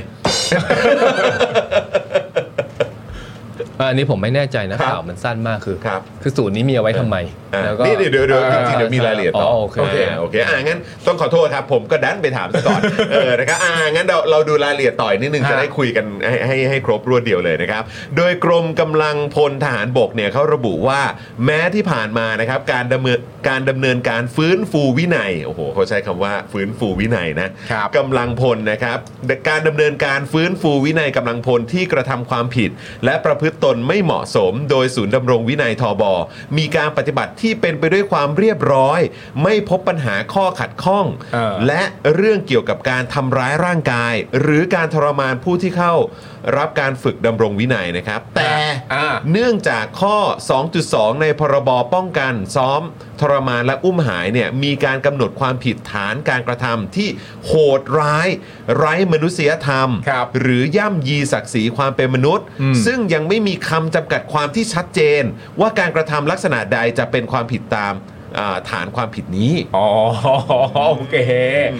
F: อ่ะอันนี้ผมไม่แน่ใจนะครับ ข่าวมันสั้นมากคือ
A: ครับ
F: คือศูนย์นี้มีเอาไว้ทำไม
A: อ่ะ
F: แล้วก็
A: นี่เดี๋ยวเดี๋ยวเดี๋ยวจริงๆเดี๋ยวมีรายละเอียดต่
F: อ๋อโอเค
A: าโอเคอ่างั้นต้องขอโทษครับ ผมก็ดันไปถามซะก่อน (laughs) เออนะครับอ่างั้นเราเราดูรายละเอียดต่อยนิดนึง
B: ฮะ
A: จะได้คุยกันให้ให้ให้ครบรวดเดียวเลยนะครับ โดยกรมกำลังพลทหารบกเนี่ยเขาระบุว่าแม้ที่ผ่านมานะครับการดำเนินการดำเนินการฟื้นฟูวินัยโอ้โหเขาใช้คำว่าฟื้นฟูวินัยนะ
B: ครับ
A: กำลังพลนะครับการดำเนินการฟื้นฟูวินัยกำลังพลที่กระทำความผิด และประพฤติตนไม่เหมาะสม โดยศูนย์ดำรงวินัยทบมีการปฏิบัติที่เป็นไปด้วยความเรียบร้อย ไม่พบปัญหาข้อขัดข้อง
B: เออ
A: และเรื่องเกี่ยวกับการทำร้ายร่างกาย หรือการทรมานผู้ที่เข้ารับการฝึกดำรงวินัยนะครับ แต่
B: อ่า
A: เนื่องจากข้อ 2.2 ในพรบป้องกันซ้อม ทรมานและอุ้มหายเนี่ยมีการกำหนดความผิดฐานการกระทำที่โหดร้าย ไร้มนุษยธรรม
B: ครับ
A: หรือย่ำยีศักดิ์ศรีความเป็นมนุษย์
B: อืม
A: ซึ่งยังไม่มีคำจำกัดความที่ชัดเจน ว่าการกระทำลักษณะใดจะเป็นความผิดตามอ่าฐานความผิดนี้
B: อ๋อโอเค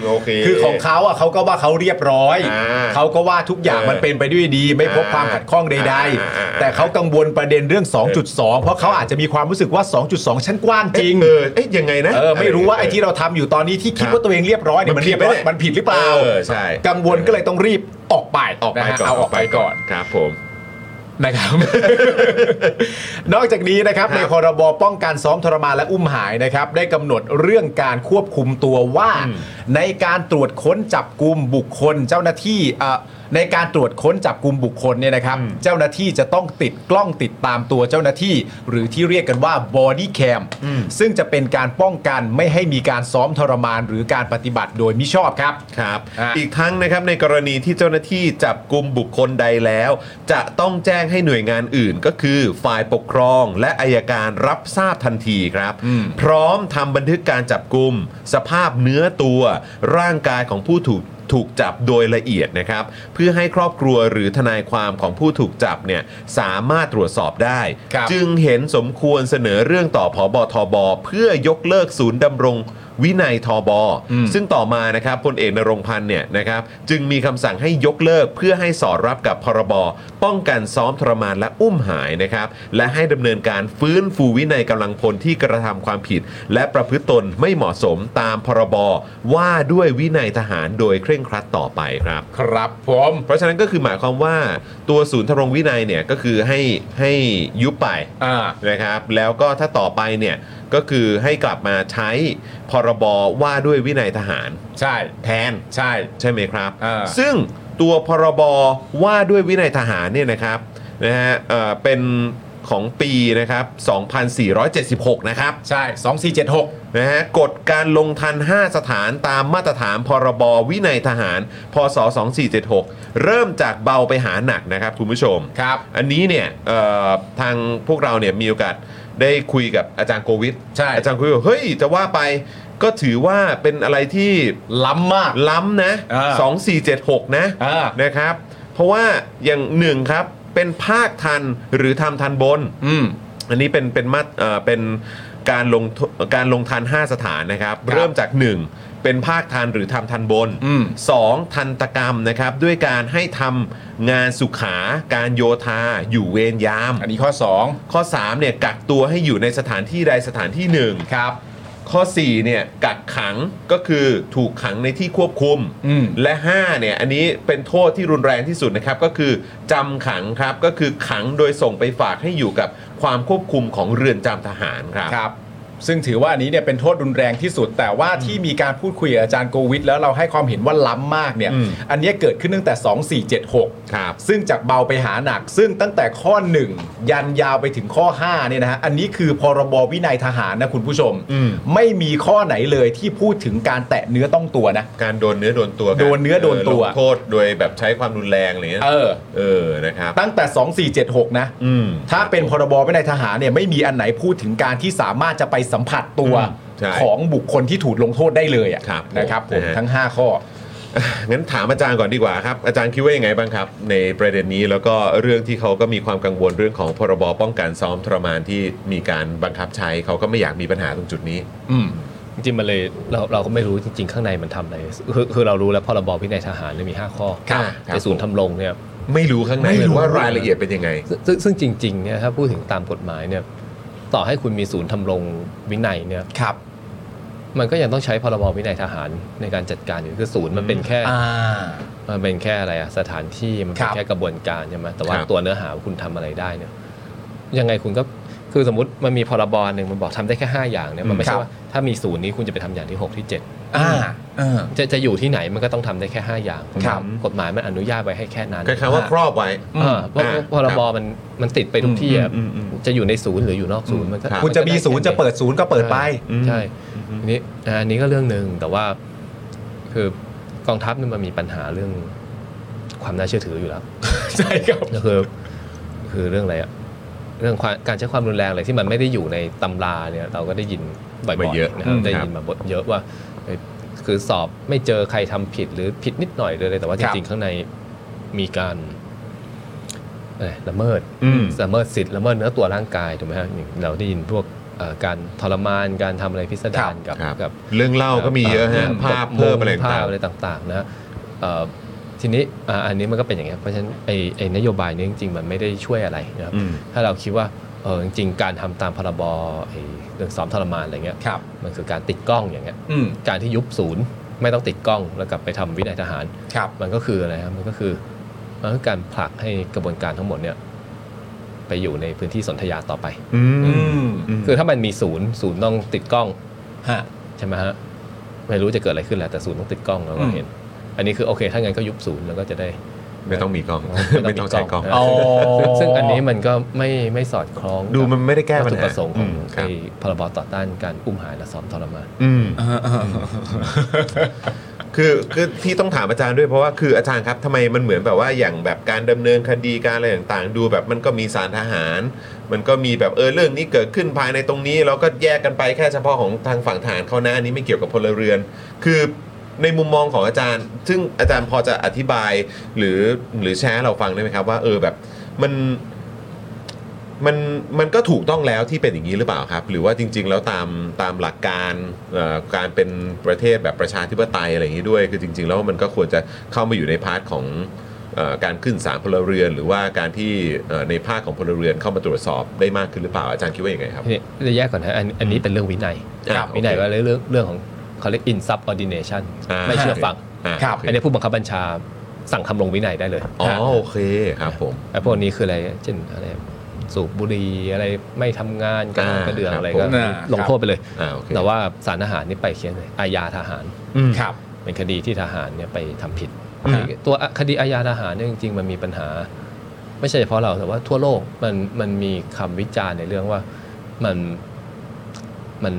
A: โอเค
B: คือของเขาอ่ะเขาก็ว่าเขาเรียบร้อย
A: อ่า
B: เขาก็ว่าทุกอย่าง
A: เออ
B: มันเป็นไปด้วยดี ไม่พบความขัดข้องใด
A: อ่าอ่าอ่า
B: ๆ แต่เขากังวลประเด็นเรื่อง 2.2 เพราะเขาอาจจะมีความรู้สึกว่า 2.2 ชั้นกว้างจริง
A: เออเอ๊ะยังไงนะ
B: เออไม่รู้ว่าไอ้ที่เราทำอยู่ตอนนี้ที่คิ
A: ค
B: ด
A: รับ
B: ว่าตัวเองเรียบร้อยเนี่ย
A: มั
B: มันน
A: ผิด
B: เรียบร้อย
A: ไหมเนี่ย
B: มันผิดหรือเปล่า
A: เออใช่
B: กังวลก็เลยต้องรีบออกไป
A: ออกไป
B: นะฮะ
A: ก่อน
B: เอาออกไปก่อน
A: ครับผม
B: นะครับ นอกจากนี้นะครับ
A: ครับ
B: ในพรบป้องกันซ้อมทรมานและอุ้มหายนะครับ ได้กำหนดเรื่องการควบคุมตัวว่า
A: อืม
B: ในการตรวจค้นจับกลุ่มบุคคล เจ้าหน้าที่เอ่อในการตรวจค้นจับกลุ่มบุคคลเนี่ยนะครับ
A: อืม
B: เจ้าหน้าที่จะต้องติดกล้องติดตามตัวเจ้าหน้าที่ หรือที่เรียกกันว่าบอดี้แคมซึ่งจะเป็นการป้องกันไม่ให้มีการซ้อมทรมาน หรือการปฏิบัติโดยมิชอบครับ
A: ครับ
B: อ่ะ
A: อีกทั้งนะครับในกรณีที่เจ้าหน้าที่จับกลุ่มบุคคลใดแล้ว จะต้องแจ้งให้หน่วยงานอื่นก็คือฝ่ายปกครองและอายการรับทราบทันทีครับ
B: อืม
A: พร้อมทำบันทึกการจับกลุ่มสภาพเนื้อตัว ร่างกายของผู้ถูกถูกจับโดยละเอียดนะครับ เพื่อให้ครอบครัวหรือทนายความของผู้ถูกจับเนี่ยสามารถตรวจสอบได้
B: ครับ
A: จึงเห็นสมควรเสนอเรื่องต่อผอบทบ เพื่อยกเลิกศูนย์ดำรงวินัยทบ ซึ่งต่อมานะครับพลเอกนรงค์พันธ์เนี่ยนะครับ จึงมีคำสั่งให้ยกเลิกเพื่อให้สอดรับกับพรบป้องกันซ้อมทรมานและอุ้มหายนะครับ และให้ดำเนินการฟื้นฟูวินัยกำลังพลที่กระทำความผิด และประพฤติตนไม่เหมาะสมตามพรบว่าด้วยวินัยทหารโดยเคร่งครัดต่อไปครับ
B: ครับผม
A: เพราะฉะนั้นก็คือหมายความว่าตัวศูนย์ทรงวินัยเนี่ยก็คือให้ให้ยุบไป
B: อ่า
A: นะครับแล้วก็ถ้าต่อไปเนี่ยก็คือให้กลับมาใช้พรบว่าด้วยวินัยทหาร
B: ใช่
A: แทน
B: ใช่
A: ใช่ไหมครับ
B: อ่า
A: ซึ่งตัวพรบว่าด้วยวินัยทหารเนี่ยนะครับนะฮะเอ่อเป็นของปีนะครับ2476 นะครับ
B: ใช่สองสี่เจ็ดหก
A: นะฮะกฎการลงทัน 5 สถานตามมาตรฐานพรบวินัยทหาร พศ 2476 เริ่มจากเบาไปหาหนักนะครับคุณผู้ชม
B: ครับ
A: อันนี้เนี่ยเอ่อทางพวกเราเนี่ยมีโอกาสได้คุยกับอาจารย์โควิด
B: ใช่
A: อาจารย์โควิดบอกเฮ้ยจะว่าไปก็ถือว่าเป็นอะไรที่
B: ล้ำมาก
A: ล้ำนะ
B: อ่า
A: 2476 นะ
B: อ่าน
A: นะครับ เพราะว่าอย่างหนึ่งครับเป็นภาคทันหรือทำทันบน
B: อืม
A: อันนี้เป็นเป็นมาตรเอ่อเป็นการลงโทการลงทัน 5 สถานนะครับ
B: ครับ
A: เริ่มจาก 1 เป็นภาคทันหรือทำทันบน
B: อืม
A: 2. ทันตกรรมนะครับ ด้วยการให้ทำงานสุขา การโยธา อยู่เวรยาม
B: อันนี้ข้อสอง
A: ข้อ3เนี่ยกักตัวให้อยู่ในสถานที่ใดสถานที่หนึ่ง
B: ครับ
A: ข้อ4เนี่ยกักขังก็คือถูกขังในที่ควบคุม
B: อืม
A: และ5เนี่ยอันนี้เป็นโทษที่รุนแรงที่สุดนะครับ ก็คือจำขังครับ ก็คือขังโดยส่งไปฝากให้อยู่กับความควบคุมของเรือนจำทหารครับ
B: ครับ ซึ่งถือว่าอันนี้เนี่ยเป็นโทษรุนแรงที่สุด แต่ว่าที่มีการพูดคุยกับอาจารย์โกวิทแล้วเราให้ความเห็นว่าล้ำมากเนี่ย
A: อืม
B: อันเนี้ยเกิดขึ้นตั้งแต่ 2476
A: ครับ
B: ซึ่งจากเบาไปหาหนัก ซึ่งตั้งแต่ข้อ 1 ยันยาวไปถึงข้อ5เนี่ยนะฮะอันนี้คือพรบวินัยทหารนะคุณผู้ชม
A: อืม
B: ไม่มีข้อไหนเลยที่พูดถึงการแตะเนื้อต้องตัวนะ
A: การโดนเนื้อโดนตัวกั
B: โดนเนื้อโดนตัว
A: ลงโทษโดยแบบใช้ความรุนแรงอะไรเงี้ย
B: เออ
A: เออนะครับ
B: ตั้งแต่ 2476 นะ
A: อืม
B: ถ้าเป็นพรบวินัยทหารเนี่ยไม่มีอันไหนพูดถึงการที่สามารถจะไปสัมผัสตัว
A: อืมใช่
B: ของบุคคลที่ถูกลงโทษได้เลยอะ
A: ครับ
B: นะครับผม
A: นะฮะ
B: ทั้ง 5 ข้อ
A: งั้นถามอาจารย์ก่อนดีกว่าครับ อาจารย์คิดว่ายังไงบ้างครับ ในประเด็นนี้แล้วก็เรื่องที่เขาก็มีความกังวลเรื่องของพรบป้องกันซ้อมทรมานที่มีการบังคับใช้เขาก็ไม่อยากมีปัญหาตรงจุดนี้
B: อืม
F: จริงๆมันเลยเราเราก็ไม่รู้จริง ๆ ข้างในมันทำอะไรคือคือเรารู้แล้วพรบวินัยทหารเนี่ยมี 5 ข้อ
A: ครับครับ
F: ในศูนย์ทำรงเนี่ย
A: ไม่รู้ข้างใน
B: ไม่รู้
A: ว่ารายละเอียดเป็นยังไง
F: ซึ่งซึ่งซึ่งจริงๆเนี่ยถ้าพูดถึงตามกฎหมายเนี่ยต่อให้คุณมีศูนย์ทำรงวินัยเนี่ย
B: ครับ
F: มันก็ยังต้องใช้พรบวินัยทหารในการจัดการอยู่คือศูนย์มันเป็นแค่
B: อ่า
F: มันเป็นแค่อะไรอะสถานที่มันเป็
B: คนรับ
F: แค่กระบวนการใช่ไหมแต่ว่า
A: ครับ
F: ตัวเนื้อหาว่าคุณทำอะไรได้เนี่ยยังไงคุณก็คือสมมติมันมีพรบหนึ่งมันบอกทำได้แค่ 5 อย่างเนี่ยมันไม่ใช่ว่าถ้ามีศูนย์นี้คุณจะไปทำอย่างที่ 6 ที่ 7
B: อ่าเออ
F: จะจะอยู่ที่ไหนมันก็ต้องทำได้แค่ 5 อย่าง
B: ครับ
F: กฎหมายมันอนุญาตไว้ให้แค่นั้น
A: คล้ายๆว่าครอบไว้
F: เออเพราะ
A: อ่า
F: เพราะพรบมันมันติดไปทุกที่อะ
A: อืมอืมอืม
F: จะอยู่ในศูนย์หรืออยู่นอกศูนย์มันก็
A: ครับ
B: คุณจะมีศูนย์จะเปิดศูนย์ก็เปิดไป
A: อืม
F: ใช่
A: อืม
F: ทีนี้อ่าอันนี้ก็เรื่องหนึ่งแต่ว่าคือกองทัพเนี่ยมันมีปัญหาเรื่องความน่าเชื่อถืออยู่แล้ว
B: ใช่ครับ
F: ก็คือคือเรื่องอะไรอะ เรื่องความการใช้ความรุนแรงอะไรที่มันไม่ได้อยู่ในตำราเนี่ยเราก็ได้ยินบ่อย
A: มาเยอะ
F: ๆนะครับ
A: อืม
F: ได้
A: ครับ
F: ยินมาเยอะว่าเอ้ยคือสอบไม่เจอใครทำผิดหรือผิดนิดหน่อยเลยแต่ว่า
B: ค
F: จ
B: รับ
F: ริงๆข้างในมีการเอ่อละเมิด
A: อืม
F: ละเมิดสิทธิ์ละเมิดเนื้อตัวร่างกายถูกไหมฮะอย่างเราได้ยินพวกเอ่อการทรมานการทำอะไรพิสดารกับ
A: ครับ
F: กับ
A: เรื่องเล่าก็มีเยอะฮะ
F: ต่งๆ
A: ภาพเพิ่มอะไร
F: ภา
A: ต่า
F: พ
A: ง
F: อะไรต่างๆนะเอ่อทีนี้อ่าอันนี้มันก็เป็นอย่างเงี้ยเพราะฉะนั้นไอ้ไอ้นโยบายนี้จริงๆ มันไม่ได้ช่วยอะไรนะครับ
A: อืม
F: ถ้าเราคิดว่าเออจริงๆ การทำตามพรบไอ้เรื่องซ้อมทรมานอะไรเงี้ย
B: ครับ
F: มันคือการติดกล้องอย่างเงี้ย
B: อืม
F: การที่ยุบศูนย์ไม่ต้องติดกล้องแล้วกลับไปทำวินัยทหาร
B: ครับ
F: มันก็คืออะไรครับมันก็คือมันคือการผลักให้กระบวนการทั้งหมดเนี่ยไปอยู่ในพื้นที่สนธยาต่อไป
A: ๆอืม
B: อืม
F: คือถ้ามันมีศูนย์ศูนย์ต้องติดกล้อง
B: ฮะ
F: ใช่ไหมฮะไม่รู้จะเกิดอะไรขึ้นแหละแต่ศูนย์ต้องติดกล้องแล้วก็เห็น อันนี้คือโอเค ถ้างั้นก็ยุบศูนย์แล้วก็จะได้
A: ไม่ต้องมีกล้อง ไม่ต้องใช้กล้อง
F: นะ
B: อ๋อ
F: ซึ่งซึ่งอันนี้มันก็ไม่ไม่สอดคล้อง
A: ดูมันไม่ได้แก้
F: แก้
A: ปัญ
F: ปัญ
A: หา
F: หาประสงค์ของ
A: มครั
F: ไอ้
A: บ
F: พรบต่อต้านการอุ้มหายและซ้อมทรมาน
A: อืม
B: เออ
A: คือคือที่ต้องถามอาจารย์ด้วยเพราะว่าคืออาจารย์ครับทำไมมันเหมือนแบบว่าอย่างแบบการดำเนินคดีการอะไรต่างๆ ดูแบบมันก็มีสารทหาร มันก็มีแบบเออเรื่องนี้เกิดขึ้นภายในตรงนี้เราก็แยกกันไปแค่เฉพาะของทางฝั่งทหารเขานะอันนี้ไม่เกี่ยวกับพลเรือน คือในมุมมองของอาจารย์ ซึ่งอาจารย์พอจะอธิบายหรือหรือแชร์ให้เราฟังได้ไหมครับว่าเออแบบมันมันมันก็ถูกต้องแล้วที่เป็นอย่างนี้หรือเปล่าครับ หรือว่าจริง ๆ แล้วตามตามหลักการเอ่อการเป็นประเทศแบบประชาธิปไตยอะไรอย่างนี้ด้วย คือจริง ๆ แล้วมันก็ควรจะเข้ามาอยู่ในพาร์ทของเอ่อการขึ้นศาลพลเรือน หรือว่าการที่เอ่อในภาคของพลเรือนเข้ามาตรวจสอบได้มากขึ้นหรือเปล่าอาจารย์คิดว่าอย่างไงครับ
F: ๆทีนี้จะแยกก่อนนะอันอันนี้เป็นเรื่องวินัย
A: ครับ
F: วินัย
A: โอเค
F: ว่าเรื่องเรื่องของเขาเรียก insubordination
A: อ่า
F: ไม่เชื่อฟัง
A: อ่า
B: ครับ
A: โอ
F: อัน
A: เค
F: นี้ผู้บังคับบัญชาสั่งคำลงวินัยได้เลย
A: อ๋อโอเคครับผม
F: ไอ้พวกนี้คืออะไร เช่นอะไรสูบบุหรี่อะไรไม่ทำงานกระ
A: อ่า
F: ทำกระเดืองอะไร
A: ครั
F: ก็
A: บ
B: ผม
F: ลงโทษไปเลย
A: อ่าโอเค
F: แต่ว่าสารทหารนี่ไปเคียนเลยอาญาทหาร
A: อืม
B: ครับ
F: เป็นคดีที่ทหารเนี่ยไปทำผิด
A: อืม
F: ตัวคดีอาญาทหารเนี่ยจริง ๆ มันมีปัญหา ไม่ใช่เฉพาะเราแต่ว่าทั่วโลกมันมันมีคำวิจารณ์ในเรื่องว่ามันมัน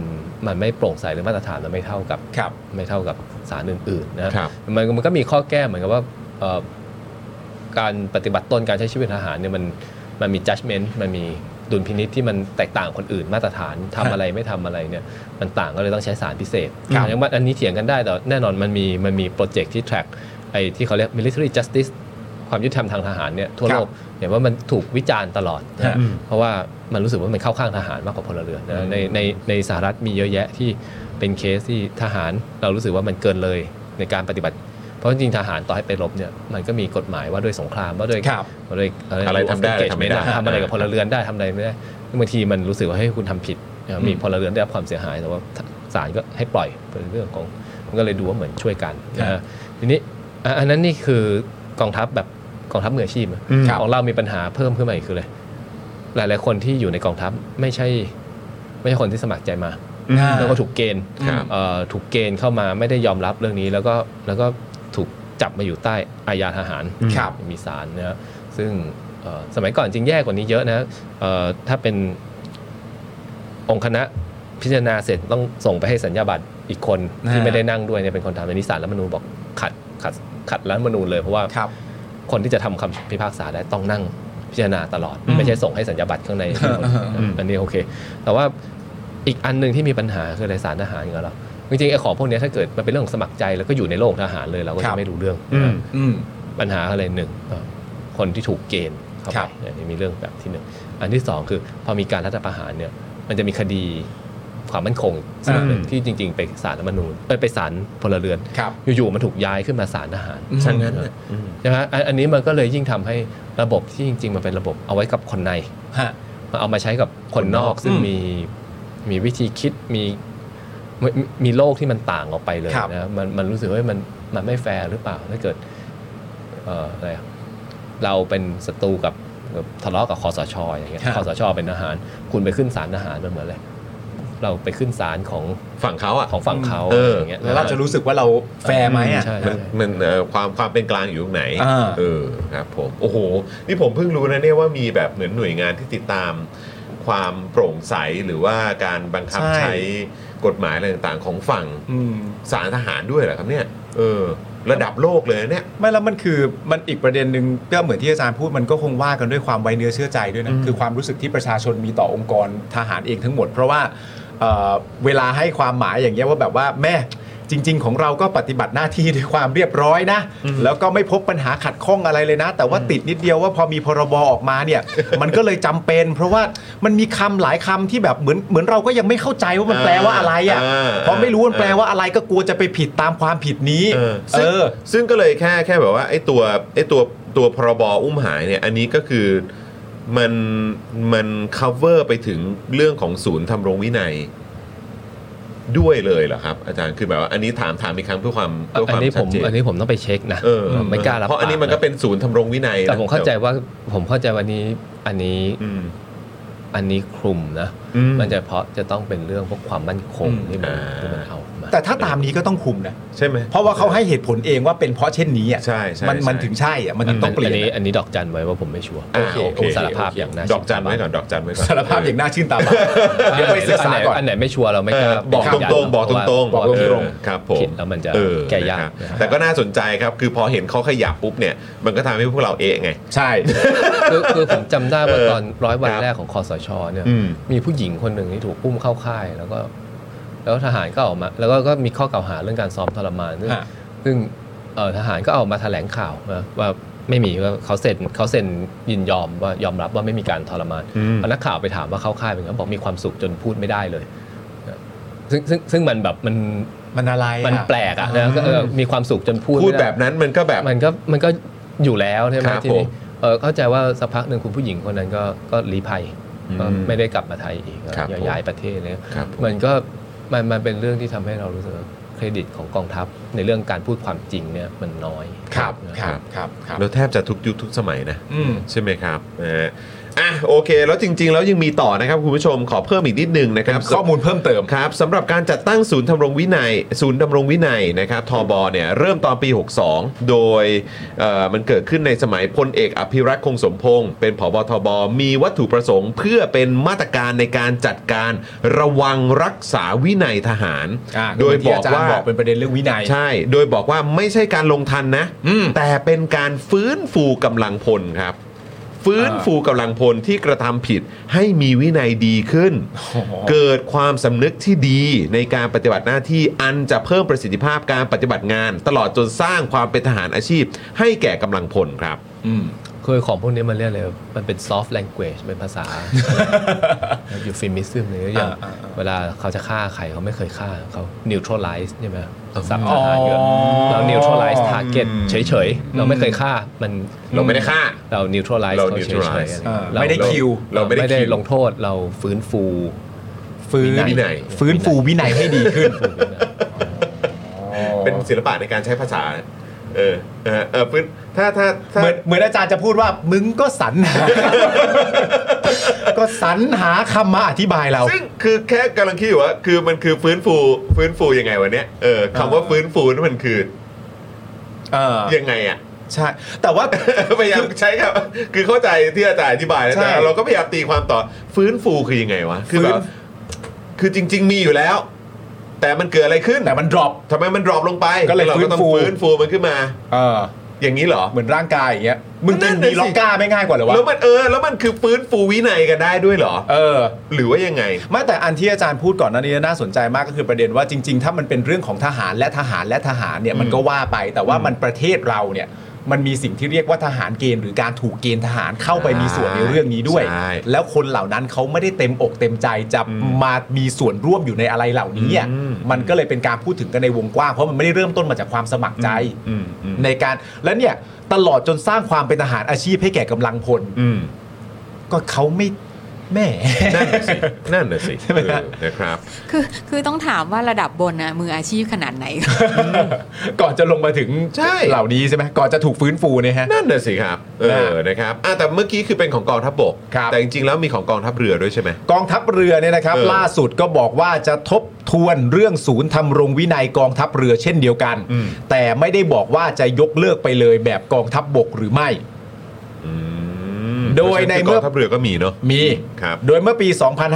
F: มันไม่โปร่งใสหรือมาตรฐานมันไม่เท่ากับ
B: ครับ
F: ไม่เท่ากับสารอื่นๆนะ
A: ครับ
F: มันมันก็มีข้อแก้เหมือนกับว่าเอ่อการปฏิบัติตนการใช้ชีวิตทหารเนี่ยมันมันมี judgment มันมีดุลพินิษที่มันแตกต่างคนอื่นมาตรฐานทำอะไรไม่ทำอะไรเนี่ยมันต่างก็เลยต้องใช้สารพิเศษ
B: ครับ
F: อย่างว่าอันนี้เถียงกันได้แต่แน่นอนมันมีมันมีโปรเจกต์ที่ track ไอ้ที่เขาเรียก military justice ความยุติธรรมทางทหารเนี่ยทั่วโลกเห็นว่ามันถูกวิจารณ์ตลอดนะเพราะว่ามันรู้สึกว่ามันเข้าข้างทหารมากกว่าพลเรือนนะในในในสหรัฐมีเยอะแยะที่เป็นเคสที่ทหารเรารู้สึกว่ามันเกินเลยในการปฏิบัติ เพราะจริงๆทหารต่อให้ไปรบเนี่ยมันก็มีกฎหมายว่าด้วยสงครามว่าด้วย
B: ครับ
F: ว่าด้วย
A: อะไรทำได้อะไรทำไม่ได้
F: ทำอะไรกับพลเรือนได้ทำอะไรไม่ได้บางทีมันรู้สึกว่าเฮ้ยคุณทำผิดนะมีพลเรือนได้รับความเสียหายแต่ว่าศาลก็ให้ปล่อยเป็นเรื่องของมันก็เลยดูว่าเหมือนช่วยกันนะฮะทีนี้อ่ะอันนั้นนี่คือกองทัพแบบกองทัพมืออาชีพนะ
A: อืม
F: ของเรามีปัญหาเพิ่มขึ้นมาอีกคือเลยหลายๆคนที่อยู่ในกองทัพไม่ใช่ ไม่ใช่คนที่สมัครใจมา
A: อืม
B: อ่า
F: แล้วก็ถูกเกณฑ์
A: ครับ
F: เอ่อถูกเกณฑ์เข้ามาไม่ได้ยอมรับเรื่องนี้ แล้วก็แล้วก็ถูกจับมาอยู่ใต้อาญาทหาร
B: ครับ
F: มีศาลนะซึ่งเอ่อสมัยก่อนจริงแย่กว่านี้เยอะนะเอ่อถ้าเป็นองค์คณะพิจารณาเสร็จต้องส่งไปให้สัญญาบัตรอีกคนที่ไม่ได้นั่งด้วยเนี่ยเป็นคนทำในนิสารรัฐธรรมนูญบอกขัดขัดขัดรัฐธรรมนูญเลยเพราะว่า
B: ครับ
F: คนที่จะทำคำพิพากษาได้ต้องนั่งพิจารณาตลอด ไม่ใช่ส่งให้สัญญาบัตรข้างในเป็นคน
A: อืม
F: อันนี้โอเค แต่ว่าอีกอันหนึ่งที่มีปัญหาคืออะไรสารทหารอย่างเราจริงๆไอ้ของพวกเนี้ยถ้าเกิดมันเป็นเรื่องของสมัครใจแล้วก็อยู่ในโลกทหารเลยเราก็
B: ครั
F: จะ
B: บ
F: ไม่รู้เรื่อง
A: อืม
B: อืม
F: ปัญหาอะไรหนึ่งเอ่อคนที่ถูกเกณฑ์เข้า
B: ค
F: ไป
B: รับ
F: อันนี้มีเรื่องแบบที่หนึ่งอันที่สองคือพอมีการรัฐประหารเนี่ยมันจะมีคดีความมั่นคงส่วนหนึ่ง
A: อืม
F: ที่จริง ๆ ไปศาลรัฐธรรมนูญเอ้ยไปศาลพลเรือน
B: ครับ
F: อยู่ๆมันถูกย้ายขึ้นมาศาลทหาร
B: ฉะนั้นน่ะ
F: ใช่ไหมอันอันนี้มันก็เลยยิ่งทำให้ระบบที่จริง ๆ มันเป็นระบบเอาไว้กับคนใน
B: ฮะ
F: มาเอามาใช้กับคนนอก ซึ่ง
B: อืม
F: มีมีวิธีคิดมีมีมีโลกที่มันต่างออกไปเลย
B: ครับ
F: นะมันมันรู้สึกว่ามันมันไม่แฟร์หรือเปล่าถ้าเกิดเอ่ออะไรอะเราเป็นศัตรูกับกับทะเลาะกับคอสชอย่างเงี้ยคอสชเป็นทหาร คุณไปขึ้นศาลทหารมันเหมือนเลยเราไปขึ้นศาลของ
A: ฝั่งเขาอ่ะ
F: ของฝั่งเขา
A: เอออ
F: ย่างเงี้ย
B: แล้วเราจะรู้สึกว่าเราแฟร์ไหมอ่ะ
F: ใช่
A: มัน
F: ใช่
A: มันเอ่อความความเป็นกลางอยู่ตรงไหน
B: อ่า
A: เออครับผมโอ้โห นี่ผมเพิ่งรู้นะเนี่ยว่ามีแบบเหมือนหน่วยงานที่ติดตาม ความโปร่งใสหรือว่าการบังคับใช้กฎหมายอะไรต่างๆ ของฝั่ง
B: อืม
A: สารทหารด้วยเหรอครับเนี่ย เออ ระดับโลกเลยนะเนี่ย
B: ไม่แล้วมันคือมันอีกประเด็นหนึ่งก็เหมือนที่อาจารย์พูดมันก็คงว่ากันด้วยความไว้เนื้อเชื่อใจด้วยนะ
A: อืม
B: คือความรู้สึกที่ประชาชนมีต่อองค์กรทหารเองทั้งหมด เพราะว่าเอ่อเวลาให้ความหมายอย่างเงี้ยว่าแบบว่าแม่จริง ๆ ของเราก็ปฏิบัติหน้าที่ด้วยความเรียบร้อยนะ แล้วก็ไม่พบปัญหาขัดข้องอะไรเลยนะ แต่ว่าติดนิดเดียวว่าพอมีพรบออกมาเนี่ย มันก็เลยจำเป็น เพราะว่ามันมีคำหลายคำที่แบบเหมือนเหมือนเราก็ยังไม่เข้าใจว่ามันแปลว่าอะไรอ่ะ
A: อ่า
B: เพราะไม่รู้มันแปลว่าอะไรก็กลัวจะไปผิดตามความผิดนี้
A: เออ
B: เอ
A: ซึ่ง
B: อ
A: ซึ่งก็เลยแค่แค่แบบว่าไอ้ตัวไอ้ตัวตัวพรบอุ้มหายเนี่ยอันนี้ก็คือมันมัน cover ไปถึงเรื่องของศูนย์ทำรงวินัยด้วยเลยเหรอครับ อาจารย์คือแบบว่าอันนี้ถามถามอีกครั้งเพื่อความเพื่อ
F: อั
A: คน วาม
F: นี้ผ
A: ชัด
F: ม
A: เจน
F: อันนี้ผมต้องไปเช็คนะ
A: เออ
F: ไม่กล้ารับ
A: เพราะอันนี้มันก็เป็นศูนย์ทำรงวินัยนะ
F: แต่ผมเข้าใจว่าผมเข้าใจวันนี้อันนี้
A: อืม
F: อันนี้คลุมนะ
A: อื
F: มันจะเพราะจะต้องเป็นเรื่องพวกความมั่นคง
B: อืม
F: ที่มัน
A: อ่า
F: ที่มันเอามา
B: แต่ถ้าตามนี้ก็ต้องคุมนะ
A: ใช่ไหม
B: เพราะว่าเขาให้เหตุผลเองว่าเป็นเพราะเช่นนี้อ่ะ
A: ใช่ใช่
B: มัน
A: ใช่
B: มันถึงใช่อ่ะมันถึงต้องเปลี่ยน
F: นนี้
B: อะ
F: อันนี้ดอกจันไว้ว่าผมไม่ชัวร์
A: อ่า
F: โอ
A: โอ
F: เค
A: เค
F: สารภาพอย่างน่า
A: ดอกจันไว้ก่อนดอกจันไว้ก่อน
B: สารภาพอย่างน่าชื่นตาบานเดี๋ยวไปศึกษาก่อน
F: อันไหนไม่ชัวร์เราไม่ก
A: เอ
F: ล้า
A: อบอกตรงๆบอกตรงๆ
F: บอกต
A: เ
F: รง
A: ครับผม
F: ผิดแล้วมันจะ
A: เออ
F: แก้ยาก
A: นะครับ
F: นะครับ
A: แต่ก็น่าสนใจครับ คือพอเห็นเขาขยับปุ๊บเนี่ย มันก็ทำให้พวกเราเอะไง
B: ใช่
F: ๆคือคือผมจำได้ว่า
A: เออ
F: ตอนร้อยวัน
A: ครับ
F: แรกของคอสชเนี่ย
A: อืม
F: มีผู้หญิงคนหนึ่งที่ถูกปุ้มเข้าค่ายแล้วก็ แล้วทหารก็ออกมา แล้วก็ก็มีข้อกล่าวหาเรื่องการซ้อมทรมาน ซึ่ง
B: ฮะ
F: ซึ่งเอ่อทหารก็ออกมาแถลงข่าวนะว่าไม่มีว่าเขาเซ็นเขาเซ็นยินยอมว่ายอมรับว่าไม่มีการทรมาน
A: อืม
F: พอนักข่าวไปถามว่าเข้าค่ายเป็นไงเขาบอกมีความสุขจนพูดไม่ได้เลยนะซึ่งซึ่งซึ่งมันแบบมัน
B: มันอะไรอ่ะ
F: มันแปลกอะนะก็เออมีความสุขจนพูด
A: พูด
F: ไม่ไ
A: แบบนั้นมันก็แบบ
F: มันก็มันก็อยู่แล้วใช่ไหม
A: ครับ
F: ที
A: ผ
F: นี้
A: ม
F: เออเข้าใจว่าสักพักหนึ่งคุณผู้หญิงคนนั้นก็ก็รีภัยก็
A: อืม
F: ไม่ได้กลับมาไทยอีก
A: ครับ
F: ก็ย้ายประเทศเลย
A: ครับผม
F: มันก็มันมันเป็นเรื่องที่ทำให้เรารู้สึกว่าเครดิตของกองทัพในเรื่องการพูดความจริงเนี่ยมันน้อย
B: ครับ
F: นะ
B: ครับครับครับ
A: แล้วแทบจะทุกยุคทุกสมัยนะ
B: อืม
A: ใช่ไหมครับนะฮะอ่ะโอเค แล้วจริง ๆ แล้วยังมีต่อนะครับ คุณผู้ชมขอเพิ่มอีกนิดนึงนะครับ
B: ข้อมูลเพิ่มเติม
A: ครับสำหรับการจัดตั้งศูนย์ทำรงวินัย ศูนย์ดำรงวินัยนะครับทบเนี่ยเริ่มตอนปี 62 โดยเอ่อมันเกิดขึ้นในสมัยพลเอกอภิรัตคงสมพงศ์เป็นผบทบ มีวัตถุประสงค์ เพื่อเป็นมาตรการในการจัดการระวังรักษาวินัยทหาร
B: อ่ะ
A: โดย
B: ที่
A: บอก
B: จร
A: ว่า
B: บอกเป็นประเด็นเรื่องวินัย
A: ใช่ โดยบอกว่าไม่ใช่การลงทันนะ
B: อืม
A: แต่เป็นการฟื้นฟูกำลังพลครับ ฟื้น
B: อ่า
A: ฟูกำลังพลที่กระทำผิดให้มีวินัยดีขึ้น เกิดความสำนึกที่ดีในการปฏิบัติหน้าที่อันจะเพิ่มประสิทธิภาพการปฏิบัติงาน ตลอดจนสร้างความเป็นทหารอาชีพ ให้แก่กำลังพลครับ
B: อืม
F: คือของพวกนี้มันเรียกเลยมันเป็น soft language เป็นภาษา (laughs) อยู่ฟิมิซึมเลยอย่าง
B: อ่าอ่าอ่า
F: เวลาเขาจะฆ่าใครเขาไม่เคยฆ่าเขา neutralize ใช่ไหมสับ
B: อ๋
F: ท
B: อ
F: หารเยอะเรา neutralize target
A: อืม
F: เฉยๆ เราไม่เคยฆ่ามัน
A: เราไม่ได้ฆ่า
F: เรา neutralize
A: เรา
F: เขาเฉย
A: neutralize
F: ๆ
B: อ่า
F: เรา
B: ไม่ได้คิว
A: เราไม่ได้คิว
F: ลงโทษเราฟื้นฟู
A: (laughs)
B: ฟื้น
A: วินัย
B: ฟื้นฟูวินัยให้ดีขึ้น
A: เป็นศิลปะในการใช้ภาษา เออเออเออฟื้นถ้าถ้าถ้า
B: เหมือนเหมือนอาจารย์จะพูดว่ามึงก็สรรหา (laughs) ก็สรรหาคำมาอธิบายเรา
A: ซึ่งคือแค่กำลังคิดอยู่ว่าคือมันคือฟื้นฟูฟื้นฟูยังไงวันเนี้ยเออคำว่าฟื้นฟูนั่นมันคือ
B: เออ
A: ยังไงอ่ะ
B: ใช่ แต่ว่า
A: (laughs) พยายามใช้ครับ คือเข้าใจที่อาจารย์อธิบายนะ
B: ใช่
A: แต่เราก็พยายามตีความต่อฟื้นฟูคือยังไงวะคือแบบ
B: ฟื้น
A: คือจริง ๆ มีอยู่แล้ว แต่มันเกิดอะไรขึ้น
B: แต่มัน drop
A: ทำไมมันดรอปลงไป
B: ก็เลย
A: แวราก็ต้อง
B: ฟื้นฟู
A: ฟื้นฟูมันขึ้นมา
B: เออ
A: อย่างนี้เหรอ
B: เหมือนร่างกายอย่างเงี้ย มึง
A: นั่
B: กิ
A: น
B: น
A: น่ะสิ
B: ดีล็อกก้าไม่ง่ายกว่าเหรอวะ
A: แล้วมันเออ แล้วมันคือฟื้นฟูวินัยกันได้ด้วยเหรอ
B: เออ
A: หรือว่ายังไง
B: ไม่แต่อันที่อาจารย์พูดก่อนหนั้านนี้น่าสนใจมากก็คือประเด็นว่าจริง ๆ ถ้ามันเป็นเรื่องของทหารและทหารและทหารเนี่ยมันก็ว่าไป แต่ว่ามันประเทศเราเนี่ยมันมีสิ่งที่เรียกว่าทหารเกณฑ์หรือการถูกเกณฑ์ทหารเข้าไปมีส่วนในเรื่องนี้ด้วย
A: ใช่
B: แล้วคนเหล่านั้นเขาไม่ได้เต็มอกเต็มใจจะมามีส่วนร่วมอยู่ในอะไรเหล่านี้อ่ะ
A: อืม
B: มันก็เลยเป็นการพูดถึงกันในวงกว้างเพราะมันไม่ได้เริ่มต้นมาจากความสมัครใจ
A: อืมอืม
B: ในการและเนี่ยตลอดจนสร้างความเป็นทหารอาชีพให้แก่กำลังพล
A: อืม
B: ก็เขาไม่แหม่
A: นั่นน่ะสิ นั่นน่ะสิ
B: ใช่ไหมฮะ
A: เออนะครับ
H: คือคือต้องถามว่าระดับบนนะมืออาชีพขนาดไหน
A: (laughs)
B: ก่อนจะลงมาถึง
A: ใช่
B: เหล่านี้ใช่ไหมก่อนจะถูกฟื้นฟูเนี่ยฮะ
A: นั่นน่ะสิครับ เออ นะครับอ่ะแต่เมื่อกี้คือเป็นของกองทัพบก
B: ครับ
A: แต่จริงๆ แล้วมีของกองทัพเรือด้วยใช่ไหม
B: กองทัพเรือเนี่ยนะครับ
A: เออ
B: ล่าสุดก็บอกว่าจะทบทวนเรื่องศูนย์ทำรงวินัยกองทัพเรือเช่นเดียวกัน
A: อืม
B: แต่ไม่ได้บอกว่าจะยกเลิกไปเลยแบบกองทัพบกหรือไม่
A: อืม
B: โดยในเมื่
A: พ
B: อ
A: ราะฉะกงทัพเรือก็มีเนาะ
B: มี
A: ครับ
B: โดยเมื่อปี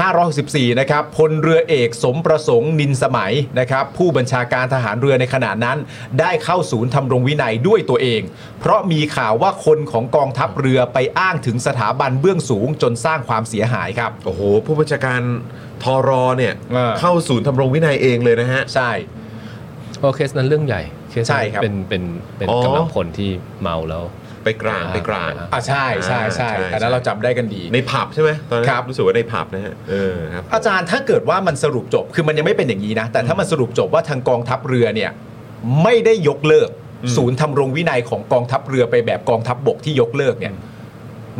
B: 2564 นะครับพลเรือเอกสมประสงค์นินสมัยนะครับผู้บัญชาการทหารเรือในขณะนั้น ได้เข้าศูนย์ทำรงวินัยด้วยตัวเอง เพราะมีข่าวว่าคนของกองทัพเรือไปอ้างถึงสถาบันเบื้องสูงจนสร้างความเสียหายครับ
A: โอ้โห ผู้บัญชาการทอรอเนี่ย
B: เออ
A: เข้าศูนย์ทำรงวินัยเองเลยนะฮะ
B: ใช่
F: โอเคสนั้นเรื่องใหญ่เคสนั้น
B: ใช่ครับ
F: เป็นเป็นเป็น
A: อ๋อ
F: กำลังพลที่เมาแล้ว
A: ไปกลางไปกลาง
B: อ่ะใช่ใช่ใช่
A: ใช่
B: อันนั้นเราจำได้กันดี
A: ในผับใช่ไหมตอนนั้น
B: ครับ
A: รู้สึกว่าในผับนะฮะเออครับ
B: อาจารย์ถ้าเกิดว่ามันสรุปจบคือมันยังไม่เป็นอย่างนี้นะ แต่ถ้ามันสรุปจบว่าทางกองทัพเรือเนี่ยไม่ได้ยกเลิก
A: อืม
B: ศูนย์ทำรงวินัยของกองทัพเรือไปแบบกองทัพบกที่ยกเลิกเนี่ย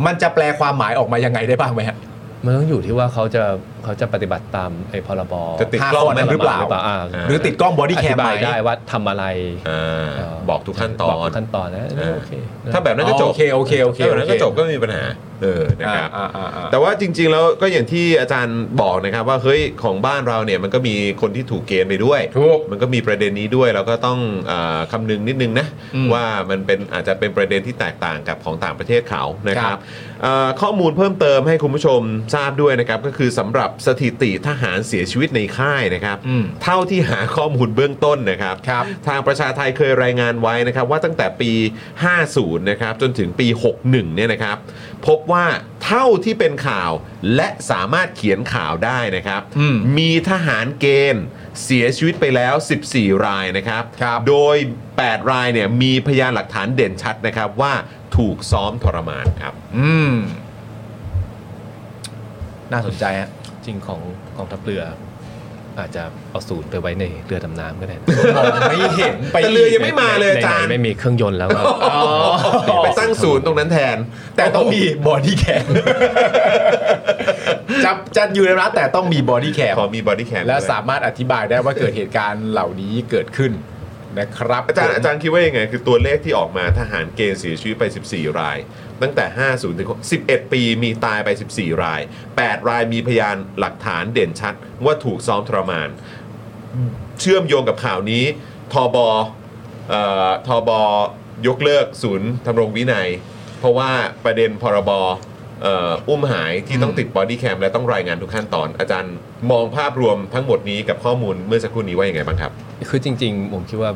B: มันจะแปลความหมายออกมายังไงได้บ้างไหมฮะ
F: มันต้องอยู่ที่ว่าเขาจะเขาจะปฏิบัติตามไอ้พรบ
A: จะติด
B: ห้าก
A: ล้อง
B: ข้อนั้นหรือเปล่า
F: อ่
A: า
B: หรือติดกล้องบอดี้
F: อ
B: แค
F: ธิ
B: ร์ไหม
F: บายได้ว่าทำอะไร
A: อ่า
F: เ
A: บอกทุกขั้นตอบ
F: ก
A: น
F: ทุกขั้นตอนนะ
A: อ่า
F: โอเค
A: ถ้าแบบนั้นก็จบ
B: โอเคโอเคโอเค
A: ถ้าแบบนั้นก็จบก็ไม่มีปัญหาเออนะ
B: อ่า
A: ครับ
B: อ่าอ่าอ่า
A: แต่ว่าจริง ๆ แล้วก็อย่างที่อาจารย์บอกนะครับว่าเฮ้ยของบ้านเราเนี่ยมันก็มีคนที่ถูกเกณฑ์ไปด้วย
B: ถูก
A: มันก็มีประเด็นนี้ด้วยเราก็ต้องเออคำนึงนิดนึงนะ
B: อืม
A: ว่ามันเป็นอาจจะเป็นประเด็นที่แตกต่างกับของต่างประเทศเขานะค
B: ครั
A: รับบ เอ่อข้อมูลเพิ่มเติมให้คุณผู้ชมทราบด้วยนะครับก็คือสำหรับสถิติทหารเสียชีวิตในค่ายนะครับ
B: อืม
A: เท่าที่หาข้อมูลเบื้องต้นนะครับ
B: ครับ
A: ทางประชาไทยเคยรายงานไว้นะครับ ว่าตั้งแต่ปี 50 นะครับจนถึงปี 61 เนี่ยนะครับ พบว่าเท่าที่เป็นข่าวและสามารถเขียนข่าวได้นะครับ
B: อืม
A: มีทหารเกณฑ์เสียชีวิตไปแล้ว 14 รายนะครับ
B: ครับ
A: โดย 8 รายเนี่ยมีพยานหลักฐานเด่นชัดนะครับว่าถูกซ้อมทรมานครับ
B: อืมน่าสนใจฮะ
F: จริงของกองทัพเรือ อาจจะเอาศูนย์ไปไว้ในเรือดำน้ำก็ได้นะ
B: มองไม่เห็นไป
A: แต่เรือยังไม่มาเลยอาจาร
F: ไหน
A: ย์
F: ๆไม่มีเครื่องยนต์แล้วก็
B: อ๋อ
A: ไปตั้งศูนย์ตรงนั้นแทน
B: แต่ต้องมีบอดี้แคร์ (laughs) จะจะอยู่ในร้านแต่ต้องมีบอดี้แคร์
A: ขอมีบอดี้แคม
B: และสามารถอธิบายได้ว่าเกิดเหตุการณ์เหล่านี้เกิดขึ้นนะครับ
A: อาจารย์
B: ผม
A: อาจารย์คิดว่ายังไง คือตัวเลขที่ออกมาทหารเกณฑ์เสียชีวิตไป 14 ราย ตั้งแต่ 50 ถึง 11 ปีมีตายไป 14 ราย 8 รายมีพยานหลักฐานเด่นชัด ว่าถูกซ้อมทรมาน เชื่อมโยงกับข่าวนี้ ทบเอ่อทบยกเลิกศูนย์ทำรงวินัย เพราะว่าประเด็นพรบเอ่ออุ้มหายที่ต้องติดบอดี้แคมและต้องรายงานทุกขั้นตอน อาจารย์มองภาพรวมทั้งหมดนี้กับข้อมูลเมื่อสักครู่นี้ว่าอย่างไงบ้างครับ
F: คือจริง ๆ ผมคิดว่า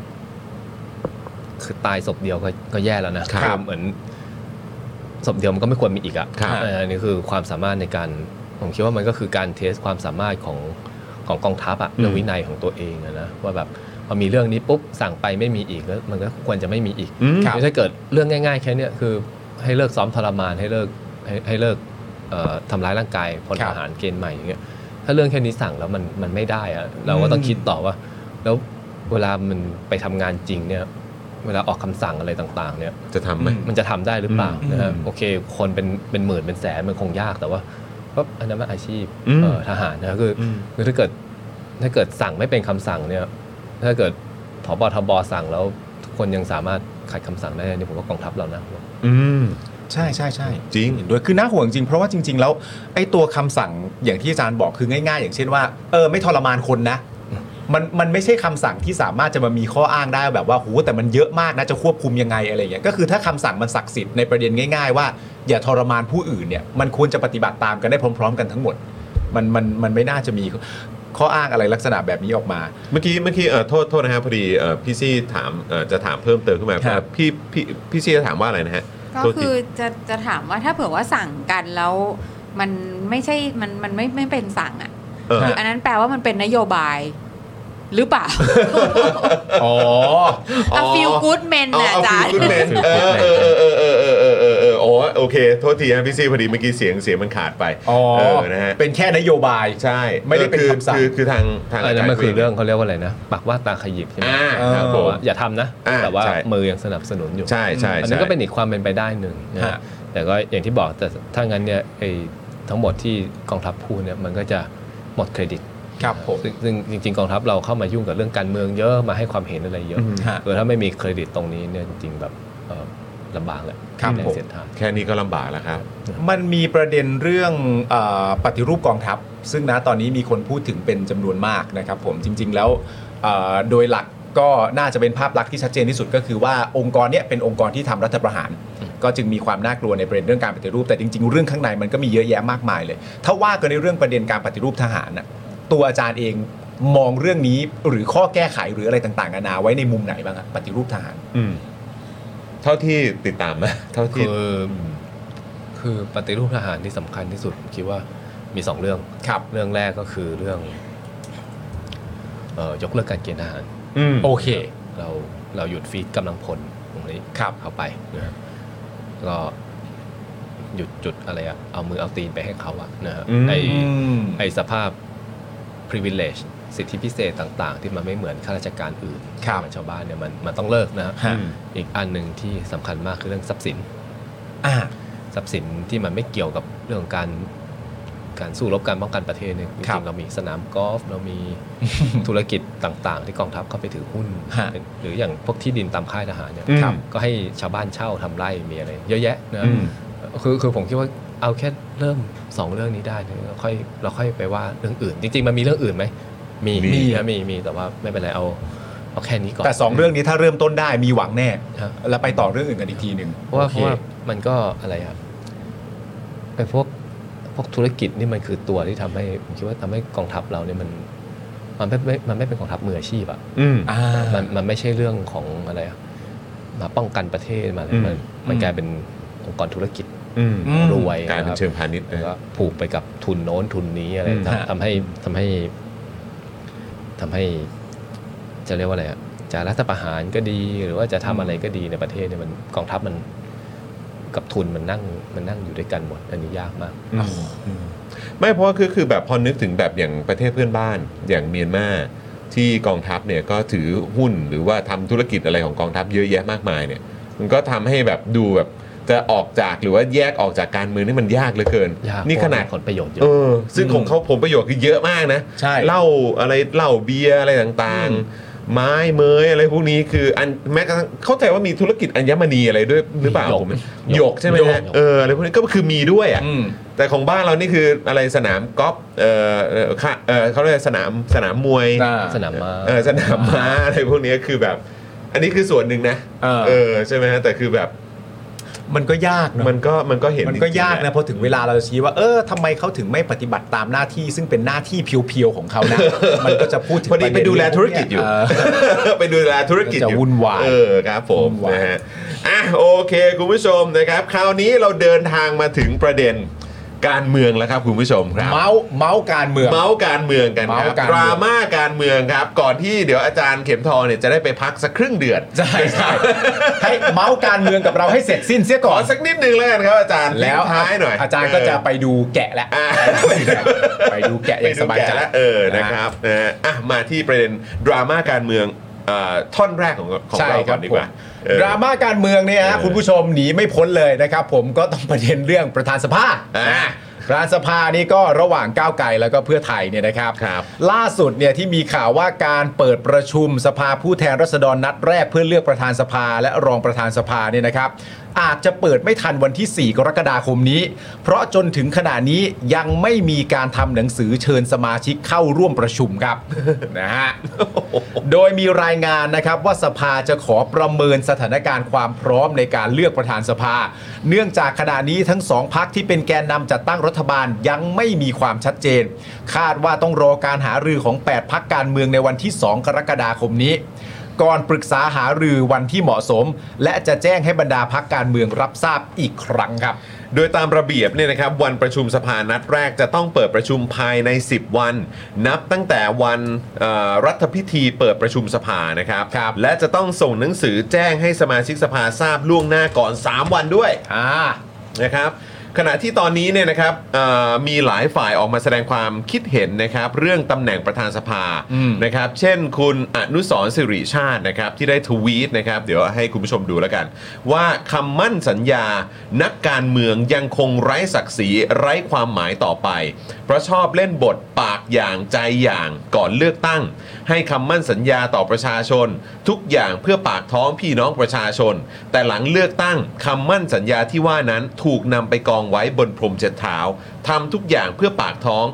F: คือตายศพเดียวก็ก็แย่แล้วนะครับ อเหมือนศพเดียวมันก็ไม่ควรมีอีกอะ
A: ครับ
F: เอ่ะอันนี้คือความสามารถในการ ผมคิดว่ามันก็คือการเทสความสามารถของของกองทัพอะเรื่องวินัยของตัวเองอะนะว่าแบบพอมีเรื่องนี้ปุ๊บสั่งไปไม่มีอีกแล้วมันก็ควรจะไม่มีอีก
A: อืม
F: ไม่ใช่เกิดเรื่องง่าย ๆ แค่เนี้ยคือ ให้เลิกซ้อมทรมานให้เลิกให้ให้เลิกเอ่อทำร้ายร่างกายพลทหารเกณฑ์ใหม่อย่างเงี้ย ถ้าเรื่องแค่นี้สั่งแล้วมันมันไม่ได้อะเราก็ต้องคิดต่อว่า แล้วเวลามันไปทำงานจริงเนี่ย เวลาออกคำสั่งอะไรต่าง ๆ เนี่ย
A: จะทำไหม
F: มันจะทำได้หรือเปล่า
A: อืม
F: นะฮะโอเค คนเป็นเป็นหมื่นเป็นแสนมันคงยากแต่ว่าก็อันนั้นมันอาชีพ
A: อืม
F: เอ่อทหารนะคืออ
A: ม
F: คือถ้าเกิดถ้าเกิดสั่งไม่เป็นคำสั่งเนี่ย ถ้าเกิดผบทบสั่งแล้วทุกคนยังสามารถขัดคำสั่งได้เนี่ยผมว่ากองทัพเรานะ
A: อืม
B: ใช่ใช่ใช่
A: จริง
B: เห็นด้วยคือน่าห่วงจริง เพราะว่าจริง ๆ แล้วไอ้ตัวคำสั่งอย่างที่อาจารย์บอกคือง่าย ๆ อย่างเช่นว่าเออไม่ทรมานคนนะ มันมันไม่ใช่คำสั่งที่สามารถจะมามีข้ออ้างได้แบบว่าโหแต่มันเยอะมากนะจะควบคุมยังไงอะไรอย่างเงี้ยก็คือถ้าคำสั่งมันศักดิ์สิทธิ์ในประเด็นง่าย ๆ ว่าอย่าทรมานผู้อื่นเนี่ยมันควรจะปฏิบัติตามกันได้พร้อม ๆ กันทั้งหมด มันมันมันไม่น่าจะมีข้ออ้างอะไรลักษณะแบบนี้ออกมา
A: เมื่อกี้เมื่อกี้เอ่อโทษโทษนะฮะพอดีเอ่อพี่ซี่ถามเอ่อจะถามเพิ่มเติมขึ้นมา
B: ครับ
A: พี่พี่พี่ซี่จะถามว่าอะไรนะฮะ
H: ก็
A: โทษที
H: คือจะจะถามว่าถ้าเผื่อว่าสั่งกันแล้วมันไม่ใช่มันมันไม่ไม่เป็นสั่งอ่ะ
A: เออ
H: คืออันนั้นแปลว่ามันเป็นนโยบาย หรือเป
A: (laughs)
H: ล่า
B: อ๋อ
H: อะฟิลกู๊ดเมน
A: เอา
H: นะ
A: เอา
H: อาจาร
A: คุณ
H: ย์
A: เมนเออเออเออเออเออเออเออเออโอ้โอเคโทษทีฮะพี่ซี่พอดีเมื่อกี้เสียงเสียงมันขาดไป
B: อ๋อ
A: เออนะฮะ
B: เป็นแค่นโยบาย
A: ใช่
B: ไม่ได้เป็น
A: อออ
B: คำสั่ง
A: คือคือทางทาง
F: อันนั้นมัน
A: จาย์
F: คือเรื่องเขาเรียกว่าอะไรนะปากว่าตาขยิบใช่ไหม
A: อ่าครับผ
F: บอก
A: ม
F: ว่าอย่าทำนะ
A: อ่า
F: แต่ว่า
A: ใช่
F: มือยังสนับสนุนอยู่
A: ใช่ใช่
F: อัน
A: ใช่
F: นั้นก็เป็นอีกความเป็นไปได้หนึ่งนะ
B: ฮะ
F: แต่ก็อย่างที่บอกแต่ถ้างั้นเนี่ยไอ้ทั้งหมดที่กองทัพพูดเนี่ยมันก็จะหมดเครดิต
B: ครับผม
F: ซึ่งซึ่งจริงๆกองทัพเราเข้ามายุ่งกับเรื่องการเมืองเยอะมาให้ความเห็นอะไรเยอะ
A: อืม
B: ฮะ
F: เออถ้าไม่มีเครดิตตรงนี้เนี่ยจริงๆแบบเอ่อลำบากแหละ
B: ครับ
F: ใน
B: ผม
F: เส้นทาง
A: แค่นี้ก็ลำบากแล้วครับ
B: มันมีประเด็นเรื่องเออปฏิรูปกองทัพ ซึ่งนะตอนนี้มีคนพูดถึงเป็นจำนวนมากนะครับผมจริง ๆ แล้วเอ่อโดยหลัก ก็น่าจะเป็นภาพลักษณ์ที่ชัดเจนที่สุดก็คือว่าองค์กรเนี้ยเป็นองค์กรที่ทำรัฐประหาร ก็จึงมีความน่ากลัวในประเด็นเรื่องการปฏิรูปแต่จริง ๆ เรื่องข้างในมันก็มีเยอะแยะมากมายเลย ถ้าว่ากันในเรื่องประเด็นการปฏิรูปทหารน่ะตัวอาจารย์เองมองเรื่องนี้หรือข้อแก้ไขหรืออะไรต่างๆนานาไว้ในมุมไหนบ้างอะปฏิรูปทหาร
A: อืมเท่าที่ติดตามนะเท่าที่
F: คือคือปฏิรูปทหารที่สำคัญที่สุดผมคิดว่ามีสองเรื่อง
B: ครับ
F: เรื่องแรกก็คือเรื่องเอ่อยกเลิกการเกณฑ์ทหาร
A: อืม
B: โอเค
F: เราเราหยุดฟีดกำลังพลตรงนี้
B: ครับ
F: เข้าไปนะฮะแล้วก็หยุดจุดอะไรอะเอามือเอาตีนไปให้เขาอะนะฮะ
A: อืม
F: ไอ
B: อืม
F: ไอสภาพ privilege สิทธิพิเศษต่างๆ ที่มันไม่เหมือนข้าราชการอื่น
B: ครับ
F: เหมือนชาวบ้านเนี่ยมันมันต้องเลิกนะฮะ
B: ฮะ
F: อีกอันหนึ่งที่สำคัญมากคือเรื่องทรัพย์สิน
B: อ่า
F: ทรัพย์สินที่มันไม่เกี่ยวกับเรื่องการการสู้รบการป้องกันประเทศเนี่ยจ
B: ครับ
F: ริงๆเรามีสนามกอล์ฟเรามี
B: (laughs)
F: ธุรกิจต่างๆ ที่กองทัพเข้าไปถือหุ้น
B: ฮะ
F: หรืออย่างพวกที่ดินตามค่ายทหารเนี่ย
A: อืม
B: ครับ
F: ก็ให้ชาวบ้านเช่าทำไร่มีอะไรเยอะแยะนะ
A: อืม
F: คือคือผมคิดว่าเอาแค่เริ่ม 2 เรื่องนี้ได้เนี่ยเราค่อยเราค่อยไปว่าเรื่องอื่น จริง ๆ มันมีเรื่องอื่นไหมมี
A: มี
F: มีนะมีมีแต่ว่าไม่เป็นไรเอาเอาแค่นี้ก่อน
B: แต่สองเรื่องนี้ถ้าเริ่มต้นได้มีหวังแน่
F: ครับ
B: แล้วไปต่อเรื่องอื่นกันอีกทีหนึ่ง
F: เพราะว่า
B: โอค
F: เพราะว่ามันก็อะไรครับไอ้พวกพวกธุรกิจนี่มันคือตัวที่ทำให้ผมคิดว่าทำให้กองทัพเราเนี่ยมันมันไม่ไม่มันไม่เป็นกองทัพมืออาชีพอะ
A: อืม
B: อ่า
F: มันมันไม่ใช่เรื่องของอะไรอะมาป้องกันประเทศมาอะไร
A: อืม
F: มันมันกลายเป็นองค์กรธุรกิจ
A: อืม
B: อืม
F: รวย
A: กลายเป็น
F: นะครับ
A: เชิงพาณิชย์
F: แล้ว
A: นะ
F: ก็ผูกไปกับทุนโน้นทุนนี้อะไร
A: อืม
F: ทำทำให้ทำให้ทำให้จะเรียกว่าอะไรอะจะรัฐประหารก็ดี หรือว่าจะทำอะไรก็ดีในประเทศเนี่ยมันกองทัพมันกับทุนมันนั่งมันนั่งอยู่ด้วยกันหมด อันนี้ยากมาก
A: อืมไม่เพราะว่าคือคือแบบพอนึกถึงแบบอย่างประเทศเพื่อนบ้านอย่างเมียนมาที่กองทัพเนี่ยก็ถือหุ้นหรือว่าทำธุรกิจอะไรของกองทัพเยอะแยะมากมายเนี่ย มันก็ทำให้แบบดูแบบจะออกจากหรือว่าแยกออกจากการเมืองนี่มันยากเหลือเกิน
F: ยาก
A: นี่ขนาด
F: เพระว่ผลประโยชน์เย
A: เอ
F: อะ
A: อ ซึ่งของเขาผลประโยชน์คือเยอะมากนะ
B: ใช่
A: เหล้าอะไรเหล้าเบียร์อะไรต่าง
B: อืม
A: ๆ ไม้เมยอะไรพวกนี้คืออันแม้กระทั่งเข้าใจว่ามีธุรกิจอัญมณีอะไรด้วยหรือเปล่า
F: หยก
A: ผมห
F: ห
A: ย
F: ย
A: ก
F: ก
A: ใช่ไหม
F: หย
A: ฮะ
F: ก
A: เอออะไรพวกนี้ก็คือมีด้วยอ่ะ
B: อืม
A: แต่ของบ้านเรานี่คืออะไรสนามกอล์ฟเออเอ่อค่ะเออเขาเรียกสนามสนามมวย
B: อ่า
F: สนามมา
A: เออสนามม้าอะไรพวกนี้คือแบบ อันนี้คือส่วนหนึ่งนะ
B: เออ
A: อใช่ไหมฮะแต่คือแบบ
B: มันก็ยากเนอะ
A: มันก็มันก็เห็น
B: มันก็
A: จริงๆ
B: ยาก
A: แหล
B: นะเพอถึงเวลาเราจะชี้ว่า เออทำไมเขาถึงไม่ปฏิบัติตามหน้าที่ ซึ่งเป็นหน้าที่เพียวๆของเขา
A: (laughs)
B: นะ มันก็จะพูดถึง
A: พอดี
B: ระ
A: ไป
B: เน
A: ดูแลธุรกิจอยู่
B: เ
A: ไป (laughs) ดูแลธุรกิจอยู่
B: จะวุ่นวาย
A: เออครับผม
B: วุ่นวาย
A: นะฮะอ่ะโอเคคุณผู้ชมนะครับ คราวนี้เราเดินทางมาถึงประเด็นการเมืองแล้วครับคุณผู้ชมครับ
B: เมาส์เมาส์การเมือง
A: เมาส์การเมืองกันค
B: เมา
A: รั
B: ส์
A: บ
B: การ
A: ด
B: เมือง
A: ราม่าการเมืองครับ ก่อนที่เดี๋ยวอาจารย์เข็มทองเนี่ยจะได้ไปพักสักครึ่งเดือน
B: ใช่ใช่
A: (laughs)
B: ให้เมาส์การเมืองกับเราให้เสร็จสิ้นเสีย
A: ข
B: ก่อ
A: อน สักนิดนึงแล้วกันครับอาจารย์
B: แล้ว
A: ทิ้งท้ายหน่อย
B: อาจารย์ก็จะไปดูแกะแล้ว
A: อ่า
B: ไปดูแกะอ
A: ไป
B: ย่าง
A: ดู
B: สบาย
A: แกะ
B: ใจ
A: แล้วเออนะครับนะฮะอ่ะมาที่ประเด็นดราม่าการเมืองเอ่อท่อนแรกของของ
B: ใช่
A: เรา
B: ค
A: ก่
B: รั
A: อบ นดีกว่า
B: ผม
A: เออ
B: ดราม่าการเมืองเนี่ยฮะ
A: เออ
B: คุณผู้ชมหนีไม่พ้นเลยนะครับ ผมก็ต้องประเด็นเรื่องประธานสภา
A: อ่า
B: ประธานสภานี่ก็ระหว่างก้าวไกลแล้วก็เพื่อไทยเนี่ยนะครับ
A: ครับ
B: ล่าสุดเนี่ยที่มีข่าวว่าการเปิดประชุมสภาผู้แทนราษฎรนัดแรกเพื่อเลือกประธานสภาและรองประธานสภาเนี่ยนะครับ อาจจะเปิดไม่ทันวันที่ 4 กรกฎาคมนี้ เพราะจนถึงขณะนี้ยังไม่มีการทำหนังสือเชิญสมาชิกเข้าร่วมประชุมครับ นะ
A: (laughs)
B: ฮะ โดยมีรายงานนะครับว่าสภาจะขอประเมินสถานการณ์ความพร้อมในการเลือกประธานสภา เนื่องจากขณะนี้ทั้งสองพักที่เป็นแกนนำจัดตั้งรัฐบาลยังไม่มีความชัดเจน คาดว่าต้องรอการหารือของ 8 พักการเมืองในวันที่ 2 กรกฎาคมนี้ ก่อนปรึกษาหารือวันที่เหมาะสม และจะแจ้งให้บรรดาพักการเมืองรับทราบอีกครั้งครับ
A: โดยตามระเบียบเนี่ยนะครับวันประชุมสภานัดแรกจะต้องเปิดประชุมภายใน 10 วัน นับตั้งแต่วันเอ่อรัฐพิธีเปิดประชุมสภานะครับ
B: ครับ
A: และจะต้องส่งหนังสือแจ้งให้สมาชิกสภาทราบล่วงหน้าก่อน 3 วันด้วย
B: อ่า
A: นะครับขณะที่ตอนนี้เนี่ยนะครับเอ่อมีหลายฝ่ายออกมาแสดงความคิดเห็นนะครับเรื่องตำแหน่งประธานสภา
B: อืม
A: นะครับเช่นคุณอนุสรณ์สิริชาตินะครับที่ได้ทวีตนะครับเดี๋ยวให้คุณผู้ชมดูแล้วกัน ว่าคำมั่นสัญญานักการเมืองยังคงไร้ศักดิ์ศรีไร้ความหมายต่อไป เพราะชอบเล่นบทปากอย่างใจอย่างก่อนเลือกตั้ง ให้คำมั่นสัญญาต่อประชาชน ทุกอย่างเพื่อปากท้องพี่น้องประชาชน แต่หลังเลือกตั้งคำมั่นสัญญาที่ว่านั้นถูกนำไปกองไว้บนพรมเช็ดเท้าทำทุกอย่างเพื่อปากท้อง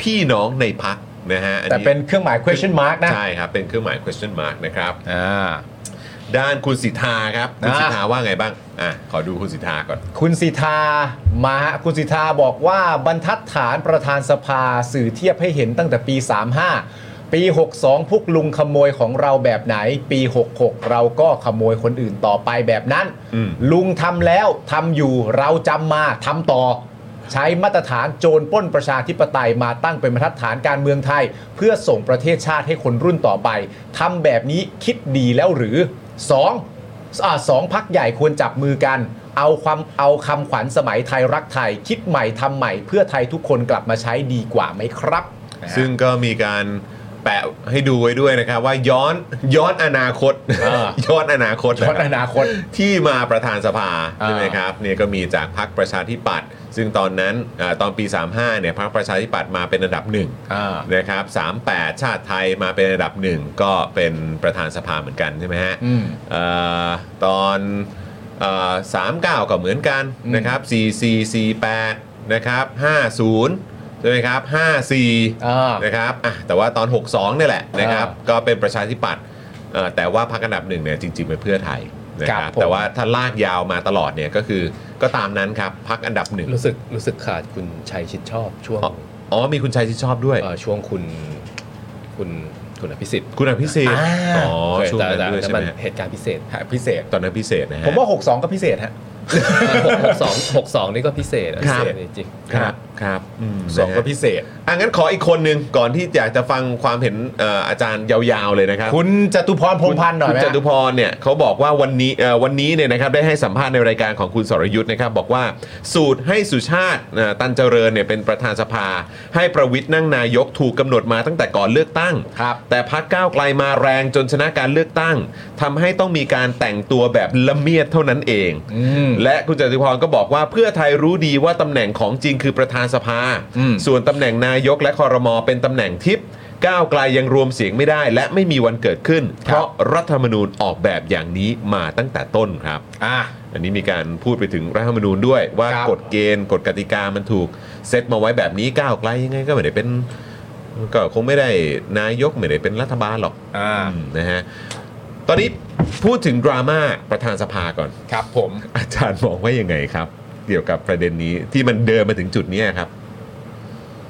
A: พี่น้องในพัก นะฮะอั
B: แต่เป็นเครื่องหมาย question mark นะ
A: ใช่ครับ เป็นเครื่องหมาย question mark นะครับ
B: อ่า
A: ด้านคุณสิทธาครับ คุณ
B: อ่า
A: สิทธาว่าไงบ้าง อ่ะ ขอดูคุณสิทธาก่อน
B: คุณสิทธามาฮะคุณสิทธาบอกว่าบรรทัดฐานประธานสภาสื่อเทียบให้เห็นตั้งแต่ปี 35 ปี 62 พวกลุงขโมยของเราแบบไหน ปี 66 เราก็ขโมยคนอื่นต่อไปแบบนั้น
A: อืม
B: ลุงทำแล้วทำอยู่เราจำมาทำต่อ ใช้มาตรฐานโจรปล้นประชาธิปไตยมาตั้งเป็นบรรทัดฐานการเมืองไทย เพื่อส่งประเทศชาติให้คนรุ่นต่อไปทำแบบนี้คิดดีแล้วหรือ 2. อ่าสองพักใหญ่ควรจับมือกัน เอาความเอาคำขวัญสมัยไทยรักไทย คิดใหม่ทำใหม่ เพื่อไทยทุกคนกลับมาใช้ดีกว่าไหมครับ
A: ซึ่งก็มีการแปะให้ดูไว้ด้วยนะครับ ว่าย้อน (laughs) ย้อนอนาคต
B: อ่า
A: (laughs) ย้อนอนาคต
B: ช็
A: ะรั
B: อต
A: บ
B: อนาคต
A: ที่มาประธานสภา
B: อ่า
A: ใช่ไหมครับเนี่ยก็มีจากพรรคประชาธิปัตย์ซึ่งตอนนั้นอาตอนปี 35เนี่ยพรรคประชาธิปัตย์มาเป็นอันดับหนึ่ง
B: อ่า
A: นะครับ38 ชาติไทยมาเป็นอันดับหนึ่งก็เป็นประธานสภาเหมือนกันใช่ไหมฮะ
B: อืม
A: เอ่อตอนสามเก้าก็เหมือนกัน
B: อืม
A: นะครับสี่สี่สี่แปดนะครับห้าศูนย์ใช่ไหมครับห้าสี่
B: อ่า
A: นะครับอ่ะแต่ว่าตอน 62เนี่ยแหละนะครับ ก็เป็นประชาธิปัตย์เอ่อแต่ว่าพรรคอันดับหนึ่งเนี่ยจริงๆเป็นเพื่อไทยนะค
B: ครั
A: รับบ
B: ผม
A: แต่ว่าถ้าลากยาวมาตลอดเนี่ยก็คือก็ตามนั้นครับพรรคอันดับหนึ่ง
F: รู้สึกรู้สึกขาดคุณชัยชิดชอบช่วง
A: อ๋ออ๋อมีคุณชัยชิดชอบด้วย
F: เอ่อช่วงคุณคุณคุณอภิสิทธิ์
A: คุณอภิสิทธิ์
B: อ่า
A: อ๋อช่วง
F: แต่
A: นั้น
F: แต่
A: ด้วย
F: แต่
A: ใช่ไห
F: มั
A: ม
F: น
A: ฮะ
F: เหตุการณ์พิเศษ
B: พิเศษ
A: ตอนนั้นพิเศษนะฮะ
B: ผมว่า 62 ก็พิเศษฮะ
F: หกสองหกสองนี่ก็พิเศษอะ
A: ค
F: พิ
A: รับ
F: เศษจริงๆ
A: ครับครับอืม
B: สอง
A: นะฮะ
B: ก็พิเศษ
A: อ่ะงั้นขออีกคนหนึ่งก่อนที่อยากจะฟังความเห็นเอ่ออาจารย์ยาวๆเลยนะครับ
B: คุณจตุพรพงษ์พันธ์หน่อยไหม
A: คุณจตุพรเนี่ยเขาบอกว่าวันนี้เอ่อวันนี้เนี่ยนะครับได้ให้สัมภาษณ์ในรายการของคุณสรยุทธ์นะครับบอกว่าสูตรให้สุชาติเอ่อตันเจริญเนี่ยเป็นประธานสภา ให้ประวิทย์นั่งนายกถูกกำหนดมาตั้งแต่ก่อนเลือกตั้ง
B: ครับ
A: แต่พักก้าวไกลมาแรงจนชนะการเลือกตั้งทำให้ต้องมีการแต่งตัวแบบละเมียดเท่านั้นเอง
B: อืม
A: และคุณจตุพรก็บอกว่าเพื่อไทยรู้ดีว่าตำแหน่งของจริงคือประธานสภา
B: อืม
A: ส่วนตำแหน่งนายกและคอรมอเป็นตำแหน่งทิพย์ก้าวไกลยังรวมเสียงไม่ได้ และไม่มีวันเกิดขึ้น เพราะรัฐธรรมนูญออกแบบอย่างนี้มาตั้งแต่ต้นครับ
B: อ่ะ
A: อันนี้มีการพูดไปถึงรัฐธรรมนูญด้วย ว่า
B: ครับ
A: กฎเกณฑ์กฎกติกามันถูกเซตมาไว้แบบนี้ก้าวไกลยังไงก็ไม่ได้เป็น ก็คงไม่ได้นายกไม่ได้เป็นรัฐบาลหรอก
B: อ่า
A: อืมนะฮะตอนนี้พูดถึงดราม่าประธานสภาก่อน
B: ครับผม
A: อาจารย์มองว่ายังไงครับ เกี่ยวกับประเด็นนี้ที่มันเดินมาถึงจุดเนี้ยครับ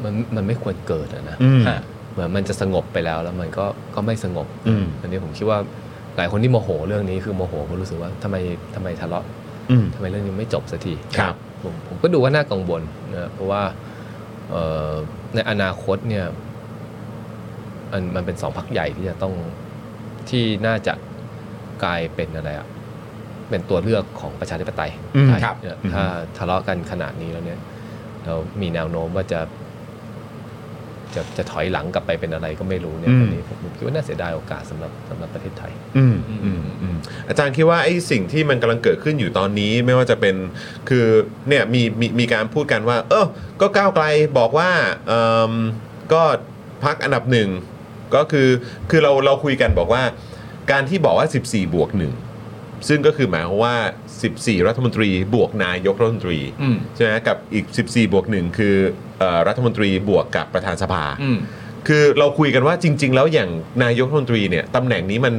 F: มันมันไม่ควรเกิดอะนะ
A: อืม
F: ฮะเหมือนมันจะสงบไปแล้วแล้วมันก็ก็ไม่สงบ
A: อืม
F: อันนี้ผมคิดว่าหลายคนที่โมโหเรื่องนี้คือโมโหเพราะรู้สึกว่าทำไมทำไมทะเลาะ
A: อืม
F: ทำไมเรื่องนี้ไม่จบสักที
A: ครับ
F: ผมผมก็ดูว่าน่ากังวลนะเพราะว่าเอ่อในอนาคตเนี่ยมันมันเป็นสองพักใหญ่ที่จะต้องที่น่าจะกลายเป็นอะไรอะเป็นตัวเลือกของประชาธิปไตย
A: อืม
F: ใช่
B: ครับ
F: เนี่ย
A: อืม
F: ถ้าทะเลาะกันขนาดนี้แล้วเนี่ย เรามีแนวโน้มว่าจะ จะจะถอยหลังกลับไปเป็นอะไรก็ไม่รู้เนี่ย
A: อืม
F: อันนี้ผมผมคิดว่าน่าเสียดายโอกาสสำหรับสำหรับประเทศไทย
A: อืมอืมอืมอาจารย์คิดว่าไอ้สิ่งที่มันกำลังเกิดขึ้นอยู่ตอนนี้ไม่ว่าจะเป็นคือเนี่ยมีมีมีการพูดกันว่า เออก็ก้าวไกลบอกว่าเอ่มก็พักอันดับหนึ่งก็คือคือเราเราคุยกันบอกว่า การที่บอกว่า 14 บวกหนึ่งซึ่งก็คือหมายความว่า 14 รัฐมนตรีบวกนายกรัฐมนตรี
B: อืม
A: ใช่ไหมกับอีก 14 บวกหนึ่งคือเอ่อรัฐมนตรีบวกกับประธานสภา
B: อืม
A: คือเราคุยกันว่าจริง ๆ แล้วอย่างนายกรัฐมนตรีเนี่ยตำแหน่งนี้มัน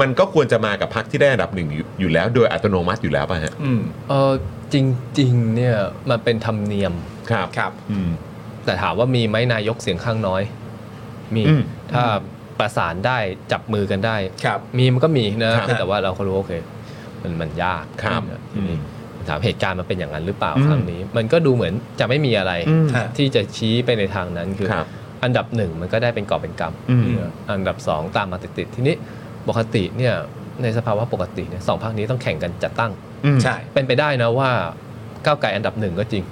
A: มันก็ควรจะมากับพรรคที่ได้อันดับหนึ่งอยู่อยู่แล้ว โดยอัตโนมัติอยู่แล้วป่ะฮะ
B: อืม
F: เออจริง ๆ เนี่ยมันเป็นธรรมเนียม
A: ครับ
B: ครับ
A: อืม
F: แต่ถามว่ามีไหมนายกเสียงข้างน้อย มี
A: อืม
F: ถ้าประสานได้จับมือกันได้
B: ครับ
F: มีมันก็มีนะครับ แต่ว่าเราก็รู้ว่าโอเค มันมันยาก
A: ครับ
F: นะทีนี้
A: อื
F: ถามเหตุการณ์มันเป็นอย่างนั้นหรือเปล่า
A: อืม
F: ครั้งนี้ มันก็ดูเหมือนจะไม่มีอะไร
A: อืม
B: ฮะ
F: ที่จะชี้ไปในทางนั้นคือ
A: ครับ
F: อันดับหนึ่งมันก็ได้เป็นกอบเป็นก
A: อืม
F: ำอันดับสองตามมาติดๆทีนี้ปกติเนี่ยในสภาวะปกติเนี่ยสองพรรคนี้ต้องแข่งกันจัดตั้ง
A: อืม
B: ใช่
F: เป็นไปได้นะว่าก้าวไกลอันดับหนึ่งก็จริง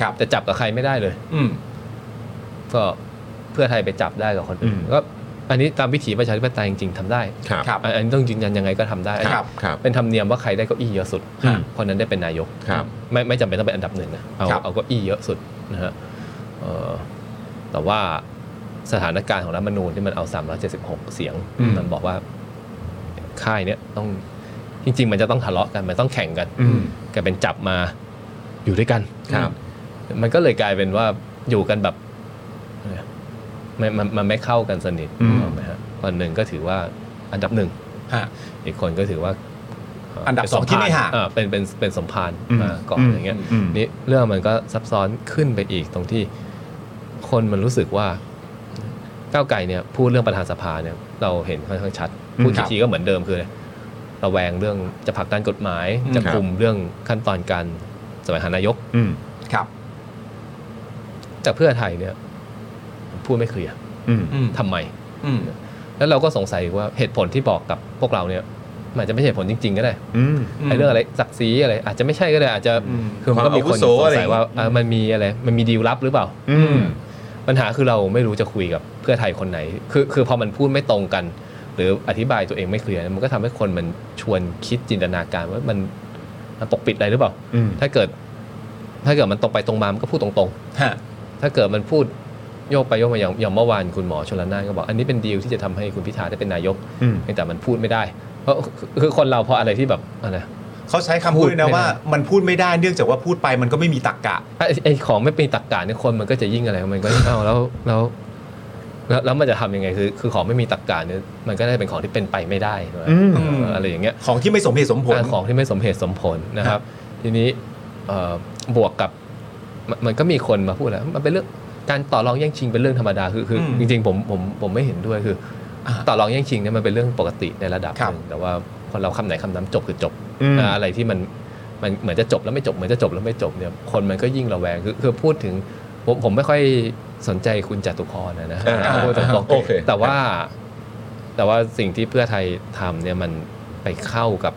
B: ครับ
F: แต่จับกับใครไม่ได้เลย
B: อืม
F: ก็เพื่อไทยไปจับได้กับคนอื่น
A: อืม
F: ก็อันนี้ตามวิถีประชาธิปไตยจริงๆทำได้
A: ครับ
B: ครับ
F: อันอันนี้ต้องยืนยันยังไงก็ทำได้
A: ครับครับ
F: เป็นธรรมเนียมว่าใครได้เก้าอี้เยอะสุด
A: ครับ
F: คนนั้นได้เป็นนายก
A: ครับ
F: ไม่ไม่จำเป็นต้องเป็นอันดับหนึ่งนะเอา
B: ครับ
F: เอาเก็อี้เยอะสุดนะฮะเอ่อแต่ว่าสถานการณ์ของรัฐธรรมนูญที่มันเอา 376 เสียง
A: อืม
F: มันบอกว่าค่ายเนี้ยต้องจริง ๆ มันจะต้องทะเลาะกัน มันต้องแข่งกัน
A: อืม
F: กลายเป็นจับมาอยู่ด้วยกัน
A: ครับ
F: มันก็เลยกลายเป็นว่าอยู่กันแบบ ไม่มันมันไม่เข้ากันสนิท
B: อืม
F: ถูกไหมฮะคนหนึ่งก็ถือว่าอันดับหนึ่ง
B: ฮะ
F: อีกคนก็ถือว่า
B: นดับ
F: เเป็
B: สองที่ไม่ห่าง
F: เออเป็นเป็นเป็นสมพาน
B: อืม
F: มาก่อน
B: อืม
F: อย่างเงี้ย
B: อืม
F: นี่เรื่องมันก็ซับซ้อนขึ้นไปอีกตรงที่คนมันรู้สึกว่าก้าวไก่เนี่ยพูดเรื่องประธานสภาเนี่ยเราเห็นค่อนข้างชัด พูดกี่ทีก็เหมือนเดิมคืออะไรระแวงเรื่องจะผลักดันกฎหมาย จะ
A: ครับ
F: คุมเรื่องขั้นตอนการสมัยหานายก
A: อืม
B: ครับ
F: จากเพื่อไทยเนี่ยพูดไม่เคลียร์
A: อืม
B: อืม
F: ทำไม
B: อืม
F: แล้วเราก็สงสัยว่าเหตุผลที่บอกกับพวกเราเนี่ยมันอาจจะไม่ใช่เหตุผลจริง ๆ ก็ได้
A: อืม
F: ไอ้เรื่องอะไรศักดิ์ศรีอะไรอาจจะไม่ใช่ก็ได้อาจจะ
B: อืม
F: คือมันก็มีคน
A: ความอาวุ
F: ส
A: โส
F: ง
A: อะไร
F: สัยว่าอ่ะมันมีอะไรมันมีดีลลับหรือเปล่า
A: อืม
F: ปัญหาคือเราไม่รู้จะคุยกับเพื่อไทยคนไหน คือคือพอมันพูดไม่ตรงกัน หรืออธิบายตัวเองไม่เคลียร์มันก็ทำให้คนมันชวนคิดจินตนาการว่ามันมันปกปิดอะไรหรือเปล่า
A: อืม
F: ถ้าเกิด ถ้าเกิดมันตรงไปตรงมามันก็พูดตรง
B: ฮะ
F: ๆ ถ้าเกิดมันพูดโยกไปโยกมาอย่างอย่างเมื่อวานคุณหมอชลนานก็บอก อันนี้เป็นดีลที่จะทำให้คุณพิธาได้เป็นนายก
A: อืม
F: เพียงแต่มันพูดไม่ได้ เพราะคือคือคนเราพออะไรที่แบบอะไร
B: เขาใช้คำพูดนะว่ามันพูดไม่ได้เนื่องจากว่าพูดไปมันก็ไม่มีตรกกะ
F: ไอ้ไอ้ของไม่เป็นตรรกะเนี่ยคนมันก็จะยิ่งอะไรมันก็ เอาแล้วแล้วแล้วแล้วมันจะทำยังไงคือคือของไม่มีตรรกะเนี่ยมันก็ได้เป็นของที่เป็นไปไม่ได้ถูกไหม
A: อืม
F: เอออะไรอย่างเงี้ย
B: ของที่ไม่สมเหตุสมผล
F: อ่าของที่ไม่สมเหตุสมผลนะครับ ทีนี้เอ่อบวกกับมันมันก็มีคนมาพูดแล้วมันเป็นเรื่องการต่อรองแย่งชิงเป็นเรื่องธรรมดาคือคืออ
B: ม
F: จริงๆผมผมผมไม่เห็นด้วยคืออต่อรองแย่งชิงเนี่ยมันเป็นเรื่องปกติในระดับ
B: ครั
F: ห
B: บ
F: นึ่งแต่ว่าคนเราคำไหนคำนั้นจบคือจบ
A: อืม
F: อ่าอะไรที่มันมันเหมือนจะจบแล้วไม่จบเหมือนจะจบแล้วไม่จบเนี่ยคนมันก็ยิ่งระแวงคือคือพูดถึงผมผมไม่ค่อยสนใจคุณจตุพรนะนะ
A: อ่า
F: พูดตรง
A: โอเค
F: ๆแต่ว่า แต่ว่าสิ่งที่เพื่อไทยทำเนี่ยมันไปเข้ากับ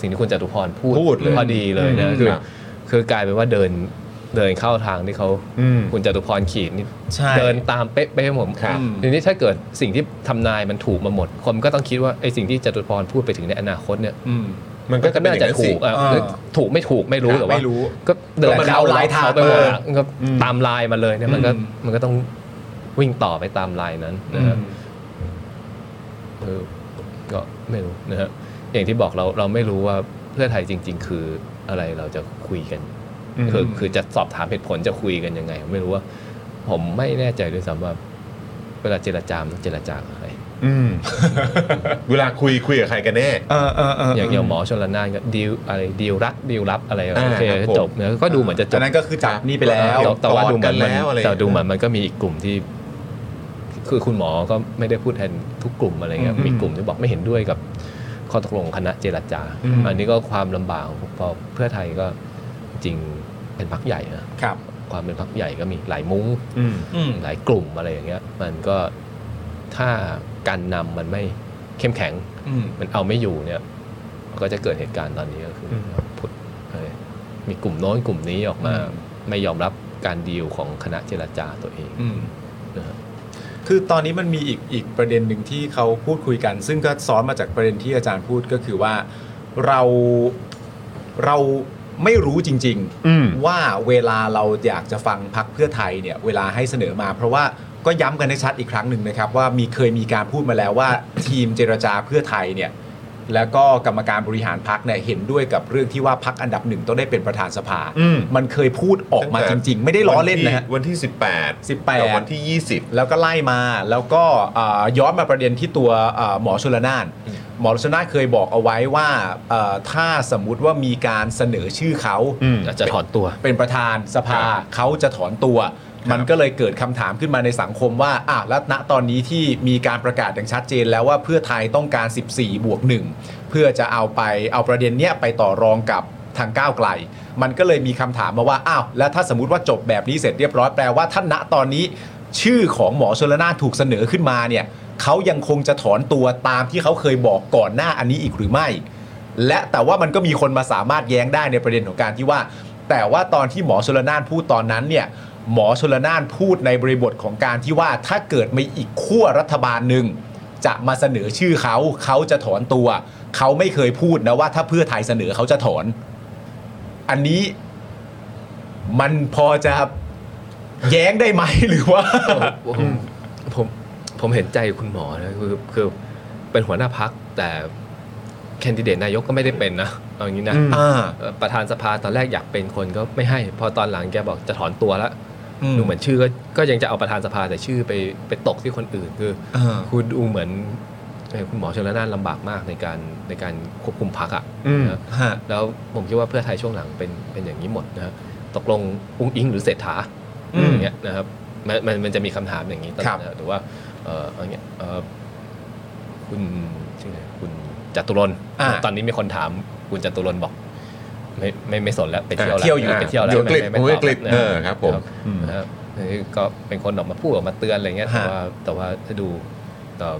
F: สิ่งที่คุณจตุพรพูด
A: พูดเลย
F: พอดีเลยนะ
A: ม
F: คือ
A: รับ
F: คือกลายเป็นว่าเดินเดินเข้าทางที่เขา
A: อืม
F: คุณจตุพรขีดนี่
B: ใช่
F: เดินตามเป๊ะๆผม
A: ครับ
B: อืม
F: ทีนี้ถ้าเกิดสิ่งที่ทำนายมันถูกมาหมด คนก็ต้องคิดว่าไอ้สิ่งที่จตุพรพูดไปถึงในอนาคตเนี่ย
B: อืม
A: มันก็จะ
F: ก็จะ
A: เป็นอ
F: น่า
A: ย่าง
F: จะ
A: นั้น
F: ถู
A: สิ
F: กอ่ะ
B: อ่า
F: ถูกไม่ถูกไม่รู้แต่ว่า
B: ไม่รู้
F: ก็เดิน
B: แต่มัน
F: เข้า
B: เอาลาย
F: ล็อก
B: ทาง
F: เขาไปหม
B: เอ
F: ด
B: อ
F: อ่ะก็
B: อืม
F: ตามลายมาเลยเนี่ยมันก็
B: อืม
F: มันก็ต้องวิ่งต่อไปตามลายนั้นนะฮะเออก็ไม่รู้นะฮะอย่างที่บอกเราเราไม่รู้ว่าเพื่อไทยจริง ๆ คืออะไรเราจะคุยกัน
A: อืม
F: คือคือจะสอบถามเหตุผลจะคุยกันยังไงผมไม่รู้ว่า ผมไม่แน่ใจด้วยซ้ำว่า เวลาเจรจามนเจรจากับใคร
A: อืม เวลาคุยคุยกับใครกันแน่
B: เออเออเออ
F: อย่าง
B: เอ
F: อย่าง
B: อ
F: หมอชนละนานก็ดีลอะไรดีลรักดีลรับอะไร
A: อ่า
F: โอเค
A: ครับผม
F: จบเนอะก็ดูเหมือนจะจ
B: อั
F: บ
B: นนั้นก็คือจับนี่ไปแล้ว
F: แต่แต่ว่า
A: ตอด
F: ดูเหมือน
A: กั
F: มัน น
A: แล้วอะไรอย่างเงี้ย
F: แต่ดูเหมือนมันก็มีอีกกลุ่มที่ คือคุณหมอก็ไม่ได้พูดแทนทุกกลุ่มอะไรเงี้ย
B: อืม
F: มีกลุ่มที่บอกไม่เห็นด้วยกับข้อตกลงคณะเจรจา
A: อืม
F: อันนี้ก็ความลำบากของพอเพื่อไทยก็จริงเป็นพักใหญ่นะครับ ความเป็นพักใหญ่ก็มีหลายมุ้ง
A: อืม
B: อืม
F: หลายกลุ่มอะไรอย่างเงี้ย มันก็ถ้าการนำมันไม่เข้มแข็ง
B: อืม
F: มันเอาไม่อยู่เนี่ยก็จะเกิดเหตุการณ์ตอนนี้ก็คือ
A: อืม
F: พุทธเอ่ยมีกลุ่มโน้นกลุ่มนี้ออกมา
B: อืม
F: ไม่ยอมรับการดีลของคณะเจรจาตัวเอง
B: อืม
F: นะฮะ
B: คือตอนนี้มันมีอีกอีกประเด็นหนึ่งที่เขาพูดคุยกัน ซึ่งก็ซ้อนมาจากประเด็นที่อาจารย์พูดก็คือว่าเราเราไม่รู้จริง
A: อืม
B: ๆ ว่าเวลาเราอยากจะฟังพักเพื่อไทยเนี่ยเวลาให้เสนอมา เพราะว่าก็ย้ำกันให้ชัดอีกครั้งหนึ่งนะครับ ว่ามีเคยมีการพูดมาแล้วว่า ทีมเจรจาเพื่อไทยเนี่ย แล้วก็กรรมการบริหารพักเนี่ยเห็นด้วยกับเรื่องที่ว่าพักอันดับหนึ่งต้องได้เป็นประธานสภา
A: อืม
B: มันเคยพูดออกมาจริง ๆ ไม่ได้ล้อเล่นนะฮะ
A: วันที่ 18
B: 18
A: กับวันที่
B: แล้วก็ไล่มาแล้วก็เอ่อย้อนมาประเด็นที่ตัวเอ่อหมอชลนาน หมอชลนานเคยบอกเอาไว้ว่าเอ่อถ้าสมมุติว่ามีการเสนอชื่อเขา
A: อืม
F: อาจจะถอนตัว
B: เป็นประธานส
A: ค
B: ภา
A: รับ
B: เขาจะถอนตัว มันก็เลยเกิดคำถามขึ้นมาในสังคมว่าอ่ะแล้วณตอนนี้ที่มีการประกาศอย่างชัดเจนแล้วว่าเพื่อไทยต้องการ 14 บวกหนึ่งเพื่อจะเอาไปเอาประเด็นเนี้ยไปต่อรองกับทางก้าวไกล มันก็เลยมีคำถามมาว่าอ้าวแล้วถ้าสมมติว่าจบแบบนี้เสร็จเรียบร้อยแปลว่าท่านณตอนนี้ ชื่อของหมอชลนานถูกเสนอขึ้นมาเนี่ยเขายังคงจะถอนตัวตามที่เขาเคยบอกก่อนหน้าอันนี้อีกหรือไม่ และแต่ว่ามันก็มีคนมาสามารถแย้งได้ในประเด็นของการที่ว่า แต่ว่าตอนที่หมอชลนานพูดตอนนั้นเนี่ยหมอชลนานพูดในบริบทของการที่ว่าถ้าเกิดมีอีกขั้วรัฐบาลหนึ่งจะมาเสนอชื่อเขาเขาจะถอนตัว เขาไม่เคยพูดนะว่าถ้าเพื่อไทยเสนอเขาจะถอน อันนี้มันพอจะแย้งได้ไหม (laughs) หรือว่า
F: ผมผมผมเห็นใจคุณหมอนะคือคือเป็นหัวหน้าพักแต่แคนดิเดตนายกก็ไม่ได้เป็นนะเอาอย่างนี้นะ
A: อืม
B: อ่า
F: เอ่อประธานสภาตอนแรกอยากเป็นคนก็ไม่ให้ พอตอนหลังแกบอกจะถอนตัวแล้ว
B: อืม
F: ดูเหมือนชื่อก็ก็ยังจะเอาประธานสภาแต่ชื่อไปไปตกที่คนอื่นคือ
B: เออ
F: คุณดูเหมือนเอ่อคุณหมอชนละนานลำบากมากในการในการควบคุมพักอ่ะ
A: อืม
F: นะ
B: ฮะ
F: แล้วผมคิดว่าเพื่อไทยช่วงหลังเป็นเป็นอย่างนี้หมดนะฮะตกลงอุ้งอิงหรือเศรษฐา
B: อืม
F: อย่างเงี้ยนะครับมันมันมันจะมีคำถามอย่างนี้ตล
B: ครั
F: อ
B: บ
F: ดนะหรือว่าเอ่อเอาอย่างเงี้ยเอ่อคุณชื่ออะไรคุณจตุรนต์
B: อ่า
F: ตอนนี้มีคนถามคุณจตุรนต์บอก ไม่ไม่ไม่สนแล้วไปเที่ยวแล้ว
B: เที่ยวอยู่
F: ไปเที่ยวแล้ว
A: อยู่อังกฤษผ
F: ไม่ไม่
A: ม
F: ไม่
A: อยู่อังกฤษ
F: ตบแล้ว
A: เออครับผม
F: นะ
A: อืม
F: นะครับนี่ก็เป็นคนออกมาพูดออกมาเตือนอะไรเงี้ยแต่
B: ฮะ
F: ว่าแต่ว่าถ้าดูต่อ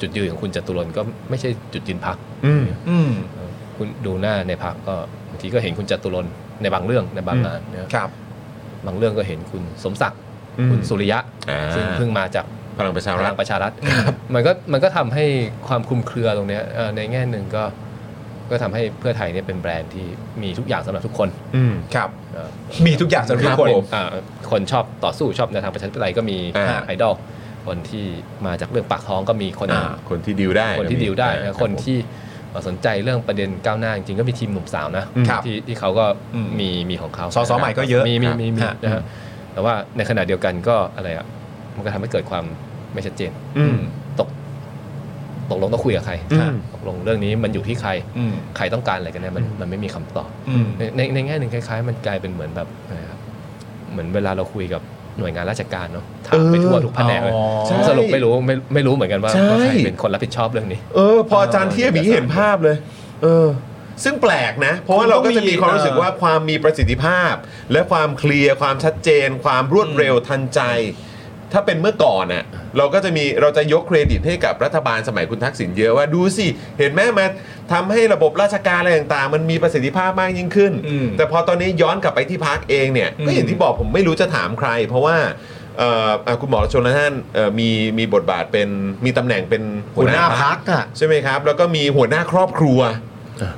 F: จุดยืนของคุณจตุรนต์ก็ไม่ใช่จุดยืนพัก
A: อืม
B: อืม
F: คุณดูหน้าในพักก็บางทีก็เห็นคุณจตุรนต์ในบางเรื่องในบาง
A: อืม
F: งานนะครับ บางเรื่องก็เห็นคุณสมศักดิ์
A: อืม
F: คุณสุริยะ
A: อ่า
F: ซึ่งเพิ่งมาจาก
A: พลังประชา
F: พ
A: รั
F: ลั
A: ฐ
F: งประชารัฐมันก็มันก็ทำให้ความคลุมเครือตรงเนี้ยเอ่อในแง่หนึ่งก็ก็ทำให้เพื่อไทยเนี่ยเป็นแบรนด์ที่มีทุกอย่างสำหรับทุกคน
A: อืม
B: ครับ
F: เอ่อ
B: มีทุกอย่างสำหรับทุกคน
A: ครับผม
F: อ่าคนชอบต่อสู้ชอบในทางประชาธิปไตยก็มี
A: อ่า
F: ไอดอลคนที่มาจากเรื่องปากท้องก็มีคน
A: อ่าคนที่ดิวได้
F: คนที่ดิวได้
A: อ่า
F: นะคน
A: รับผม
F: ที่สนใจเรื่องประเด็นก้าวหน้าจริงๆก็มีทีมหนุ่มสาวนะครับ ที่ที่เขาก็
B: อืม
F: มีมีของเขา
B: สสใหม่ก็เยอะ
F: มี
B: ค
F: มี
B: รับ
F: มีมี
B: ฮะ
F: นะฮะแต่ว่าในขณะเดียวกันก็อะไรอ่ะมันก็ทำให้เกิดความไม่ชัดเจน
A: อืม
F: ตกตกลงต้องคุยกับใคร
A: อืม
F: ตกลงเรื่องนี้มันอยู่ที่ใคร
B: อืม
F: ใครต้องการอะไรกันแน่มันมันไม่มีคำตอบ
B: อืม
F: ในในในแง่หนึ่งคล้ายๆ มันกลายเป็นเหมือนแบบอะไรครับเหมือนเวลาเราคุยกับหน่วยงานราชการเนาะถามไป
A: เออ
F: ทั่วทุกแผนกเลย
B: อ๋อ
A: ใช่
F: สรุปไม่รู้ไม่ไม่รู้เหมือนกันว่า
A: ใช่
F: ว่าใครเป็นคนรับผิดชอบเรื่องนี้
A: เออ พออาจารย์เทียบอย่างนี้เห็นภาพเลย เออ ซึ่งแปลกนะ เพราะว่าเราก็จะมีความรู้สึกว่าความมีประสิทธิภาพ และความเคลียร์ความชัดเจน ความรวดเร็วทันใจ ถ้าเป็นเมื่อก่อนน่ะเราก็จะมีเราจะยกเครดิตให้กับรัฐบาลสมัยคุณทักษิณเยอะว่าดูสิ เห็นไหมมาทำให้ระบบราชการอะไรต่างๆ มันมีประสิทธิภาพมากยิ่งขึ้น
B: อืม
A: แต่พอตอนนี้ย้อนกลับไปที่พักเองเนี่ย ก็อย่างที่บอกผมไม่รู้จะถามใคร เพราะว่าเอ่ออ่ะคุณหมอชนละท่านเอ่อมีมีบทบาทเป็นมีตำแหน่งเป็น
B: หัวหน้าพักอ่ะ
A: ใช่ไหมครับ แล้วก็มีหัวหน้าครอบครัว
F: อ่ะ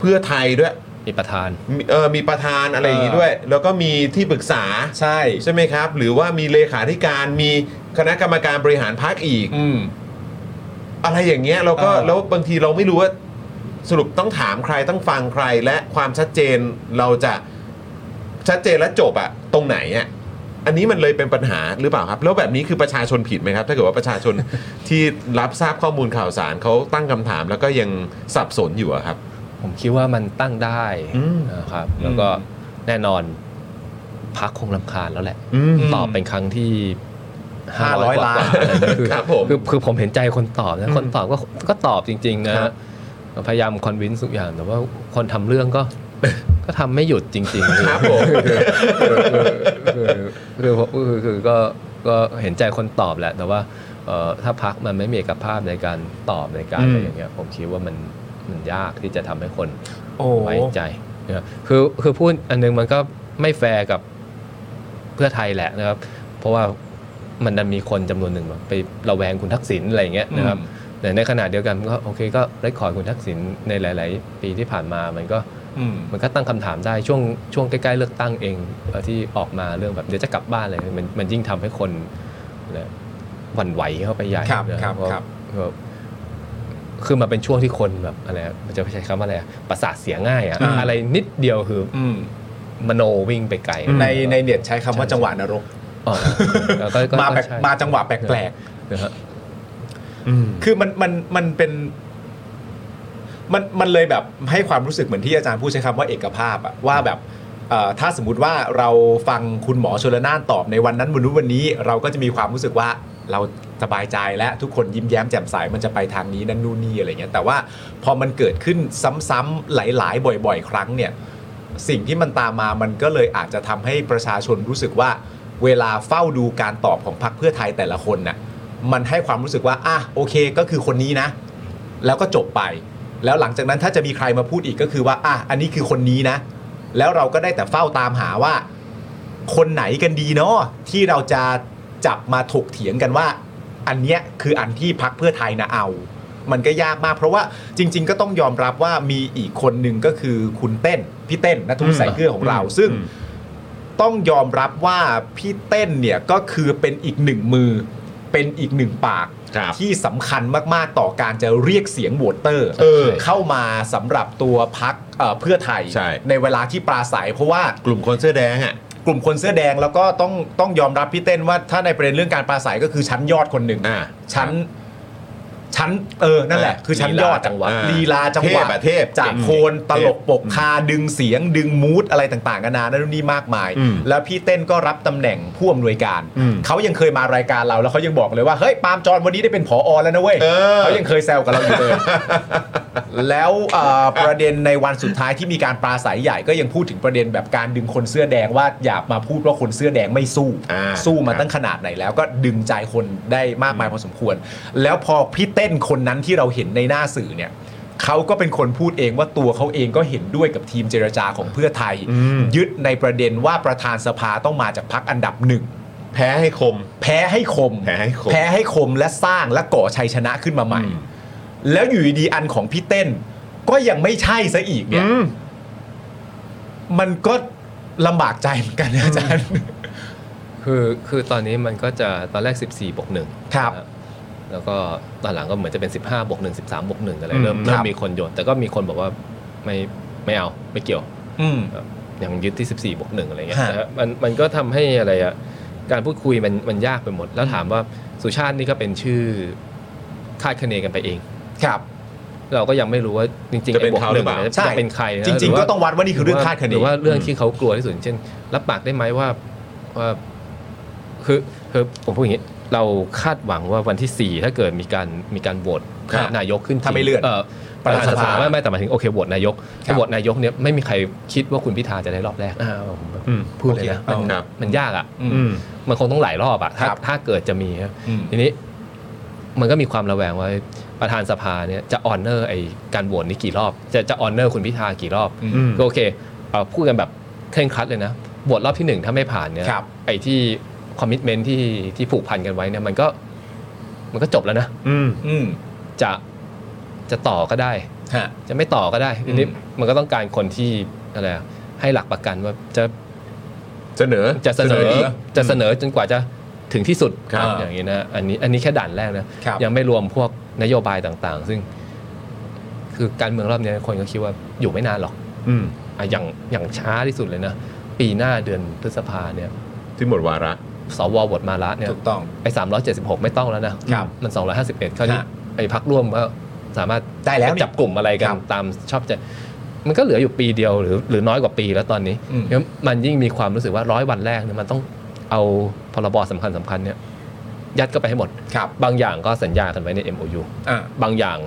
A: เพื่อไทยด้วย
F: มีประธาน
A: มีเอ่อมีประธานอะไรอย่างนี้ด้วย แล้วก็มีที่ปรึกษา
B: ใช่
A: ใช่ไหมครับ หรือว่ามีเลขาธิการมีคณะกรรมการบริหารพักอีก
B: อืม
A: อะไรอย่างเงี้ยเราก็
B: เออ
A: แล้วบางทีเราไม่รู้ว่าสรุปต้องถามใครต้องฟังใครและความชัดเจนเราจะชัดเจนและจบอะตรงไหนอะอันนี้มันเลยเป็นปัญหาหรือเปล่าครับ แล้วแบบนี้คือประชาชนผิดไหมครับ ถ้าเกิดว่าประชาชน ที่รับทราบข้อมูลข่าวสารเขาตั้งคำถามแล้วก็ยังสับสนอยู่อะครับ
F: ผมคิดว่ามันตั้งได้
A: อืม
F: นะครับ แล้วก็แน่นอนพักคงลำคาญแล้วแหละ
A: อืม
F: ตอบเป็นครั้งที่
B: 500ล้าน
F: กว่อะไรเงี้ยคือ
A: ครับผม
F: คือคือผมเห็นใจคนตอบนะคนตอบก็ก็ตอบจริง ๆ นะ
A: ครั
F: ฮะ
A: บ
F: พยายามคอนวินสุกอย่างแต่ว่าคนทำเรื่องก็ ก็ทำไม่หยุดจริงๆ
A: ครับผม
F: คือคือคือคือคือก็ก็เห็นใจคนตอบแหละ แต่ว่าเอ่อถ้าพักมันไม่มีเอกภาพในการตอบในการ
A: อืม
F: อะไรอย่างเงี้ยผมคิดว่ามันมันยากที่จะทำให้คน
B: โอ้
F: ไว้ใจนะครับคือคือพูดอันนึงมันก็ไม่แฟร์กับเพื่อไทยแหละนะครับ เพราะว่ามันดันมีคนจำนวนหนึ่งแบบไประแวงคุณทักษิณอะไรอย่างเงี้ยนะครับ
B: อืม
F: แต่ในขณะเดียวกันก็โอเคก็ได้คอร์ดคุณทักษิณในหลาย ๆ ปีที่ผ่านมามันก็
B: อืม
F: มันก็ตั้งคำถามได้ช่วงช่วงใกล้ๆเลือกตั้งเองเอ่อที่ออกมาเรื่องแบบเดี๋ยวจะกลับบ้านเลยมันมันยิ่งทำให้คนเนี่ยหวั่นไหวเข้าไปใหญ่
B: ครับ
F: นะครับ เพาะ
B: ครับ
F: เพาะคือมาเป็นช่วงที่คนแบบอะไรอะมันจะใช้คำว่าอะไรอะประสาทเสียง่ายอะ
B: อ่า
F: อะไรนิดเดียวคือ
B: อืม
F: มโนวิ่งไปไกล
B: ในในเน็ตใช้คำว่าจังหวะนรก
F: อ๋อแล้วก็ก็
B: มาแปลก
F: ใช่
B: มาจังหวะแปลก
F: นะฮะ
B: ๆ คือมันมันมันเป็นมันมันเลยแบบให้ความรู้สึกเหมือนที่อาจารย์พูดใช้คำว่าเอกภาพอะว่าแบบเอ่อถ้าสมมติว่าเราฟังคุณหมอชลนานตอบในวันนั้นวันนู้นวันนี้ เราก็จะมีความรู้สึกว่าเราสบายใจและทุกคนยิ้มแย้มแจ่มใสมันจะไปทางนี้นั่นนู่นนี่อะไรเงี้ยแต่ว่าพอมันเกิดขึ้นซ้ำๆหลาย ๆ บ่อย ๆ ครั้งเนี่ย สิ่งที่มันตามมามันก็เลยอาจจะทำให้ประชาชนรู้สึกว่า เวลาเฝ้าดูการตอบของพรรคเพื่อไทยแต่ละคนน่ะมันให้ความรู้สึกว่าอ่ะโอเคก็คือคนนี้นะ แล้วก็จบไป แล้วหลังจากนั้นถ้าจะมีใครมาพูดอีกก็คือว่าอ่ะอันนี้คือคนนี้นะ แล้วเราก็ได้แต่เฝ้าตามหาว่า คนไหนกันดีเนาะที่เราจะจับมาถกเถียงกันว่า อันเนี้ยคืออันที่พักเพื่อไทยนะเอา มันก็ยากมาก เพราะว่าจริง ๆ ก็ต้องยอมรับว่ามีอีกคนหนึ่งก็คือคุณเต้นพี่เต้นนะทุกสายเกลือของเรา ซึ่ง ต้องยอมรับว่าพี่เต้นเนี่ยก็คือเป็นอีกหนึ่งมือ เป็นอีกหนึ่งปาก
A: ครับ
B: ที่สำคัญมากๆต่อการจะเรียกเสียงโหวตเตอร์
A: เออ
B: เข้ามาสำหรับตัวพักเพื่อไทย
A: ใช่
B: เวลาที่ปราศัยเพราะว่าก
A: ลุ่มคนเสื้อแดงอ่ะ
B: กลุ่มคนเสื้อแดงแล้วก็ต้องต้องยอมรับพี่เต้นว่าถ้าในประเด็นเรื่องการปราศัยก็คือชั้นยอดคนหนึ่ง
A: อ่า
B: ชั้น ชั้นเออนั่นแหละ
A: อ่า
B: คือชั้นยอด
F: ลีลาจังหวะ
B: อ่าลีลาจังหวะ
A: เทพอะเทพ
B: จาก
A: เก่ง
B: โคนตลก
A: เทพ
B: ปกคาดึงเสียง ดึงมูดอะไรต่างๆกันานานั่นนนนี่มากมาย
A: อืม
B: แล้วพี่เต้นก็รับตำแหน่งผู้อำนวยการ
A: อืม
B: เขายังเคยมารายการเราแล้วเขายังบอกเลยว่าเฮ้ยปาล์มจอนวันนี้ได้เป็นผอแล้วนะเว้ย
A: เออ
B: เขายังเคยแซวกับเราอยู่เลย (laughs) แล้วเอ่อประเด็นในวันสุดท้ายที่มีการปราศัยใหญ่ก็ยังพูดถึงประเด็นแบบการดึงคนเสื้อแดงว่าอย่ามาพูดว่าคนเสื้อแดงไม่สู้
A: อ่า
B: สู้
A: ค
B: มา
A: รับ
B: ตั้งขนาดไหนแล้วก็ดึงใจคนได้มากมายพอสมควร แล้วพอพี่เต้นคนนั้นที่เราเห็นในหน้าสื่อเนี่ยเขาก็เป็นคนพูดเองว่าตัวเขาเองก็เห็นด้วยกับทีมเจรจาของเพื่อไทย ยึดในประเด็นว่าประธานสภาต้องมาจากพักอันดับหนึ่ง
A: แพ้ให้คม
B: แพ้ให้คม
A: แพ้ให้คม
B: แพ้ให้คมและสร้างและก่อชัยชนะขึ้นมาใหม่
A: อืม
B: แล้วอยู่ดีๆอันของพี่เต้น ก็ยังไม่ใช่ซะอีกเนี่ย
A: อืม
B: มันก็ลำบากใจเหมือนกันนะอาจารย์
F: คือคือตอนนี้มันก็จะตอนแรก 14บวกหนึ่ง
B: ครับ
F: นะฮะแล้วก็ตอนหลังก็เหมือนจะเป็น 15บวกหนึ่ง13บวกหนึ่งอะไร
A: อืม
F: เริ่ม
A: ครับ
F: เริ่มมีคนโยนแต่ก็มีคนบอกว่าไม่ไม่เอาไม่เกี่ยว
B: อืม
F: ครับยังยึดที่ 14บวกหนึ่งอะไรเงี้ย
B: ฮะ
F: นะฮะมันมันก็ทำให้อะไรอะการพูดคุยมันมันยากไปหมด แล้วถามว่าสุชาตินี่ก็เป็นชื่อคาดคะเนกันไปเอง
B: ครับ
F: เราก็ยังไม่รู้ว่าจริงๆ
A: จะเป็น
F: ไอ้บวก
A: เขาหรือเปล่า
F: นึ่ง
B: ใช่
F: จะเป็นใครนะ
B: จริงๆ
F: หว่า
B: ก็ต้องวัดว่านี่คือเรื่องคาดคะเน
F: หรือว่าเรื่องที่เขากลัวที่สุดเช่น รับปากได้ไหมว่าว่าคือคือผมพูดอย่างนี้ เราคาดหวังว่าวันที่ 4 ถ้าเกิดมีการมีการโหวต
A: ครับ
F: นายกขึ้นจริง
B: ถ้าไม่เลื่อน
F: ประธานส
B: ประธานสภา
F: ภาไม่ไม่แต่หมายถึงโอเคโหวตนายก
B: ครับ
F: ถ้าโหวตนายกเนี่ยไม่มีใครคิดว่าคุณพิธาจะได้รอบแรกอ่าผม
A: อืม
F: พูดเลยนะ
B: โอเค
F: มัน
A: ครับ
F: มันยากอ่ะ
B: อืม
A: อืม
F: มันคงต้องหลายรอบอ่ะถ้า
B: ครับ
F: ถ้าเกิดจะมีครับ
B: อืม
F: ทีนี้มันก็มีความระแวงว่าประธานสภาเนี่ยจะออนเนอร์ไอการโหวตนี้กี่รอบ จะจะออนเนอร์คุณพิธากี่รอบ
B: อืม
F: ก็โอเคเอาพูดกันแบบเคร่งครัดเลยนะโหวตรอบที่หนึ่งถ้าไม่ผ่านเนี่ย
B: ครับ
F: ไอที่คอมมิชเมนที่ที่ผูกพันกันไว้เนี่ยมันก็มันก็จบแล้วนะ
A: อืม
B: อืม
F: จะจะต่อก็ได้
B: ฮะ
F: จะไม่ต่อก็ได้ทีนี้
B: อืม
F: มันก็ต้องการคนที่อะไรอะให้หลักประกันว่าจะ
A: เสนอ
F: จะเสนอ
A: อีก
F: จะเสนอจนกว่าจะถึงที่สุด
A: ครับ
F: อย่างนี้นะอันนี้อันนี้แค่ด่านแรกนะ
B: ครับ
F: ยังไม่รวมพวกนโยบายต่างๆ ซึ่ง คือการเมืองรอบเนี้ยคนก็คิดว่าอยู่ไม่นานหรอก
A: อืม
F: อ่ะอย่างอย่างช้าที่สุดเลยนะ ปีหน้าเดือนพฤษภาเนี่ย
A: ที่หมดวาระ
F: สวบทมาละเนี่ย
B: ถูกต้อง
F: ไอ้สามร้อยเจ็ดสิบหกไม่ต้องแล้วนะครับมันสองร้อยห้าสิบเอ็ดคราวนี้
B: ฮะ
F: ไอ้พักร่วมก็สามารถ
B: ได้แล้วนี่
F: ปจับกลุ่มอะไรกั
B: ครั
F: น
B: บ
F: ตามชอบใจมันก็เหลืออยู่ปีเดียวหรือหรือน้อยกว่าปีแล้วตอนนี้
B: อืม
F: งั้นมันยิ่งมีความรู้สึกว่าร้อยวันแรกเนี่ยมันต้องเอาพรบสำคัญสำคัญๆเนี่ยยัดเข้าไปให้หมด
B: ครับ
F: บางอย่างก็สัญญากันไว้ใน MOU
B: อ่า
F: บางอย่าง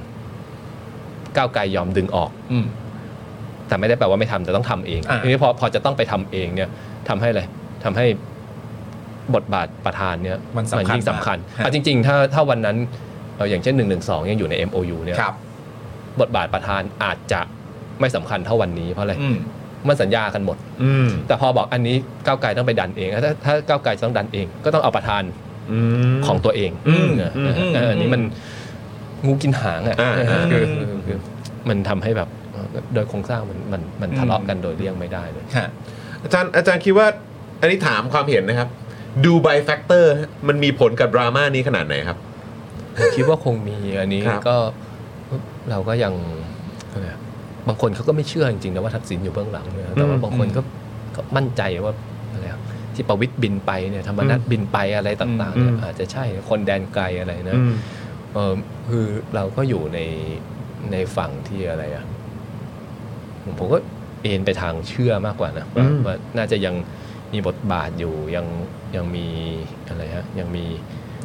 F: ก้าวไกลยอมดึงออก
B: อืม
F: แต่ไม่ได้แปลว่าไม่ทำแต่ต้องทำเอง
B: อ่า
F: ทีนี้พอพอจะต้องไปทำเองเนี่ยทำให้อะไรทำให้บทบาทประธานเนี่ย
B: มันสำคัญ
F: ยิ่งสำคัญ
B: ฮะ
F: อ่ะจริง ๆ ถ้าถ้าวันนั้นเอ่ออย่างเช่น1นึยังอยู่ใน MOU เนี่ย
B: ครับ
F: บทบาทประธานอาจจะไม่สำคัญเท่าวันนี้เพราะอะไร
B: อืม
F: มันสัญญากันหมด
A: อืม
F: แต่พอบอกอันนี้ก้าวไกลต้องไปดันเองถ้าถ้าก้าวไกลต้องดันเอง ก็ต้องเอาประธาน
A: อืม
F: ของตัวเอง
B: อืม
F: นะ
B: อืมอืม
F: เอออันนี้มันงูกินหางอ่ะ
A: อ่า
F: เออคือคือคือมันทำให้แบบโดยโครงสร้างมันมันมันทะเลาะกันโดยเลี่ยงไม่ได้เลย
B: ฮะ
A: อาจารย์อาจารย์คิดว่า อันนี้ถามความเห็นนะครับ ดูใบแฟกเตอร์มันมีผลกับดราม่านี้ขนาดไหนครับ
F: ผมคิดว่าคงมีอันนี้
A: ครับ
F: ก็เราก็ยังอะไรอะบางคนเขาก็ไม่เชื่อจริงๆนะว่าทักษิณอยู่เบื้องหลังนะแต่ว่าบางคนก็ก็มั่นใจว่าอะไรอะที่ประวิตยบินไปเนี่ยธรรมนัฐบินไปอะไรต่างๆเนี่ยอาจจะใช่คนแดนไกลอะไรนะ เออคือเราก็อยู่ในในฝั่งที่อะไรอะผมผมก็เอนไปทางเชื่อมากกว่านะว่าว่าน่าจะยังมีบทบาทอยู่ยังยังมีอะไรฮะยังมี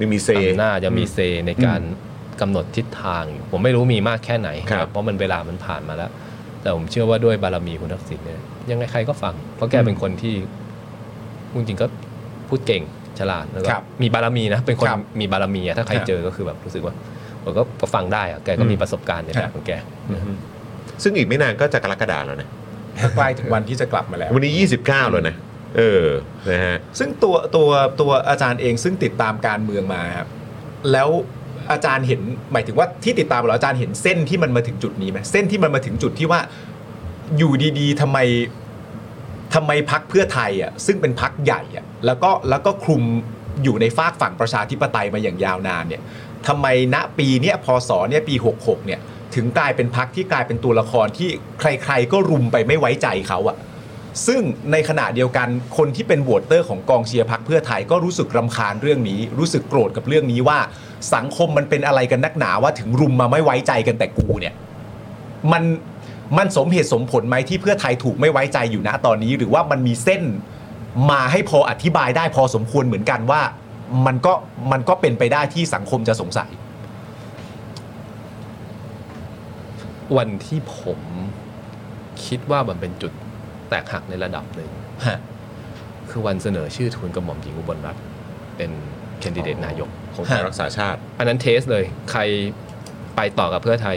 A: ยังมีเซ
F: อำนาจยังมีเซในการกำหนดทิศทางอยู่ผมไม่รู้มีมากแค่ไหน
A: ครับ
F: เพราะมันเวลามันผ่านมาแล้ว แต่ผมเชื่อว่าด้วยบารมีคุณทักษิณเนี่ยยังไงใครก็ฟัง เพราะแกเป็นคนที่จริงๆก็พูดเก่งฉลาดแล้วก็
B: ครับ
F: มีบารมีนะเป็นคน
B: ครับ
F: มีบารมีอะถ้าใคร
B: ครับ
F: เจอก็คือแบบรู้สึกว่า ผมก็ก็ฟังได้อะแกก็มีประสบการณ์ในแบบของแก
A: ซึ่งอีกไม่นานก็จะกรกฎาแล้วนะ
B: ถ้าใกล้ถึงวันที่จะกลับมาแล้ว
A: วันนี้ 29 แล้วนะ เออ นะฮะ
B: ซึ่งตัวตัวตัวอาจารย์เองซึ่งติดตามการเมืองมาครับแล้วอาจารย์เห็นหมายถึงว่าที่ติดตามเราอาจารย์เห็นเส้นที่มันมาถึงจุดนี้ไหมเส้นที่มันมาถึงจุดที่ว่าอยู่ดีๆทำไมทำไมพักเพื่อไทยอ่ะซึ่งเป็นพักใหญ่อ่ะแล้วก็แล้วก็คลุมอยู่ในฝากฝั่งประชาธิปไตยมาอย่างยาวนานเนี่ยทำไมณปีเนี้ยพศเนี่ยปี 66เนี่ยถึงกลายเป็นพักที่กลายเป็นตัวละครที่ใคร ๆ ก็รุมไปไม่ไว้ใจเขาอ่ะ ซึ่งในขณะเดียวกันคนที่เป็นโหวตเตอร์ของกองเชียร์พักเพื่อไทยก็รู้สึกรำคาญเรื่องนี้ รู้สึกโกรธกับเรื่องนี้ว่า สังคมมันเป็นอะไรกันนักหนาว่าถึงรุมมาไม่ไว้ใจกันแต่กูเนี่ย มันมันสมเหตุสมผลไหมที่เพื่อไทยถูกไม่ไว้ใจอยู่นะตอนนี้ หรือว่ามันมีเส้นมาให้พออธิบายได้พอสมควรเหมือนกันว่า มันก็มันก็เป็นไปได้ที่สังคมจะสงสัย
F: วันที่ผมคิดว่ามันเป็นจุดแตกหักในระดับหนึ่ง
B: ฮะ
F: คือวันเสนอชื่อทูลกระหม่อมหญิงอุบลรัตน์เป็นแคนดิเดตนายก
A: ของไทยรักษาชาติ
F: อันนั้นเทสเลย ใครไปต่อกับเพื่อไทย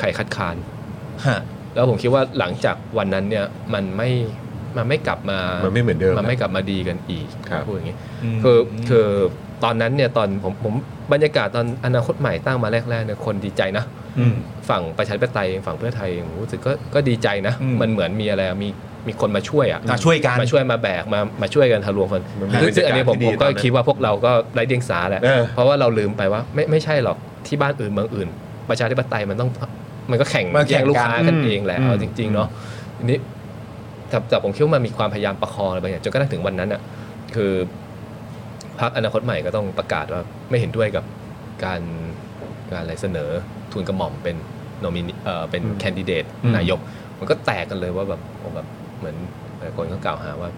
F: ใครคัดค้าน
B: ฮะ
F: แล้วผมคิดว่าหลังจากวันนั้นเนี่ยมันไม่มันไม่กลับมา
A: มั
F: มัน
A: ไม่เหมือนเดิม
F: มันไม่กลับมาดีกันอีก
A: ครับ
F: พูดอย่างนี้
B: อืม
F: คือคือตอนนั้นเนี่ยตอนผมผมบรรยากาศตอนอนาคตใหม่ตั้งมาแรกๆเนี่ยคนดีใจนะ
B: อืม
F: ฝั่งประชาธิปไตยเองฝั่งเพื่อไทยเองผมรู้สึกก็ก็ดีใจนะ
B: อืม
F: มันเหมือนมีอะไรอะมีมีคนมาช่วยอ่ะ
B: มาช่วยกัน
F: มาช่วยมาแบกมามาช่วยกันทะลวงคน
A: มันมี
F: ซึ่งซึ่งอันนี้ผม
A: บรรยากาศที่ดี
F: ผมก็
A: ตอนนั้น
F: คิดว่าพวกเราก็ไร้เดียงสาแหละ
A: เออ
F: เพราะว่าเราลืมไปว่าไม่ไม่ใช่หรอกที่บ้านอื่นเมืองอื่น ประชาธิปไตยมันต้องมันก็แข่ง
B: มันแข่
F: แย่
B: ง
F: งลูกค้ากัน
B: กัน
F: เองแหละ
B: อืม
F: เอาจริง ๆ เนาะทีนี้แต่แต่ผมคิดว่ามันมีความพยายามประคองอะไรบางอย่างจนกระทั่งถึงวันนั้นอ่ะคือพรรคอนาคตใหม่ก็ต้องประกาศว่าไม่เห็นด้วยกับการ การอะไรเสนอทุนกระหม่อมเป็นโนมินเอ่อเป็นแคนดิเดต
B: อืม
F: นายก มันก็แตกกันเลยว่าแบบโอ้แบบเหมือนหลายคนก็กล่าวหาว่า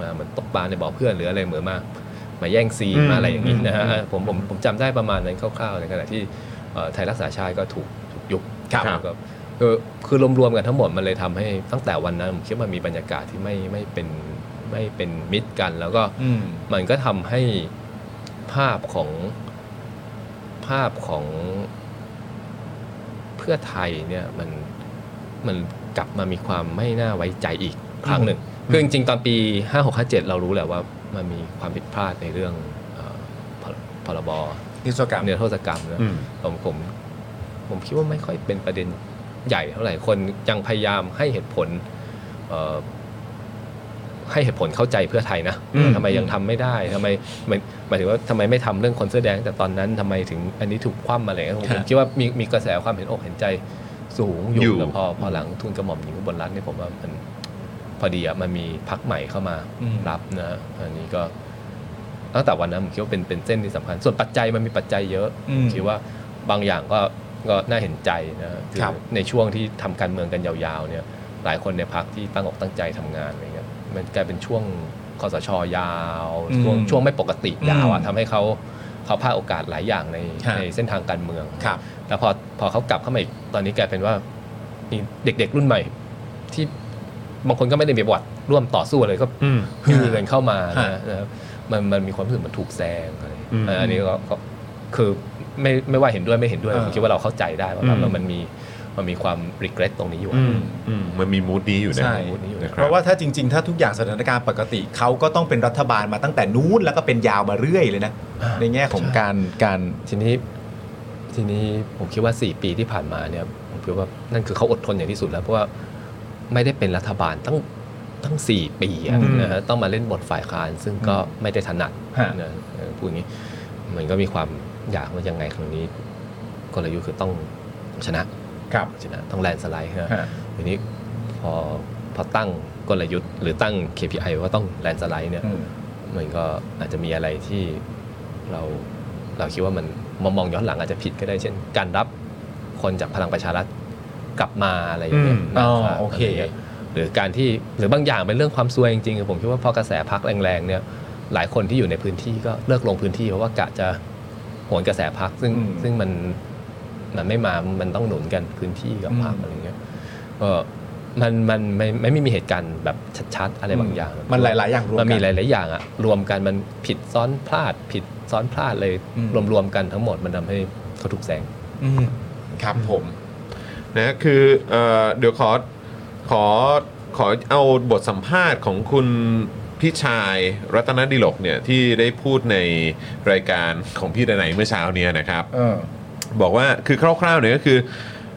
F: มาเหมือนตบปลาในบ่อเพื่อนหรืออะไรเหมือนมามาแย่งซีนมาอะไรอย่างนี้นะฮะผมผมผมจำได้ประมาณนั้นคร่าวๆในขณะที่เอ่อไทยรักษาชาติก็ถูกถูกยุบ
A: ครับ
F: แล้วก็คือคือรวมๆกันทั้งหมดมันเลยทำให้ตั้งแต่วันนั้นผมคิดว่ามันมีบรรยากาศที่ไม่ไม่เป็นไม่เป็นมิตรกันแล้วก็
B: อืม
F: มันก็ทำให้ภาพของภาพของเพื่อไทยเนี่ยมันมันกลับมามีความไม่น่าไว้ใจอีกครั้งหนึ่งคือจริงๆตอนปี 5657 เรารู้แหละว่ามันมีความผิดพลาดในเรื่องเอ่อพรพรบ
B: นิสกรรม
F: เนื้อโทษกรรมนะ
A: อืม
F: ผมผมผมคิดว่าไม่ค่อยเป็นประเด็นใหญ่เท่าไหร่คนยังพยายามให้เหตุผลเอ่อ ให้เหตุผลเข้าใจเพื่อไทยนะ
A: อืม
F: ทำไมยังทำไม่ได้ทำไมหมายหมายถึงว่าทำไมไม่ทำเรื่องคนเสื้อแดงแต่ตอนนั้นทำไมถึงอันนี้ถูกคว่ำอะไรเงี้ยผม
B: ครับ
F: ผมคิดว่ามีมีกระแสความเห็นอกเห็นใจสูงอ
A: อยู่
F: ยู่แต่พอพอหลังทุนกระหม่อมหญิงอุบลรัตน์เนี่ยผมว่ามันพอดีอะมันมีพักใหม่เข้ามารับนะอันนี้ก็ตั้งแต่วันนั้นผมคิดว่าเป็นเป็นเส้นที่สำคัญ ส่วนปัจจัยมันมีปัจจัยเยอะ
B: อืม
F: ผมคิดว่าบางอย่างก็ก็น่าเห็นใจนะอ
B: ครับ
F: ในช่วงที่ทำการเมืองกันยาวๆเนี่ย หลายคนในพักที่ตั้งอกตั้งใจทำงานอะไรเงี้ยมันกลายเป็นช่วงคอสชยาว
B: อืม
F: ช่วงช่วงไม่ปกติยาวอะ
B: อืม
F: ทำให้เขาเขาพลาดโอกาสหลายอย่างใน
B: ฮะ
F: ในเส้นทางการเมือง
B: ครับ
F: แต่พอพอเขากลับเข้ามาอีกตอนนี้กลายเป็นว่ามีเด็กๆรุ่นใหม่ ที่บางคนก็ไม่ได้มีประวัติร่วมต่อสู้อะไรก็
A: อืม
F: ฮือกันเข้ามา
B: ฮะ
F: นะนะครับมันมันมีความรู้สึกเหมันถูกแซงอะไร
A: อืม
F: เอออันนี้ก็ก็คือไม่ไม่ว่าเห็นด้วยไม่เห็นด้วยผมคิดว่าเราเข้าใจได้ว่าแบบมันมีมันมีความ regret ตรงนี้อยู่อะ
A: อืมอืมมันมีมูดนี้อยู่นะ
B: ใช่
F: mood นี้อยู่นะค
B: เพ
F: รับ
B: ราะว่าถ้าจริง ๆ ถ้าทุกอย่างสถานการณ์ปกติเขาก็ต้องเป็นรัฐบาลมาตั้งแต่นู้นแล้วก็เป็นยาวมาเรื่อยเลยนะ ในแง่ของการการ
F: ทีนี้ทีนี้ผมคิดว่า 4 ปีที่ผ่านมาเนี่ยผมคิดว่านั่นคือเขาอดทนอย่างที่สุดแล้ว เพราะว่าไม่ได้เป็นรัฐบาลตั้งตั้ง 4 ปีอะนะฮะต้องมาเล่นบทฝ่ายค้าน ซึ่งก็ไม่ได้ถนัดนะเออพูดอย่างนี้ มันก็มีความอยากว่ายังไงครั้งนี้กลยุทธ์คือต้องชนะครับ ชนะต้องแลนด์สไลด์นะ
B: ฮะ
F: ทีนี้พอพอตั้งกลยุทธ์หรือตั้ง KPI ว่าต้องแลนด์สไลด์เนี่ย มันก็อาจจะมีอะไรที่เราเราคิดว่ามันมองมองย้อนหลังอาจจะผิดก็ได้เช่น การรับคนจากพลังประชารัฐกลับมาอะไรอย่างเงี้ย
A: อืม
F: มากกว่า
B: อ๋อโอเค
F: ะไรงี้ยหรือการที่หรือบางอย่างเป็นเรื่องความซวยจริงๆผมคิดว่าพอกระแสพักแรงๆเนี่ยหลายคนที่อยู่ในพื้นที่ก็เลิกลงพื้นที่เพราะว่ากะจะโหนกระแสพักซึ่ง
B: อืม
F: ซึ่งมันมันไม่มามันต้องหนุนกันพื้นที่กับพัก
B: อืม
F: อะไรเงี้ยก็มันมันไม่ไม่ไม่มีเหตุการณ์แบบชัดๆอะไรบางอย่าง
B: มันหลาย ๆ อย่างรวมกั
F: มันมีหลาย ๆ อย่างอะรวมกันมันผิดซ้อนพลาด ผิดซ้อนพลาดเลย
B: อืม
F: รวม ๆ กันทั้งหมดมันทำให้เขาถูกแซง
B: อืมครับผม
A: นะคือเอ่อเดี๋ยวขอขอขอเอาบทสัมภาษณ์ของคุณพี่ชายรัตนดิลกเนี่ยที่ได้พูดในรายการของพี่ดนัยเมื่อเช้าเนี้นะครับ
B: เออ
A: บอกว่าคือคร่าวๆเนี่ยก็คือ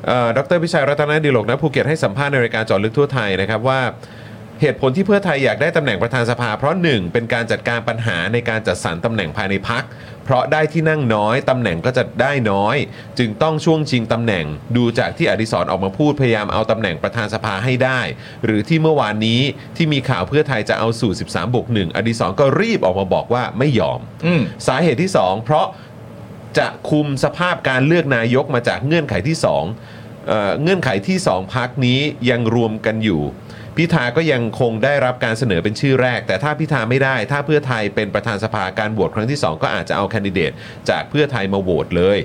A: เอ่อดรพิชัยรัตนดิลกนะภูเก็ตให้สัมภาษณ์ในรายการเจอดลึกทั่วไทยนะครับว่า เหตุผลที่เพื่อไทยอยากได้ตำแหน่งประธานสภา เพราะหนึ่งเป็นการจัดการปัญหาในการจัดสรรตำแหน่งภายในพัก เพราะได้ที่นั่งน้อยตำแหน่งก็จะได้น้อย จึงต้องช่วงชิงตำแหน่ง ดูจากที่อดิศรออกมาพูดพยายามเอาตำแหน่งประธานสภาให้ได้ หรือที่เมื่อวานนี้ที่มีข่าวเพื่อไทยจะเอาสู่ 13บวก1อดิศรก็รีบออกมาบอกว่าไม่ยอม
B: อืม
A: สาเหตุที่ 2 เพราะจะคุมสภาพการเลือกนายกมาจากเงื่อนไขที่2เอ่อเงื่อนไขที่ 2พักนี้ยังรวมกันอยู่ พิธาก็ยังคงได้รับการเสนอเป็นชื่อแรก แต่ถ้าพิธาไม่ได้ ถ้าเพื่อไทยเป็นประธานสภาการโหวตครั้งที่ 2 ก็อาจจะเอาแคนดิเดตจากเพื่อไทยมาโหวตเลย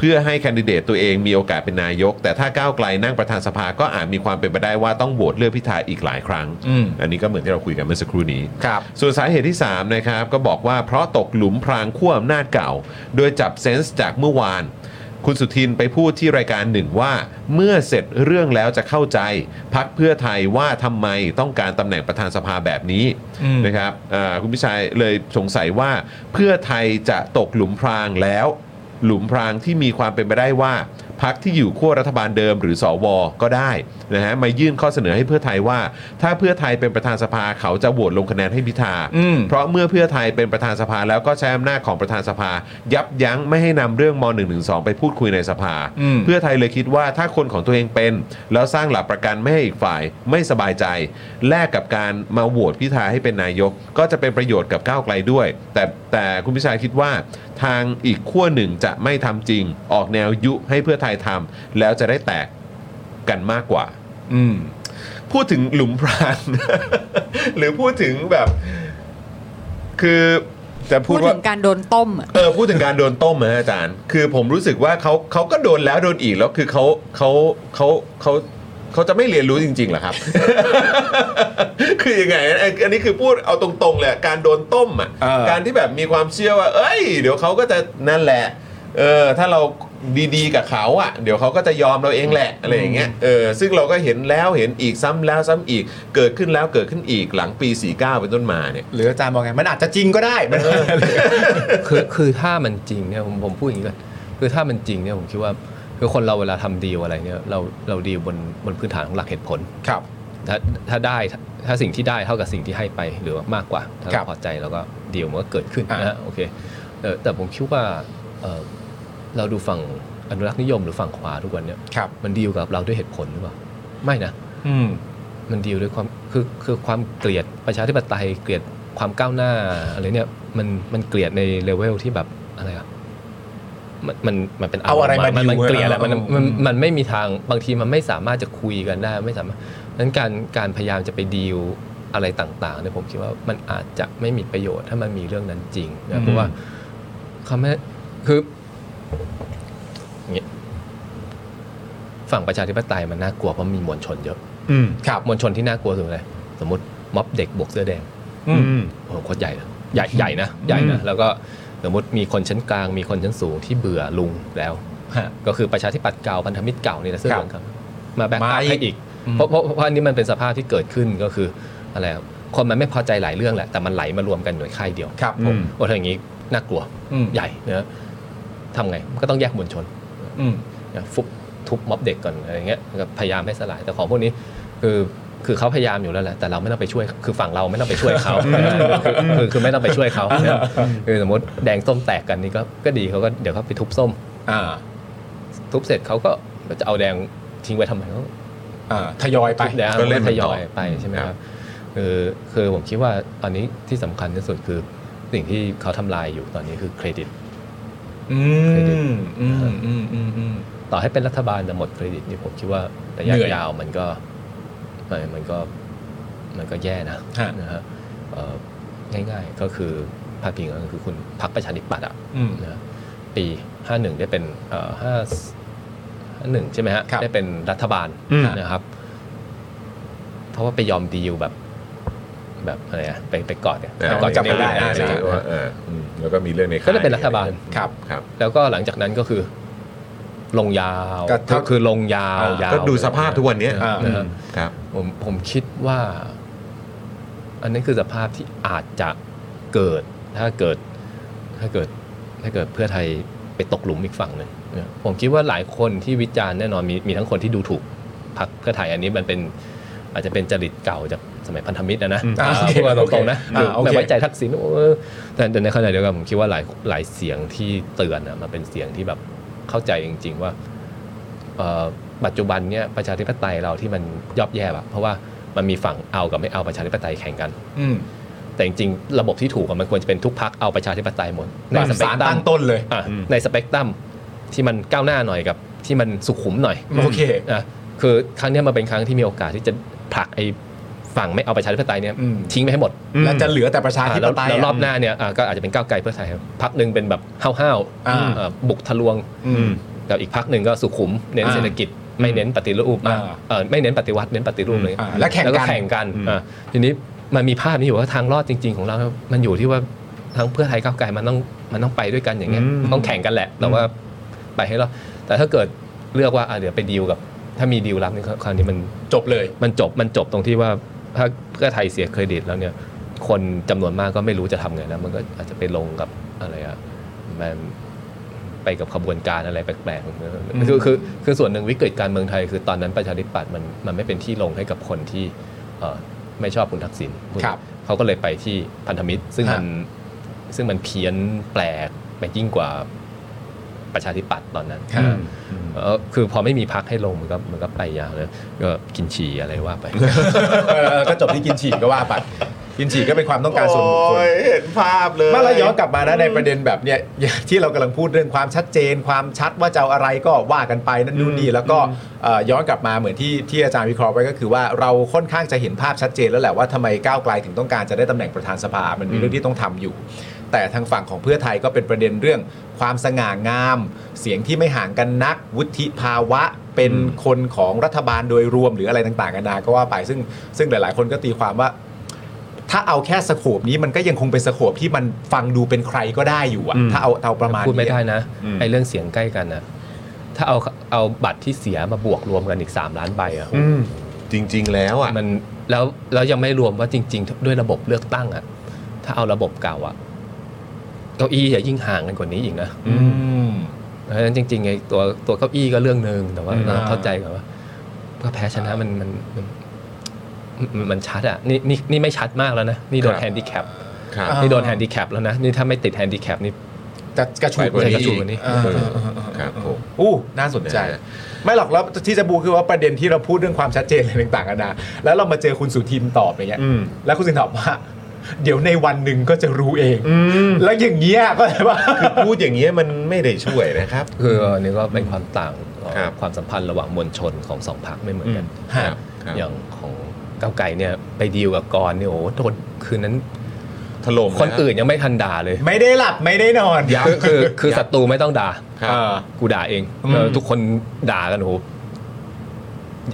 A: เพื่อให้แคนดิเดตตัวเองมีโอกาสเป็นนายก แต่ถ้าก้าวไกลนั่งประธานสภาก็อาจมีความเป็นไปได้ว่าต้องโหวตเลือกพิธาอีกหลายครั้ง
B: อืม
A: นนี้ก็เหมือนที่เราคุยกันเมื่อสักครู่นี้
B: ครับ
A: ส่วนสาเหตุที่ 3 นะครับ ก็บอกว่าเพราะตกหลุมพรางขั้วอำนาจเก่า โดยจับเซนส์จากเมื่อวาน คุณสุทินไปพูดที่รายการหนึ่งว่า เมื่อเสร็จเรื่องแล้วจะเข้าใจ พักเพื่อไทยว่าทำไมต้องการตำแหน่งประธานสภาแบบนี้
B: อืม
A: นะครับอ่าคุณพิชัยเลยสงสัยว่าเพื่อไทยจะตกหลุมพรางแล้ว หลุมพรางที่มีความเป็นไปได้ว่า พักที่อยู่ขั้วรัฐบาลเดิมหรือสอวอก็ได้นะฮะมายื่นข้อเสนอให้เพื่อไทยว่า ถ้าเพื่อไทยเป็นประธานสภาเขาจะโหวตลงคะแนนให้พิธา
B: อืม
A: เพราะเมื่อเพื่อไทยเป็นประธานสภาแล้วก็ใช้อำนาจของประธานสภา ยับยั้งไม่ให้นำเรื่องม .112 ไปพูดคุยในสภา
B: อืม
A: เพื่อไทยเลยคิดว่าถ้าคนของตัวเองเป็น แล้วสร้างหลักประกันไม่ให้อีกฝ่ายไม่สบายใจ แลกกับการมาโหวตพิธาให้เป็นนายก ก็จะเป็นประโยชน์กับก้าวไกลด้วย แต่แต่คุณพิชัยคิดว่า ทางอีกขั้วหนึ่งจะไม่ทำจริง ออกแนวยุให้เพื่อไทยทำแล้วจะได้แตกกันมากกว่า
B: อืม
A: พูดถึงหลุมพราง (laughs) หรือพูดถึงแบบ คือจะพู
H: พู
A: ด
H: ด
A: ว่า
H: ถึงการโดนต้มอะ
A: เออพูดถึงการโดนต้มนะอาจารย์ คือผมรู้สึกว่าเขาเขาก็โดนแล้วโดนอีกแล้วคือเขาเขาเขาเขาเขาจะไม่เรียนรู้จริงๆเหรอครับ (laughs) คือยังไงอันอันนี้คือพูดเอาตรงๆเลยการโดนต้มอ่ะ
B: เออ
A: การที่แบบมีความเชื่อว่า เอ้ย เดี๋ยวเขาก็จะนั่นแหละ เออถ้าเราดีๆกับเขาอ่ะ เดี๋ยวเขาก็จะยอมเราเองแหละอะไรอย่างเงี้ยเออซึ่งเราก็เห็นแล้วเห็นอีกซ้ำแล้วซ้ำอีก เกิดขึ้นแล้วเกิดขึ้นอีกหลังปี 49 เป็นต้นมาเนี่ย
B: หรืออาจารย์มองไง มันอาจจะจริงก็ได้ (laughs)
F: คือคือถ้ามันจริงเนี่ยผมผมพูดอย่างนี้ก่อนคือถ้ามันจริงเนี่ยผมคิดว่าคือคนเราเวลาทำดีลอะไรเนี่ยเราเราดีลบนบนพื้นฐานของหลักเหตุผล
B: ครับ
F: ถ้าถ้าได้ถ้าถ้าสิ่งที่ได้เท่ากับสิ่งที่ให้ไปหรือว่ามากกว่า ถ้า
B: ครับ
F: พอใจเราก็ดีลมันก็เกิดขึ้น
B: อ่าน
F: นะฮะโอเคเอ่อแต่ผมคิดว่าเอ่อเราดูฝั่งอนุรักษ์นิยมหรือฝั่งขวาทุกวันเนี่ย
B: ครับ
F: มันดีลกับเราด้วยเหตุผลหรือเปล่า ไม่นะ
B: อืม
F: มันดีลด้วยความคือคือความเกลียดประชาธิปไตยเกลียดความก้าวหน้าอะไรเนี่ยมันมันเกลียดในเลเวลที่แบบอะไรอะมันมันมันเป็น
B: เอาอะไรมา
F: มัน
B: ดิว
F: มันเกลียดแหละมัน
B: เอา
F: มัน
B: อืม
F: มันไม่มีทางบางทีมันไม่สามารถจะคุยกันได้ ไม่สามารถนั้นการการพยายามจะไปดีลอะไรต่างๆเนี่ยผมคิดว่ามันอาจจะไม่มีประโยชน์ถ้ามันมีเรื่องนั้นจริงนะเพราะว่าคำแม่คืออย่างเงี้ยฝั่งประชาธิปไตยมันน่ากลัวเพราะมีมวลชนเยอะ
B: อืม
F: ครับมวลชนที่น่ากลัวสุดเลย สมมติม็อบเด็กบวกเสื้อแดง
B: อืม
F: โอ้โหโคตรใหญ่นะใหญ่ใหญ่นะใหญ่นะ
B: อืม
F: แล้วก็สมมติมีคนชั้นกลางมีคนชั้นสูงที่เบื่อลุงแล้ว
B: ฮะ
F: ก็คือประชาธิปัตย์เก่าพันธมิตรเก่านี่แหละเสื้อเหลืองครับ มาแบก
B: มา
F: อัพ
B: อีก
F: ให้อีก
B: อืม
F: เพราะเพราะเพราะอันนี้มันเป็นสภาพที่เกิดขึ้นก็คืออะไรอะคนมันไม่พอใจหลายเรื่องแหละแต่มันไหลมารวมกันหน่วยค่ายเดียว
B: ครับ
A: อืม
F: โอ้ถ้าอย่างนี้น่ากลัว
B: อืม
F: ใหญ่เนอะทำไงมันก็ต้องแยกมวลชน
B: อืม
F: นะฟุบทุบม็อบเด็กก่อนอะไรเงี้ยก็พยายามให้สลายแต่ของพวกนี้คือคือเขาพยายามอยู่แล้วแหละแต่เราไม่ต้องไปช่วยคือฝั่งเราไม่ต้องไปช่วย (laughs) เขาคือคือคือไม่ต้องไปช่วยเขานะคือสมมติแดงส้มแตกกันนี่ก็ก็ดีเขาก็เดี๋ยวเขาไปทุบส้ม
B: อ่า
F: ทุบเสร็จเขาก็จะเอาแดงทิ้งไว้ทำไมเขา
B: อ่า ทยอยไป
F: ทุบแดง
A: ก็เล่น
F: ท
A: มัน
F: ย
A: ต่อ
F: อยไปใช่ไหม
A: ค
F: ค
A: รั
F: รับ บคือคือผมคิดว่าอันนี้ที่สำคัญที่สุดคือสิ่งที่เขาทำลายอยู่ตอนนี้คือเครดิต
B: อืม อืม อืม อืมอืม
F: ต่อให้เป็นรัฐบาลแต่หมดเครดิตนี่ผมคิดว่าระยะ
B: เหนื่อย
F: ยาวมันก็มันมันก็มันก็แย่นะ
B: ฮะ
F: นะฮะเอ่อง่ายๆก็คือพาดพิงก็คือคุณพักประชาธิปัตย์อ่ะ
B: อืม
F: นะฮะปี 51 ได้เป็นเอ่อ5 51 ใช่ไหมฮะ
B: ครับ
F: ได้เป็นรัฐบาล
B: อืม
F: นะครับ เพราะว่าไปยอมดีลแบบแบบอะไรอะไปไปกอดเนี่ย
A: อ่า
F: ไปกอด
B: จำไม่ได้
F: ใน
B: อ่า
F: ใน
B: จำไม่ได้
A: ว่าเอออืมแล้วก็มีเรื่องในค่ย
F: ก็เลยเป็นรัฐบาล
B: ครับ
A: ครับ
F: แล้วก็หลังจากนั้นก็คือ ลงยาว
B: ก็เท่า
F: คือลงยาว
B: อ่าย
F: าว
A: ก็ดูสภาพทุกวันเนี้ย
F: อ่า
B: อืม
A: ครับ
F: ผมผมคิดว่า อันนั้นคือสภาพที่อาจจะเกิดถ้าเกิดถ้าเกิดถ้าเกิดเพื่อไทยไปตกหลุมอีกฝั่งหนึ่งเนี่ยผมคิดว่าหลายคนที่วิจารณ์แน่นอนมีมีทั้งคนที่ดูถูกพรรคเพื่อไทยอันนี้มันเป็นอาจจะเป็นจริตเก่าจาก สมัยพันธมิตรนะนะ
A: อืม
F: อ่า
B: อ่าโอเค
F: พูดกันตรงๆนะ
B: อ่าโอเค
F: ไม่ไว้ใจทักษิณเออแต่แต่ในขณะเดียวกันผมคิดว่าหลายหลายเสียงที่เตือนอะมันเป็นเสียงที่แบบเข้าใจจริง ๆ ว่าเอ่อปัจจุบันเนี่ยประชาธิปไตยเราที่มันย่อบแย่อะเพราะว่ามันมีฝั่งเอากับไม่เอาประชาธิปไตยแข่งกัน
B: อืม
F: แต่จริงๆระบบที่ถูกอะมันควรจะเป็นทุกพักเอาประชาธิปไตยหมดใน
B: ใน
F: สเปก
B: สาร
F: ตรั
B: ตั้
F: ม
B: งต้นเลย
F: อ่ะ
A: อืม
F: ในสเปกตรัมที่มันก้าวหน้าหน่อยกับที่มันสุขุมหน่อย
B: โอเค
F: อ่ะคือครั้งเนี้ยมันเป็นครั้งที่มีโอกาสที่จะผลักไอ้ฝั่งไม่เอาประชาธิปไตยเนี่ย
B: อืม
F: ทิ้งไปให้หมด
A: อืม
B: แล้วจะเหลือแต่ประชาธิ
F: อ่ะ
B: ป
F: แล้ว
B: ไตย
F: แล้วรอบ
B: ะ
F: หน้าเนี่ยอ่ะก็อาจจะเป็นก้าวไกลเพื่อไทยพักหนึ่งเป็นแบบห้าวๆ
B: อ่า
F: เอ่อบุกทะลวง
B: อืม
F: กับอีกพักหนึ่งก็สุขุม เน้น
B: อ่า
F: เศรษฐกิจไม่เน้นปฏิรูป
B: อ่า
F: เอ่อไม่เน้นปฏิวัติเน้นปฏิรูป
A: อืม
F: เลย
B: อ่าแล้วแข่งกัน
F: แข่งกัน
A: อืม
F: อ่ะทีนี้มันมีภาพนี้อยู่ว่าทางรอดจริง ๆ ของเรา มันอยู่ที่ว่าทั้งเพื่อไทยก้าวไกลมันต้องมันต้องไปด้วยกันอย่างเงี้ยต้องแข่งกันแหละ แต่ว่าไปให้รอดแต่ถ้าเกิดเลือกว่าอ่ะเดี๋ยวไปดีลกับ ถ้ามีดีลลับนี่คราวนี้มัน
B: จบเลย
F: มันจบมันจบตรงที่ว่าถ้าเพื่อไทยเสียเครดิตแล้วเนี่ย คนจำนวนมากก็ไม่รู้จะทำไงแล้วมันก็อาจจะไปลงกับอะไรอะมันไปกับขบวนการอะไรแปลก
B: ม
F: ๆคือคือคือส่วนหนึ่งวิกฤตการเมืองไทย คือตอนนั้นประชาธิปัตย์มันมันไม่เป็นที่ลงให้กับคนที่เอ่อไม่ชอบคุณทักษิณคุณ
B: ครับ
F: เขาก็เลยไปที่พันธมิตร ซึ่งมันซึ่งมันเพี้ยนแปลกไปยิ่งกว่าประชาธิปัตย์ตอนนั้น
B: ครับ
F: เออคือพอไม่มีพักให้ลงมันก็มันก็ไปยาวเลยก็กินฉี่อะไรว่าไป
B: เออก็จบที่กินฉี่ก็ว่าไปกินฉี่ก็เป็นความต้องการส่วนบุคคล
A: โอ้ยเห็นภาพเลย
B: มาแล้วย้อนกลับมานะในประเด็นแบบเนี้ย (laughs) อย่างที่เรากำลังพูดเรื่องความชัดเจน ความชัดว่าจะเอาอะไรก็ว่ากันไปนั่นนู่นนี่แล้วก็เอ่อย้อนกลับมาเหมือนที่ที่อาจารย์วิเคราะห์ไว้ก็คือว่าเราค่อนข้างจะเห็นภาพชัดเจนแล้วแหละว่าทำไมก้าวไกลถึงต้องการจะได้ตำแหน่งประธานสภา มันมีเรื่องที่ต้องทำอยู่ แต่ทางฝั่งของเพื่อไทยก็เป็นประเด็นเรื่องความสง่างาม เสียงที่ไม่ห่างกันนัก วุฒิภาวะเป็นคนของรัฐบาลโดยรวมหรืออะไรต่างๆกันานาก็ว่าไปซึ่งซึ่งหลาย ๆ คนก็ตีความว่า ถ้าเอาแค่สโคปนี้มันก็ยังคงเป็นสโคปที่มันฟังดูเป็นใครก็ได้อยู่อะถ้าเอาเอาประมาณ
F: พูดไม่
B: นี้
F: ได้
B: อะ
F: นะ
A: อืม
F: ไอ้เรื่องเสียงใกล้กันนะถ้าเอาเอาบัตรที่เสียมาบวกรวมกันอีก 3 ล้านใบอะ
A: อืมจริง ๆ แล้วอ่ะ
F: มันแล้วแล้วยังไม่รวมว่าจริง ๆ ด้วยระบบเลือกตั้งอะถ้าเอาระบบเก่าอะเก้าอี้อย่ายิ่งห่างกันกว่านี้อีกนะ
B: อืม
F: เพราะฉะนั้นจริงๆไอ้ตัวตัวเก้าอี้ก็เรื่องหนึ่งแต่ว่า
A: อืม
F: เราเข้าใจกันว่าก็แพ้ชนะมันมันมันมันมันชัดอะนี่นี่นี่ไม่ชัดมากแล้วนะนี่โดน
B: ครับ
F: แฮนดิแคป
A: ครับ
B: อ่า
F: นี่โดนแฮนดิแคปแล้วนะ นี่ถ้าไม่ติดแฮนดิแคปนี่
B: จะกระชูดกว่านี้
F: กระชูดกว่านี้
B: อ่า
A: เออ
B: อ่าอ่าอ่า
A: ครับผม
B: อู้น่าสนใจ
A: นะฮะ
B: ไม่หรอกแล้วที่จะบูคือว่าประเด็นที่เราพูดเรื่องความชัดเจนอะไรต่างๆกันานะแล้วเรามาเจอคุณสุทินตอบอย่างเงี้ย
A: อืม
B: แล้วคุณสุทินตอบว่า เดี๋ยวในวันหนึ่งก็จะรู้เอง
A: อืม
B: แล้วอย่างเงี้ยก็เลยว่า
A: พูดอย่างเงี้ยมันไม่ได้ช่วยนะครับ
F: คืออันนี้ก็เป็นความต่างของ
A: ครับ
F: ความสัมพันธ์ระหว่างมวลชนของสองพรรคไม่เหมือนกัน
A: ครับครับ
F: อย่างของก้าวไกลเนี่ยไปดีลกับกรณ์เนี่ยโอ้โหโดนคืนนั้น
A: ถล่ม
F: คน
A: แล้ว
F: อื่นยังไม่ทันด่าเลย
B: ไม่ได้หลับไม่ได้นอน
F: คือคือคือศัตรูไม่ต้องด่า
A: ครับ
B: เออ
F: กูด่าเอง
B: อืม
F: เออทุกคนด่ากันโอ้โห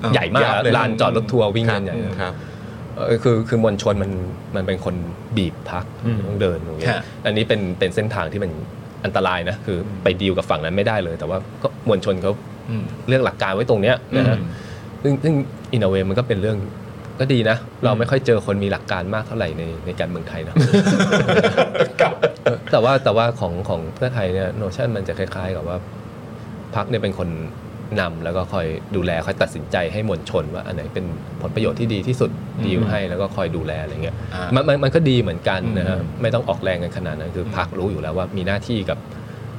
B: เออ
F: ใหญ่มา
A: ยั
F: ก
A: บเลย
F: ลานจอดรถทัวร์วิ่งกันใหญ่
A: ครับ
F: เออคือคือมวลชนมันมันเป็นคนบีบพัก
A: อืม
F: ต้องเดินอย่างเงี้ย
B: ฮะ
F: อันนี้เป็นเป็นเส้นทางที่มันอันตรายนะคือไปดีลกับฝั่งนั้นไม่ได้เลย แต่ว่าก็มวลชนเขา
B: อืม
F: เรื่องหลักการไว้ตรงเนี้ยนะฮะ
B: อืม
F: ซึ่งซึ่งอินเวมันก็เป็นเรื่องก็ดีนะ เราไม่ค่อยเจอคนมีหลักการมากเท่าไหร่ในในการเมืองไทยนะ
B: ครับ
F: เออแต่ว่าแต่ว่าของของเพื่อไทยเนี่ยโนชั่นมันจะคล้ายๆกับว่าพักเนี่ยเป็นคนนำแล้วก็คอยดูแลคอยตัดสินใจให้มวลชนว่าอันไหนเป็นผลประโยชน์ที่ดีที่สุดดีลให้แล้วก็คอยดูแลอะไรเงี้ย
B: อ่า
F: มันมันมันก็ดีเหมือนกันนะฮะ
B: อืม
F: ไม่ต้องออกแรงกันขนาดนั้นคืออ
B: ม
F: พักรู้อยู่แล้วว่ามีหน้าที่กับ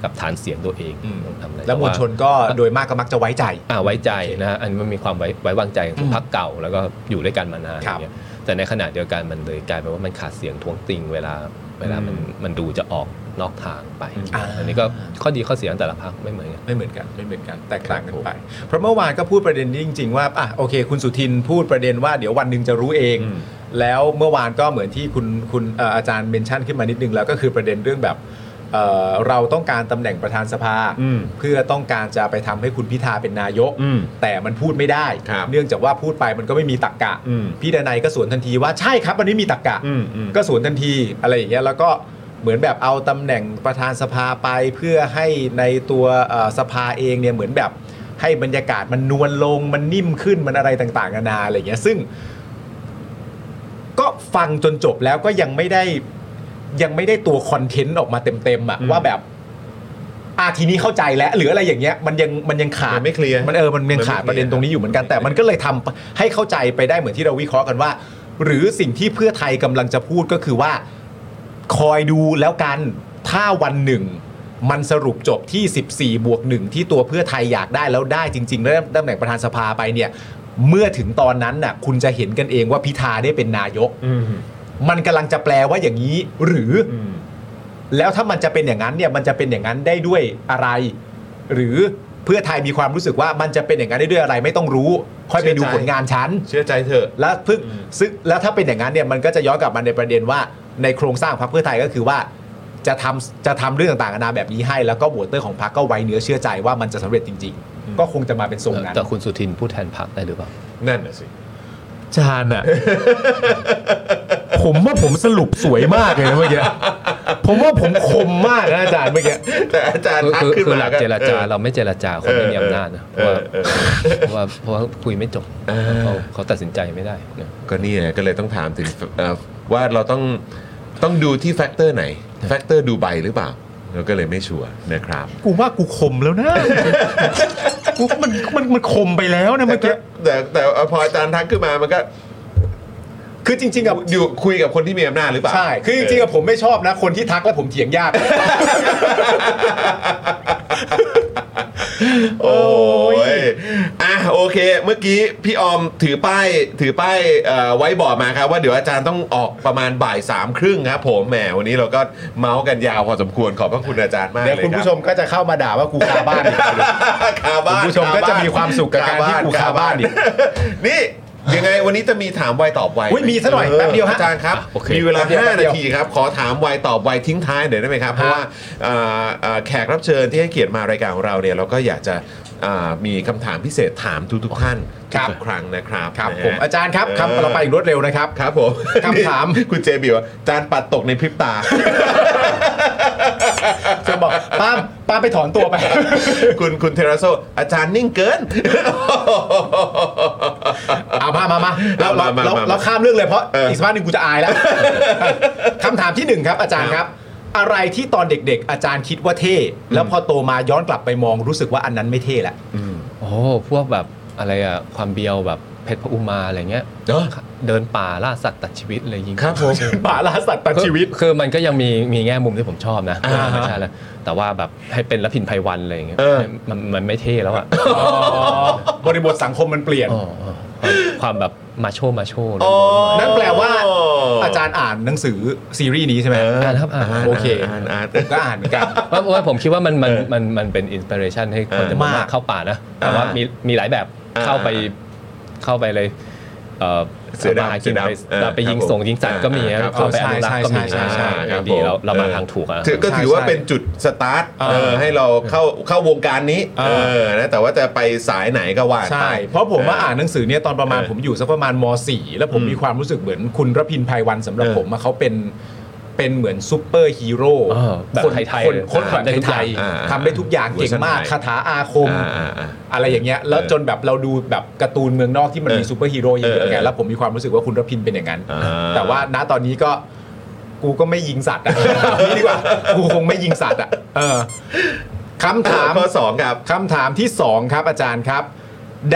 F: กับฐานเสียงตัวเองต้องทำอะไร
B: แล้วมวล
F: ต่า
B: ชนก็โดยมากก็มักจะไว้ใจ
F: อ่าไว้ใจนะฮะอันนี้มันมีความไว้ไว้วางใจของ
B: อืม
F: พรรคเก่าแล้วก็อยู่ด้วยกันมานานอ
B: ครับ
F: ย่างเงี้ยแต่ในขณะเดียวกันมันเลยกลายเป็นว่ามันขาดเสียงท้วงติงเวลาเวลามันมันดูจะออกนอกทางไป
B: อ่า
F: นนี้ก็ข้อดีข้อเสียของแต่ละพรรคไม่เหมือนกัน
B: ไม่เหมือนกันไม่เหมือนกันแตกต่างกันไป เพราะเมื่อวานก็พูดประเด็นนี้จริง ๆ ว่าอ่ะโอเค คุณสุทินพูดประเด็นว่าเดี๋ยววันหนึ่งจะรู้เอง
A: อืม
B: แล้วเมื่อวานก็เหมือนที่คุณคุณเอ่ออาจารย์เมนชั่นขึ้นมานิดนึงแล้วก็คือประเด็นเรื่องแบบเอ่อเราต้องการตำแหน่งประธานสภา
A: อืม
B: เพื่อต้องการจะไปทำให้คุณพิธาเป็นนายก
A: อืม
B: แต่มันพูดไม่ได้
A: ครับ
B: เนื่องจากว่าพูดไปมันก็ไม่มีตรกกะ
A: อืม
B: พี่ดนัยก็สวนทันทีว่าใช่ครับมันไม่มีตรกกะ
A: อืมอืม
B: ก็สวนทันทีอะไรอย่างเงี้ยแล้วก็เหมือนแบบเอาตำแหน่งประธานสภาไปเพื่อให้ในตัวเอ่อสภาเองเนี่ยเหมือนแบบให้บรรยากาศมันนวลลงมันนิ่มขึ้นมันอะไรต่างๆนานาอะไรอย่างเงี้ยซึ่ง ก็ฟังจนจบแล้วก็ยังไม่ได้ยังไม่ได้ตัวคอนเทนต์ออกมาเต็มๆอะ
A: อืม
B: ว่าแบบอาทีนี้เข้าใจแล้ว หรืออะไรอย่างเงี้ย มันยังมันยังขาด
A: ยังไม่เคลียร์
B: มันเออมันยังขาด
A: มันไม่เคลียร์
B: ประเด็นตรงนี้อยู่เหมือนกันแต่มันก็เลยทำให้เข้าใจไปได้เหมือนที่เราวิเคราะห์กันว่า หรือสิ่งที่เพื่อไทยกำลังจะพูดก็คือว่า คอยดูแล้วกัน ถ้าวันหนึ่ง มันสรุปจบที่ 14 บวกหนึ่งที่ตัวเพื่อไทยอยากได้แล้วได้จริงๆแล้วตำแหน่งประธานสภาไปเนี่ย เมื่อถึงตอนนั้นน่ะ คุณจะเห็นกันเองว่าพิธาได้เป็นนายก
A: อืม
B: มันกำลังจะแปลว่าอย่างนี้ หรือ
A: อืม
B: แล้วถ้ามันจะเป็นอย่างนั้นเนี่ยมันจะเป็นอย่างนั้นได้ด้วยอะไร หรือเพื่อไทยมีความรู้สึกว่ามันจะเป็นอย่างนั้นได้ด้วยอะไรไม่ต้องรู้ ค่อยไปดู
A: เชื่อใจ
B: ผลงานฉัน
A: เชื่อใจเถอะ
B: แล้วพึ่ง
A: อืม
B: ซึ่งแล้วถ้าเป็นอย่างนั้นเนี่ยมันก็จะย้อนกลับมาในประเด็นว่าในโครงสร้างพรรคเพื่อไทยก็คือว่า จะทำจะทำเรื่องต่างๆนานาแบบนี้ให้ แล้วก็บวตเตอร์ของพรรคก็ไว้เนื้อเชื่อใจว่ามันจะสำเร็จจริง ๆ ก็คงจะมาเป็นทรงนั้น
F: แต่คุณสุทินพูดแทนพักได้หรือเปล่า
A: นั่นน่ะสิ
B: จานอะ ผมว่าผมสรุปสวยมากเลยนะเมื่อกี้ผมว่าผมคมมากนะอาจารย์เมื่อกี้
A: แต่อาจารย์
F: คือ
A: ทัก
F: คือ
A: ขึ้น
F: คือ
A: มา
F: หลักเจรจาเราไม่เจรจาคนไม่มีอำนาจนะเพ
A: เอ
F: ราะว่า
A: อเออ
F: เพราะว่าเพราะว่าคุยไม่จบ
A: เออ
F: เขาเขาตัดสินใจไม่ได้นะ
A: ก็นี่ไงก็เลยต้องถามถึงเอ่อว่าเราต้องต้องดูที่แฟกเตอร์ไหน แฟกเตอร์ดูใบหรือเปล่า เราก็เลยไม่ชัวร์นะครับ
B: กูว่ากูคมแล้วนะ กูมันมันมันคมไปแล้วนะเมื่อกี้
A: แต่แต่แต่พออาจารย์ทักขึ้นมามันก็
B: คือจริง ๆ กับ
A: อยู่คุยกับคนที่มีอำนาจหรือเปล่า
B: ใช่ คือจริงๆกับผมไม่ชอบนะ คนที่ทักแล้วผมเถียงยาก
A: โอ้ยอ่ะโอเค เมื่อกี้พี่ออมถือป้ายถือป้ายเอ่อไว้บอร์ดมาครับ ว่าเดี๋ยวอาจารย์ต้องออกประมาณบ่ายสามครึ่งครับผมแหมวันนี้เราก็เมาส์กันยาวพอสมควรขอบพระคุณอาจารย์มากเล
B: เดี๋ย
A: ยว รับ
B: คุณผู้ชมก็จะเข้ามาด่าว่ากูคาบ้านอีก
A: คาบ้าน
B: คุณผู้ชมก็จะมีความสุขกับการที่กูคาบ้านอีก
A: นี่ยังไงวันนี้จะมีถามไวตอบไว
B: อุ๊ยมีซะหน่อยแป๊บเดียวฮะ
A: อาจารย์ครับ
F: โอเค
A: มีเวลา
B: แป๊บเดียวแป๊บ
A: 5นา
B: เดียว
A: ทีครับ ขอถามไวตอบไวทิ้งท้ายหน่อยได้ไหมครับ เพราะว่าเอ่อเอ่อแขกรับเชิญที่ให้เกียรติมารายการของเราเนี่ยเราก็อยากจะอ่ามีคำถามพิเศษถามทุกๆท่าน
B: ครับ
A: ทุกๆครั้งนะครับ
B: ครับ
A: นะฮะ
B: ผมอาจารย์ครับคำเราไปอีกรวดเร็วนะครับ
A: ครับผม
B: คำถาม
A: นี่ (laughs) คุณเจบิวอาจารย์ปัดตกในพริบตา (laughs)
B: จะบอกป้ามป้ามไปถอนตัวไป
A: คุณคุณเทราโซอาจารย์นิ่งเกิน
B: เอามามามาเราเรา
A: มามา
B: เรา
A: มา
B: เราข้ามเรื่องเลยเพราะ
A: เอออี
B: อีกสักพักหนึ่งกูจะอายแล้ว คำถามที่หนึ่งครับอาจารย์ครับ อะไรที่ตอนเด็กๆ อาจารย์คิดว่าเท่ แล้วพอโตมาย้อนกลับไปมองรู้สึกว่าอันนั้นไม่เท่ละ
F: โอ้พวกแบบอะไรอะความเบียวแบบเพชรพระอุมาอะไรเงี้ย
A: เนอะ
F: เดินป่าล่าสัตว์ตัดชีวิตอะไรอย่างงี้
A: ครับผม
B: ป่าล่าสัตว์ตัด
F: คือ
B: ชีวิต
F: คือมันก็ยังมีมีแง่มุมที่ผมชอบนะ
A: อ่าฮะ
F: ไม่ใช่แล้วแต่ว่าแบบให้เป็นละพินไพวันอะไรอย่างเงี้ย
A: เออ
F: มันมันไม่เท่แล้วอะ
B: บริบทสังคมมันเปลี่ยน
F: อ๋ออ๋อความความแบบมาโชว์มาโชว์เลย
B: นั่นแปลว่า อาจารย์อ่านหนังสือซีรีส์นี้ใช่ไหม
F: อ่านครับอ่าน
B: โอเค
A: อ่านอ่าน
B: ก็อ่านเหมือนกัน
F: เพราะว่าผมคิดว่ามันมันมันมันเป็นอินสปิเรชันให้คนจำนวน
B: มาม
F: าก กเข้าป่านะแต่ว่า
A: อ่ามี
F: มีมีหลายแบบ
A: อ่า
F: เข้าไปเข้าไปเลยเอ่อ
A: เสือดำ
F: ทำมาหา
A: เสื
F: กิ
A: อนดำ
F: ไป
A: เออ
F: เราไปยิง
A: ครับผม
F: ส่งยิงสัตว์ก็มี
A: อ่าครับ
F: เข้าไปอนุรักษ์ก็มี
B: ใช่ใช่ใช่
F: อ่า
A: ครับ
F: ดีเราเรามา
A: ออ
F: ทางถูกอะ
A: ถือก็
B: ใช่
A: ถือว่า
B: ใช่
A: เป็นจุดสตาร์ท
B: เออ
A: เออให้เราเข้าเข้าวงการนี้
B: เอ
A: เอ
B: อ
A: อนะแต่ว่าจะไปสายไหนก็ว่า
B: ใช่
A: ไป
B: เพราะผมมาอ่านหนังสือเนี่ยตอนประมาณ
A: เออ
B: ผมอยู่สักประมาณม .4 แล้วผม
A: อืม
B: มีความรู้สึกเหมือนคุณรพินภัยวันสำหรับ
A: เออ
B: ผมอะเขาเป็นเป็นเหมือนซูเปอร์ฮีโร่
F: เออแบบ
B: คน
F: ไทยๆ
B: คน
F: เลย
B: คน
F: ทำได้ทุก
B: ไทย
A: อย่างอ่า
B: ๆทำได้ทุกอย่าง
A: เวอ
B: เก่
A: ร์
B: ง
A: ชัน
B: มาก
A: ไทย
B: คาถาอาคม
A: อ่าอ่าอ่า
B: อะไรอย่างเงี้ยแล้ว
A: เออ
B: จนแบบเราดูแบบการ์ตูนเมืองนอกที่มัน
A: เออ
B: มีซูเปอร์ฮีโร่เย
A: เอ
B: อะ
A: อ
B: ๆไงแล้วผมมีความรู้สึกว่าคุณรพินเป็นอย่างนั้น
A: อ่า
B: แต่ว่าณตอนนี้ก็กูก็ไม่ยิงสัตว์อะ (laughs) นี่ดีกว่ากูคงไม่ยิงสัตว์อะเออคำถาม
A: ข้อสองครับ
B: คำถามที่ 2 ครับอาจารย์ครับ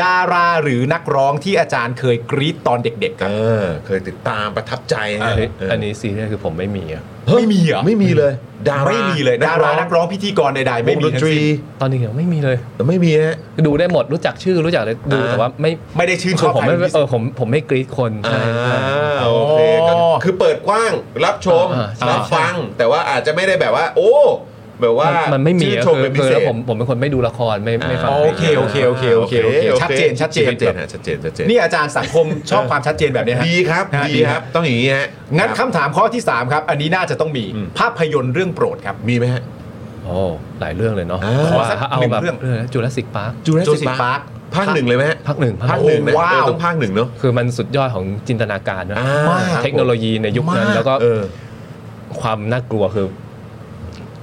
B: ดาราหรือนักร้องที่อาจารย์เคยกรี๊ดตอนเด็กๆค
A: เอ
B: รับ
A: อ เคยติดตามประทับใจ
F: อั
A: นะ
F: นนี้
A: เออ
F: อั
A: อั
F: นนี้ซีเรียสคือผมไม่มีอะ
B: ไม่มีเหรอ
A: ไม่มีเลยดารา
B: ไม่มีเลยดารานักร้องพิธีกรใดๆ
A: ไม่
B: ไม่
A: มี
B: มี
A: ดน
B: ทั้ง
A: ตรี
B: สิ้น
F: ตอนนี้ยังไม่มีเลย
A: ไม่มีฮะ
F: ดูได้หมดรู้จักชื่อรู้จักอะไรดู
A: อ่า
F: แต่ว่าไม่
B: ไม่ได้ชื่นช
F: คือ
B: อบ
F: ผม
B: ใคร
F: ไม่
B: เป็นพิเศษ
F: เออผมผมไม่กรีดคนใช่
A: อ่าโอเคก็
B: อ๋อ
A: คือเปิดกว้างรับชม
F: อ่าใช่
A: รับฟัง แต่ว่าอาจจะไม่ได้แบบว่า โอ้แบบว่าน
F: มันไม่มี
A: ชื่น
F: อะ
A: ชม
F: คือ
A: เป็นพิ
F: คือ
A: เศ
F: แล้ว
A: ษ
F: ผมผมเป็นคนไม่ดูละครไม่ไม่ฟัง
B: อ๋อ
F: พลง
B: โอเคโอเคโอเค ชัดเจนชัดเจน
A: ชัดเจนฮะชัดเจนชัดเจน
B: นี่อาจารย์สังคม (laughs) ชอบความชัดเจนแบบเนี้ยฮะ
A: ดีครับ
B: ฮะ
A: ดี
B: ดี
A: ค
B: ครั
A: รับ
B: บ
A: ต้องอย่างนี้ฮะ
B: งั้น
A: รับ
B: คำถามข้อที่ 3 ครับ อันนี้น่าจะต้องมี
A: อืม
B: ภาพยนตร์เรื่องโปรดครับ
A: มีไหมฮะ
F: โอ้หลายเรื่องเลยเนาะ
A: อ่า
F: เพราะว่า
B: ขอสัก
F: เอา
B: หนึ่ง
F: แบบ
B: เรื่อง
F: จูราสสิกพาร์ค
B: Jurassic Park
A: ภาคหนึ่งเลยไหมฮะ
F: ภาคหนึ่ง
A: ภา
F: ภา
A: ค
F: ค
A: ห
F: ห
A: นึ่
F: นึ่
A: ง
F: ง
A: นะ
B: ว้าว
A: เออต้องภาคหนึ่งเนาะ
F: คือมันสุดยอดของจินตนาการนะ
A: อ่า
F: เทคโนโลยีในยุคนั้น
B: มาก
F: แล้วก็
A: เออ
F: ความน่ากลัวคือ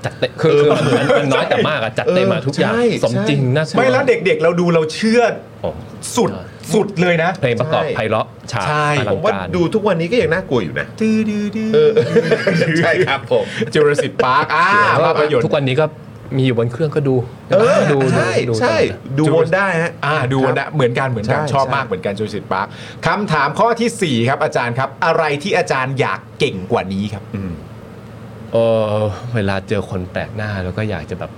F: จัดเต็มคือ
A: เออ
F: คือมันมันมันน้อยแต่มากอะจัดเต็มมาทุกอย่าง
A: ใช่
F: สมจริง
A: ใช่
F: น่ากลัว
B: ไม่แล้วเด็กๆ เราดูเราเชื่อ
F: โอ้
B: สุดสุดเลยนะ
F: เพลงประกอบไพเราะฉาก
B: ใช่
F: อลั
A: ผ
F: ง
A: มว่า
F: การ
A: ดูทุกวันนี้ก็ยังน่ากลัวอยู่นะ
B: ดื้อดื้อดื้อ
A: ใช่ครับผม
B: จูราสสิกพาร์คอ่า
F: แล้ว
B: ภาพ
F: ก็
B: ยนตร์
F: ทุกวันนี้ก็ มีอยู่บนเครื่องก็ดู
A: เออ
F: ดูดู
A: ใช่
F: ดู
A: ใช่
F: ต
A: ดู
F: ลอด
A: วนได้ฮะ
B: อ่าดูนะเหมือนกันเหมือนกัน
A: ใช่
B: ชอบ
A: ใช่
B: มากเหมือนกันจูสิตปาร์คคำถามข้อทีสี่4 ครับอาจารย์ครับ อะไรที่อาจารย์อยากเก่งกว่านี้ครับ
A: อืม
F: เออเวลาเจอคนแปลกหน้าแล้วก็อยากจะแบบ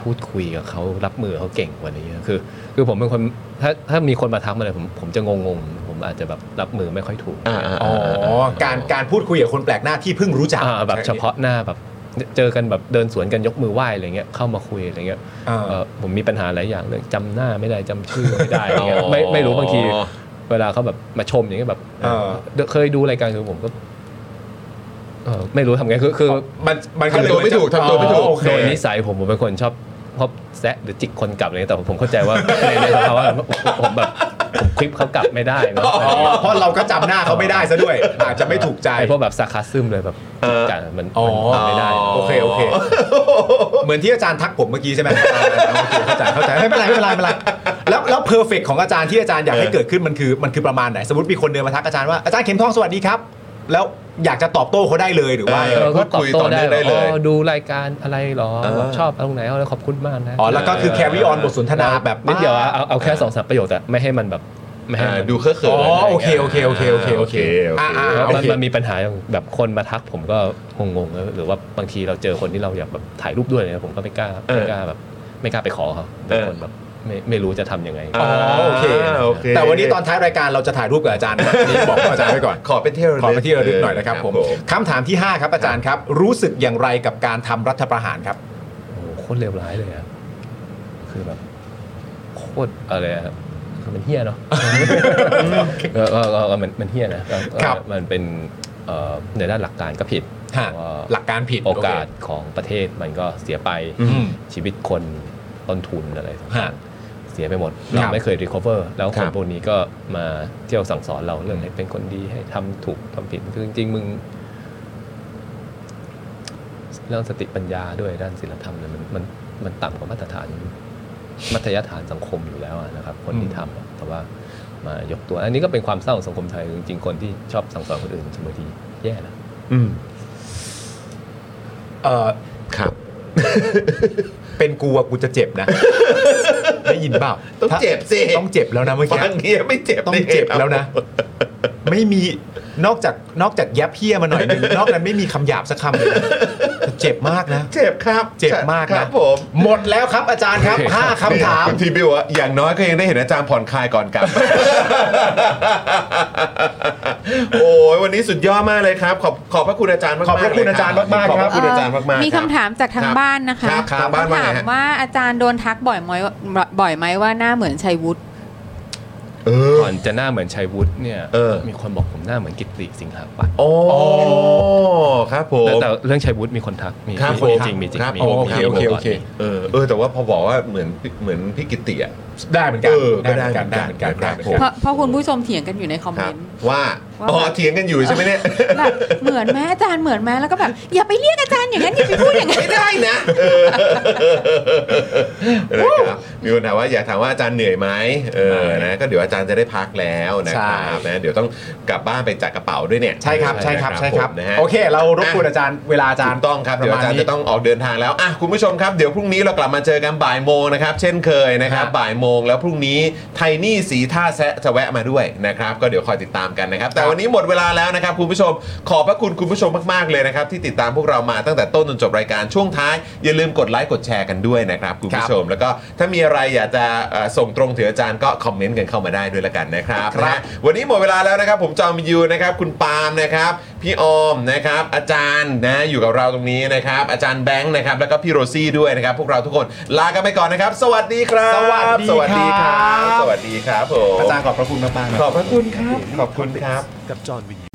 F: พูดคุยกับเขารับมือเขาเก่งกว่านี้คือ คือผมเป็นคนถ้าถ้ามีคนมาทักมาเลยผมผมจะงงงๆผมอาจจะแบบรับมือไม่ค่อยถูก
A: อ่าๆ
B: อ๋อ การการพูดคุยกับคนแปลกหน้าที่เพิ่งรู้จัก
F: อ่าแบบเฉพาะหน้าแบบเจอกันแบบเดินสวนกันยกมือไหว้อะไรเงี้ยเข้ามาคุยอะไรเงี้ย
B: อ่า
F: เออผมมีปัญหาหลายอย่างเรื่องจำหน้าไม่ได้จำชื่อไม่ได้อะไรเงี้ย
A: อ๋อ
F: ไม่ไม่รู้บางที เวลาเขาแบบมาชมอย่างเงี้ยแบบ
B: เออ
F: เดี๋ยวเคยดูรายการคือผมก็เออไม่รู้ทำไงคือคือ
B: มันมันก็เลย
A: ทำตัวไม่ถูกทำตัวไม่ถูก
B: อ๋อโอเค
F: โดยนิสัยผมผมเป็นคนชอบชอบแซะหรือจิกคนกลับอะไรเงี้ยแต่ผมเข้าใจ (laughs) ว่า ในในสภาวะนั้นผมผมแบบผมคลิปเขากลับไม่ได้นะ
B: อ๋อเพราะเราก็จำหน้าเขาไม่ได้ซะด้วย อาจจะไม่ถูกใจ
F: ไอ้พวกแบบซาคาซึมเลยแบบ
A: เออ
F: จัดมัน
B: อ๋อ
F: มันไม่ได้
B: โอเคโอเค เหมือนที่อาจารย์ทักผมเมื่อกี้ใช่ไหมโอเคเข้าใจเข้าใจไม่เป็นไรไม่เป็นไรไม่เป็นไรแล้วแล้วเพอร์เฟกของอาจารย์ที่อาจารย์อยากให้เกิดขึ้นมันคือมันคือประมาณไหน สมมติมีคนเดินมาทักอาจารย์ว่าอาจารย์เข็มทองสวัสดีครับ แล้วอยากจะตอบโต้เขาได้เลยหรือว่า
A: เอ
F: เราก็ตอบโต้
A: คุยต่
F: ได้
A: อเนื่องได้
F: เล
A: เลย ย
F: ดูรายการอะไรหรอ
A: เออ
F: ชอบตรงไหนเอาเลยขอบคุณมากนะ
B: อ๋อแล้วก็คือแคริออนบทสนทนาแบบ
F: นิดเดียวอะเอาเอาแค่สองสามประโยคแต่ไม่ให้มันแบบไม่ให้
A: อ่า
F: มัน
A: ดูเคอะเขิ
B: อ๋
A: น
B: อโอเคโอเคโอเคโอเคโอเค
A: โอเค
B: อ่าอ่า
F: แล้ว
B: โอ
F: มัน
B: เค
F: มันมีปัญหาอย่างแบบคนมาทักผมก็งงๆเออหรือว่าบางทีเราเจอคนที่เราอยากแบบถ่ายรูปด้วยเนี่ยผมก็ไม่กล้า
A: เออ
F: ไม่กล้าแบบไม่กล้าไปขอเขาเป็นคนแบบไม่ไม่รู้จะทำยังไง
A: อ๋อ
B: โอเค
A: โอเค
B: แต่วันนี้ตอนท้ายรายการเราจะถ่ายรูปกับอาจารย์นะนี่บอกอาจารย์ไว้ก่อน
A: ขอเป็นเที่ยว
B: ขอไปที่ระลึกหน่อยนะครับผมคำถามที่ 5 ครับอาจารย์ครับ รู้สึกอย่างไรกับการทำรัฐประหารครับ
F: โอ้โหโคตรเลวร้ายเลยอะคือแบบโคตรอะไรอะคือมันเฮี้ยเนาะ เออเออเออเออมันมันเฮี้ยนะเออเออ
B: ครับ
F: มันเป็นเอ่อในด้านหลักการก็ผิด
B: ฮะ
F: เพราะว่า
B: หลักการผิด
F: โอกาส
B: เค
F: ของประเทศมันก็เสียไป
B: อืม
F: ชีวิตคนต้นทุนอะไรต่า
B: ฮะ
F: งๆเสียไปหมด
B: ค
F: เรา
B: รับ
F: ไม่เคย recover แล้วค
A: ครั
F: น
A: บ
F: พวกนี้ก็มาเที่ยวสั่งสอนเราเรื่องให้เป็นคนดีให้ทำถูกทำผิดคือจริงๆมึง เรื่องสติปัญญาด้วยด้านศิลธรรมเนี่ยมันมันมันต่ำกว่ามาตรฐาน มัธยฐานสังคมอยู่แล้วอะนะครับ คนที่
B: อืม
F: ทำอะแต่ว่ามายกตัว อันนี้ก็เป็นความเศร้าของสังคมไทยจริงๆคนที่ชอบสั่งสอนคนอื่นบางทีแย่นะ
A: อืม
B: เอ่อ
A: ครับ
B: เป็นกูอะกูจะเจ็บ
A: (laughs)
B: นะ ได้ยินเปล่า
A: ต้องเจ็บสิ
B: ต้องเจ็บแล้วนะเมื่อกี้
A: ฟังเนี่ยไม่เจ็บ
B: ต้องเจ็บแล้วนะ ไม่มีนอกจากนอกจากแยบเพี้ยมาหน่อย
A: (laughs)
B: นึงนอกนั้นไม่มีคำหยาบสักคำเลยนะเจ็บมากนะ
A: เจ็บครับ
B: เจ็บมาก
A: ค
B: นะ
A: รับผม
B: หมดแล้วครับอาจารย์ครับห้าคำถาม
A: คุณทีบิวอะอย่างน้อยก็ยังได้เห็นอาจารย์ผ่อนคลายก่อนก
B: (laughs)
A: ลับ โอ้ยวันนี้สุดยอดมากเลยครับ ขอบขอบพระคุณอาจารย์มากๆ
B: ขอบพระคุณอาจารย์มากๆ
A: ขอบ
B: ค
A: พ
B: รับ
A: ระคุณอาจารย์มากๆรับ
H: มีคำถามจากทาง
A: ครับ
H: บ้านนะคะ
A: ครับครับบ้านว่าไง
H: ถาม
A: ฮะ
H: ว่าอาจารย์โดนทักบ่อยไหมว่าบ่อยไหมว่าหน้าเหมือนชัยวุฒิ
A: เออ
F: ก่อนจะหน้าเหมือนชัยวุฒิเนี่ย
A: เออ
F: มีคนบอกผมหน้าเหมือนกิตติสิงหาปัตย์
A: โอ้ครับผม
F: แต่แต่เรื่องชัยวุฒิมีคนทักมี
A: ครับ
F: มี
A: ผม
F: มีจริงมีจริง
A: ครับ
F: มี
A: โอ
F: มี
A: เคโอเค
F: มี
B: โอเค
F: มี
A: เออเออแต่ว่าพอบอกว่าเหมือนเหมือนพี่กิตติอะ
B: ได้เหมือนกัน
A: เออก็
B: ได้
A: ได้
B: เหมือน
A: เห
B: กั
A: มื
B: น
A: อน
B: ได้
A: กันครั
B: เหมือนกันได้
A: บ
B: เหมือ
A: ผม
B: นกัน
H: เพราะเพราะคุณผู้ชมเถียงกันอยู่ในคอม
A: ค
H: เม
A: รับ
H: นต์
A: ว่า
H: ว่า
A: อ๋อ
H: แบบ
A: เถียงกันอยู่ใช่ไหม
B: (laughs)
A: เนี่ย
H: แบบเหมือนไหมอาจารย์เหมือนไหมแล้วก็แบบ อย่าไปเรียกอาจารย์อย่างนั้นอย่าไปพูดอย่างนั้น
A: ไม่ได้นะเออนะครับมีคนถามว่าอยากถามว่าอาจารย์เหนื่อยไหมเออนะก็เดี๋ยวอาจารย์จะได้พักแล้วนะครับ
B: ใช่
A: นะเดี๋ยวต้องกลับบ้านไปจัดกระเป๋าด้วยเนี่ย
B: ใช่ครับใช่ครับใช่ครับ
A: ผมนะฮะ
B: โอเค เรารบกวนอาจารย์เวลาอาจารย์
A: ถูกต้องครับ
B: ป
A: เดี๋ยวอาจารย์
B: มณนี้
A: จะต้องออกเดินทางแล้วอ่ะคุณผู้ชมครับเดี๋ยวพรุ่งนี้เรากลับมาเจอกันบ่ายโมงนะครับ เช่นเคยนะครับ
B: ครับ
A: บ่ายโมงแล้วพรุ่งนี้ไทนี่สีท่าแซะจะแวะมาด้วยนะครับ ก็เดี๋ยวคอยติดตามกันนะครับ แต่
B: ครับ
A: วันนี้หมดเวลาแล้วนะครับ คุณผู้ชมขอบพระคุณคุณผู้ชมมากๆเลยนะครับ ที่ติดตามพวกเรามาตั้งแต่ต้นจนจบรายการช่วงท้าย อย่าลืมกดไลค์กดแชร์กันด้วยนะครับคุณผู้ชม แล้วก็ถ้ามีอะไรอยากจะเอ่อส่งตรงถึงอาจารย์ก็คอมเมนต์กันเข้ามาได้ด้วยละกันนะครับ
B: ครับ
A: นะฮะ วันนี้หมดเวลาแล้วนะครับ ผมจอมยูนะครับ คุณปาล์มนะครับ พี่ออมนะครับ อาจารย์นะอยู่กับเราตรงนี้นะครับ อาจารย์แบงค์นะครับ แล้วก็พี่โรซี่ด้วยนะครับ พวกเราทุกคนลากันไปก่อนนะครับ สวัสดีครับ
B: สวัสดีครับ
A: สวัสดีครับ สวัสดีครับผม
B: อาจารย์ขอบพระคุณมากๆนะ
A: ขอบพระคุณครับ ขอบคุณครับ
I: กับจอห์นวินยู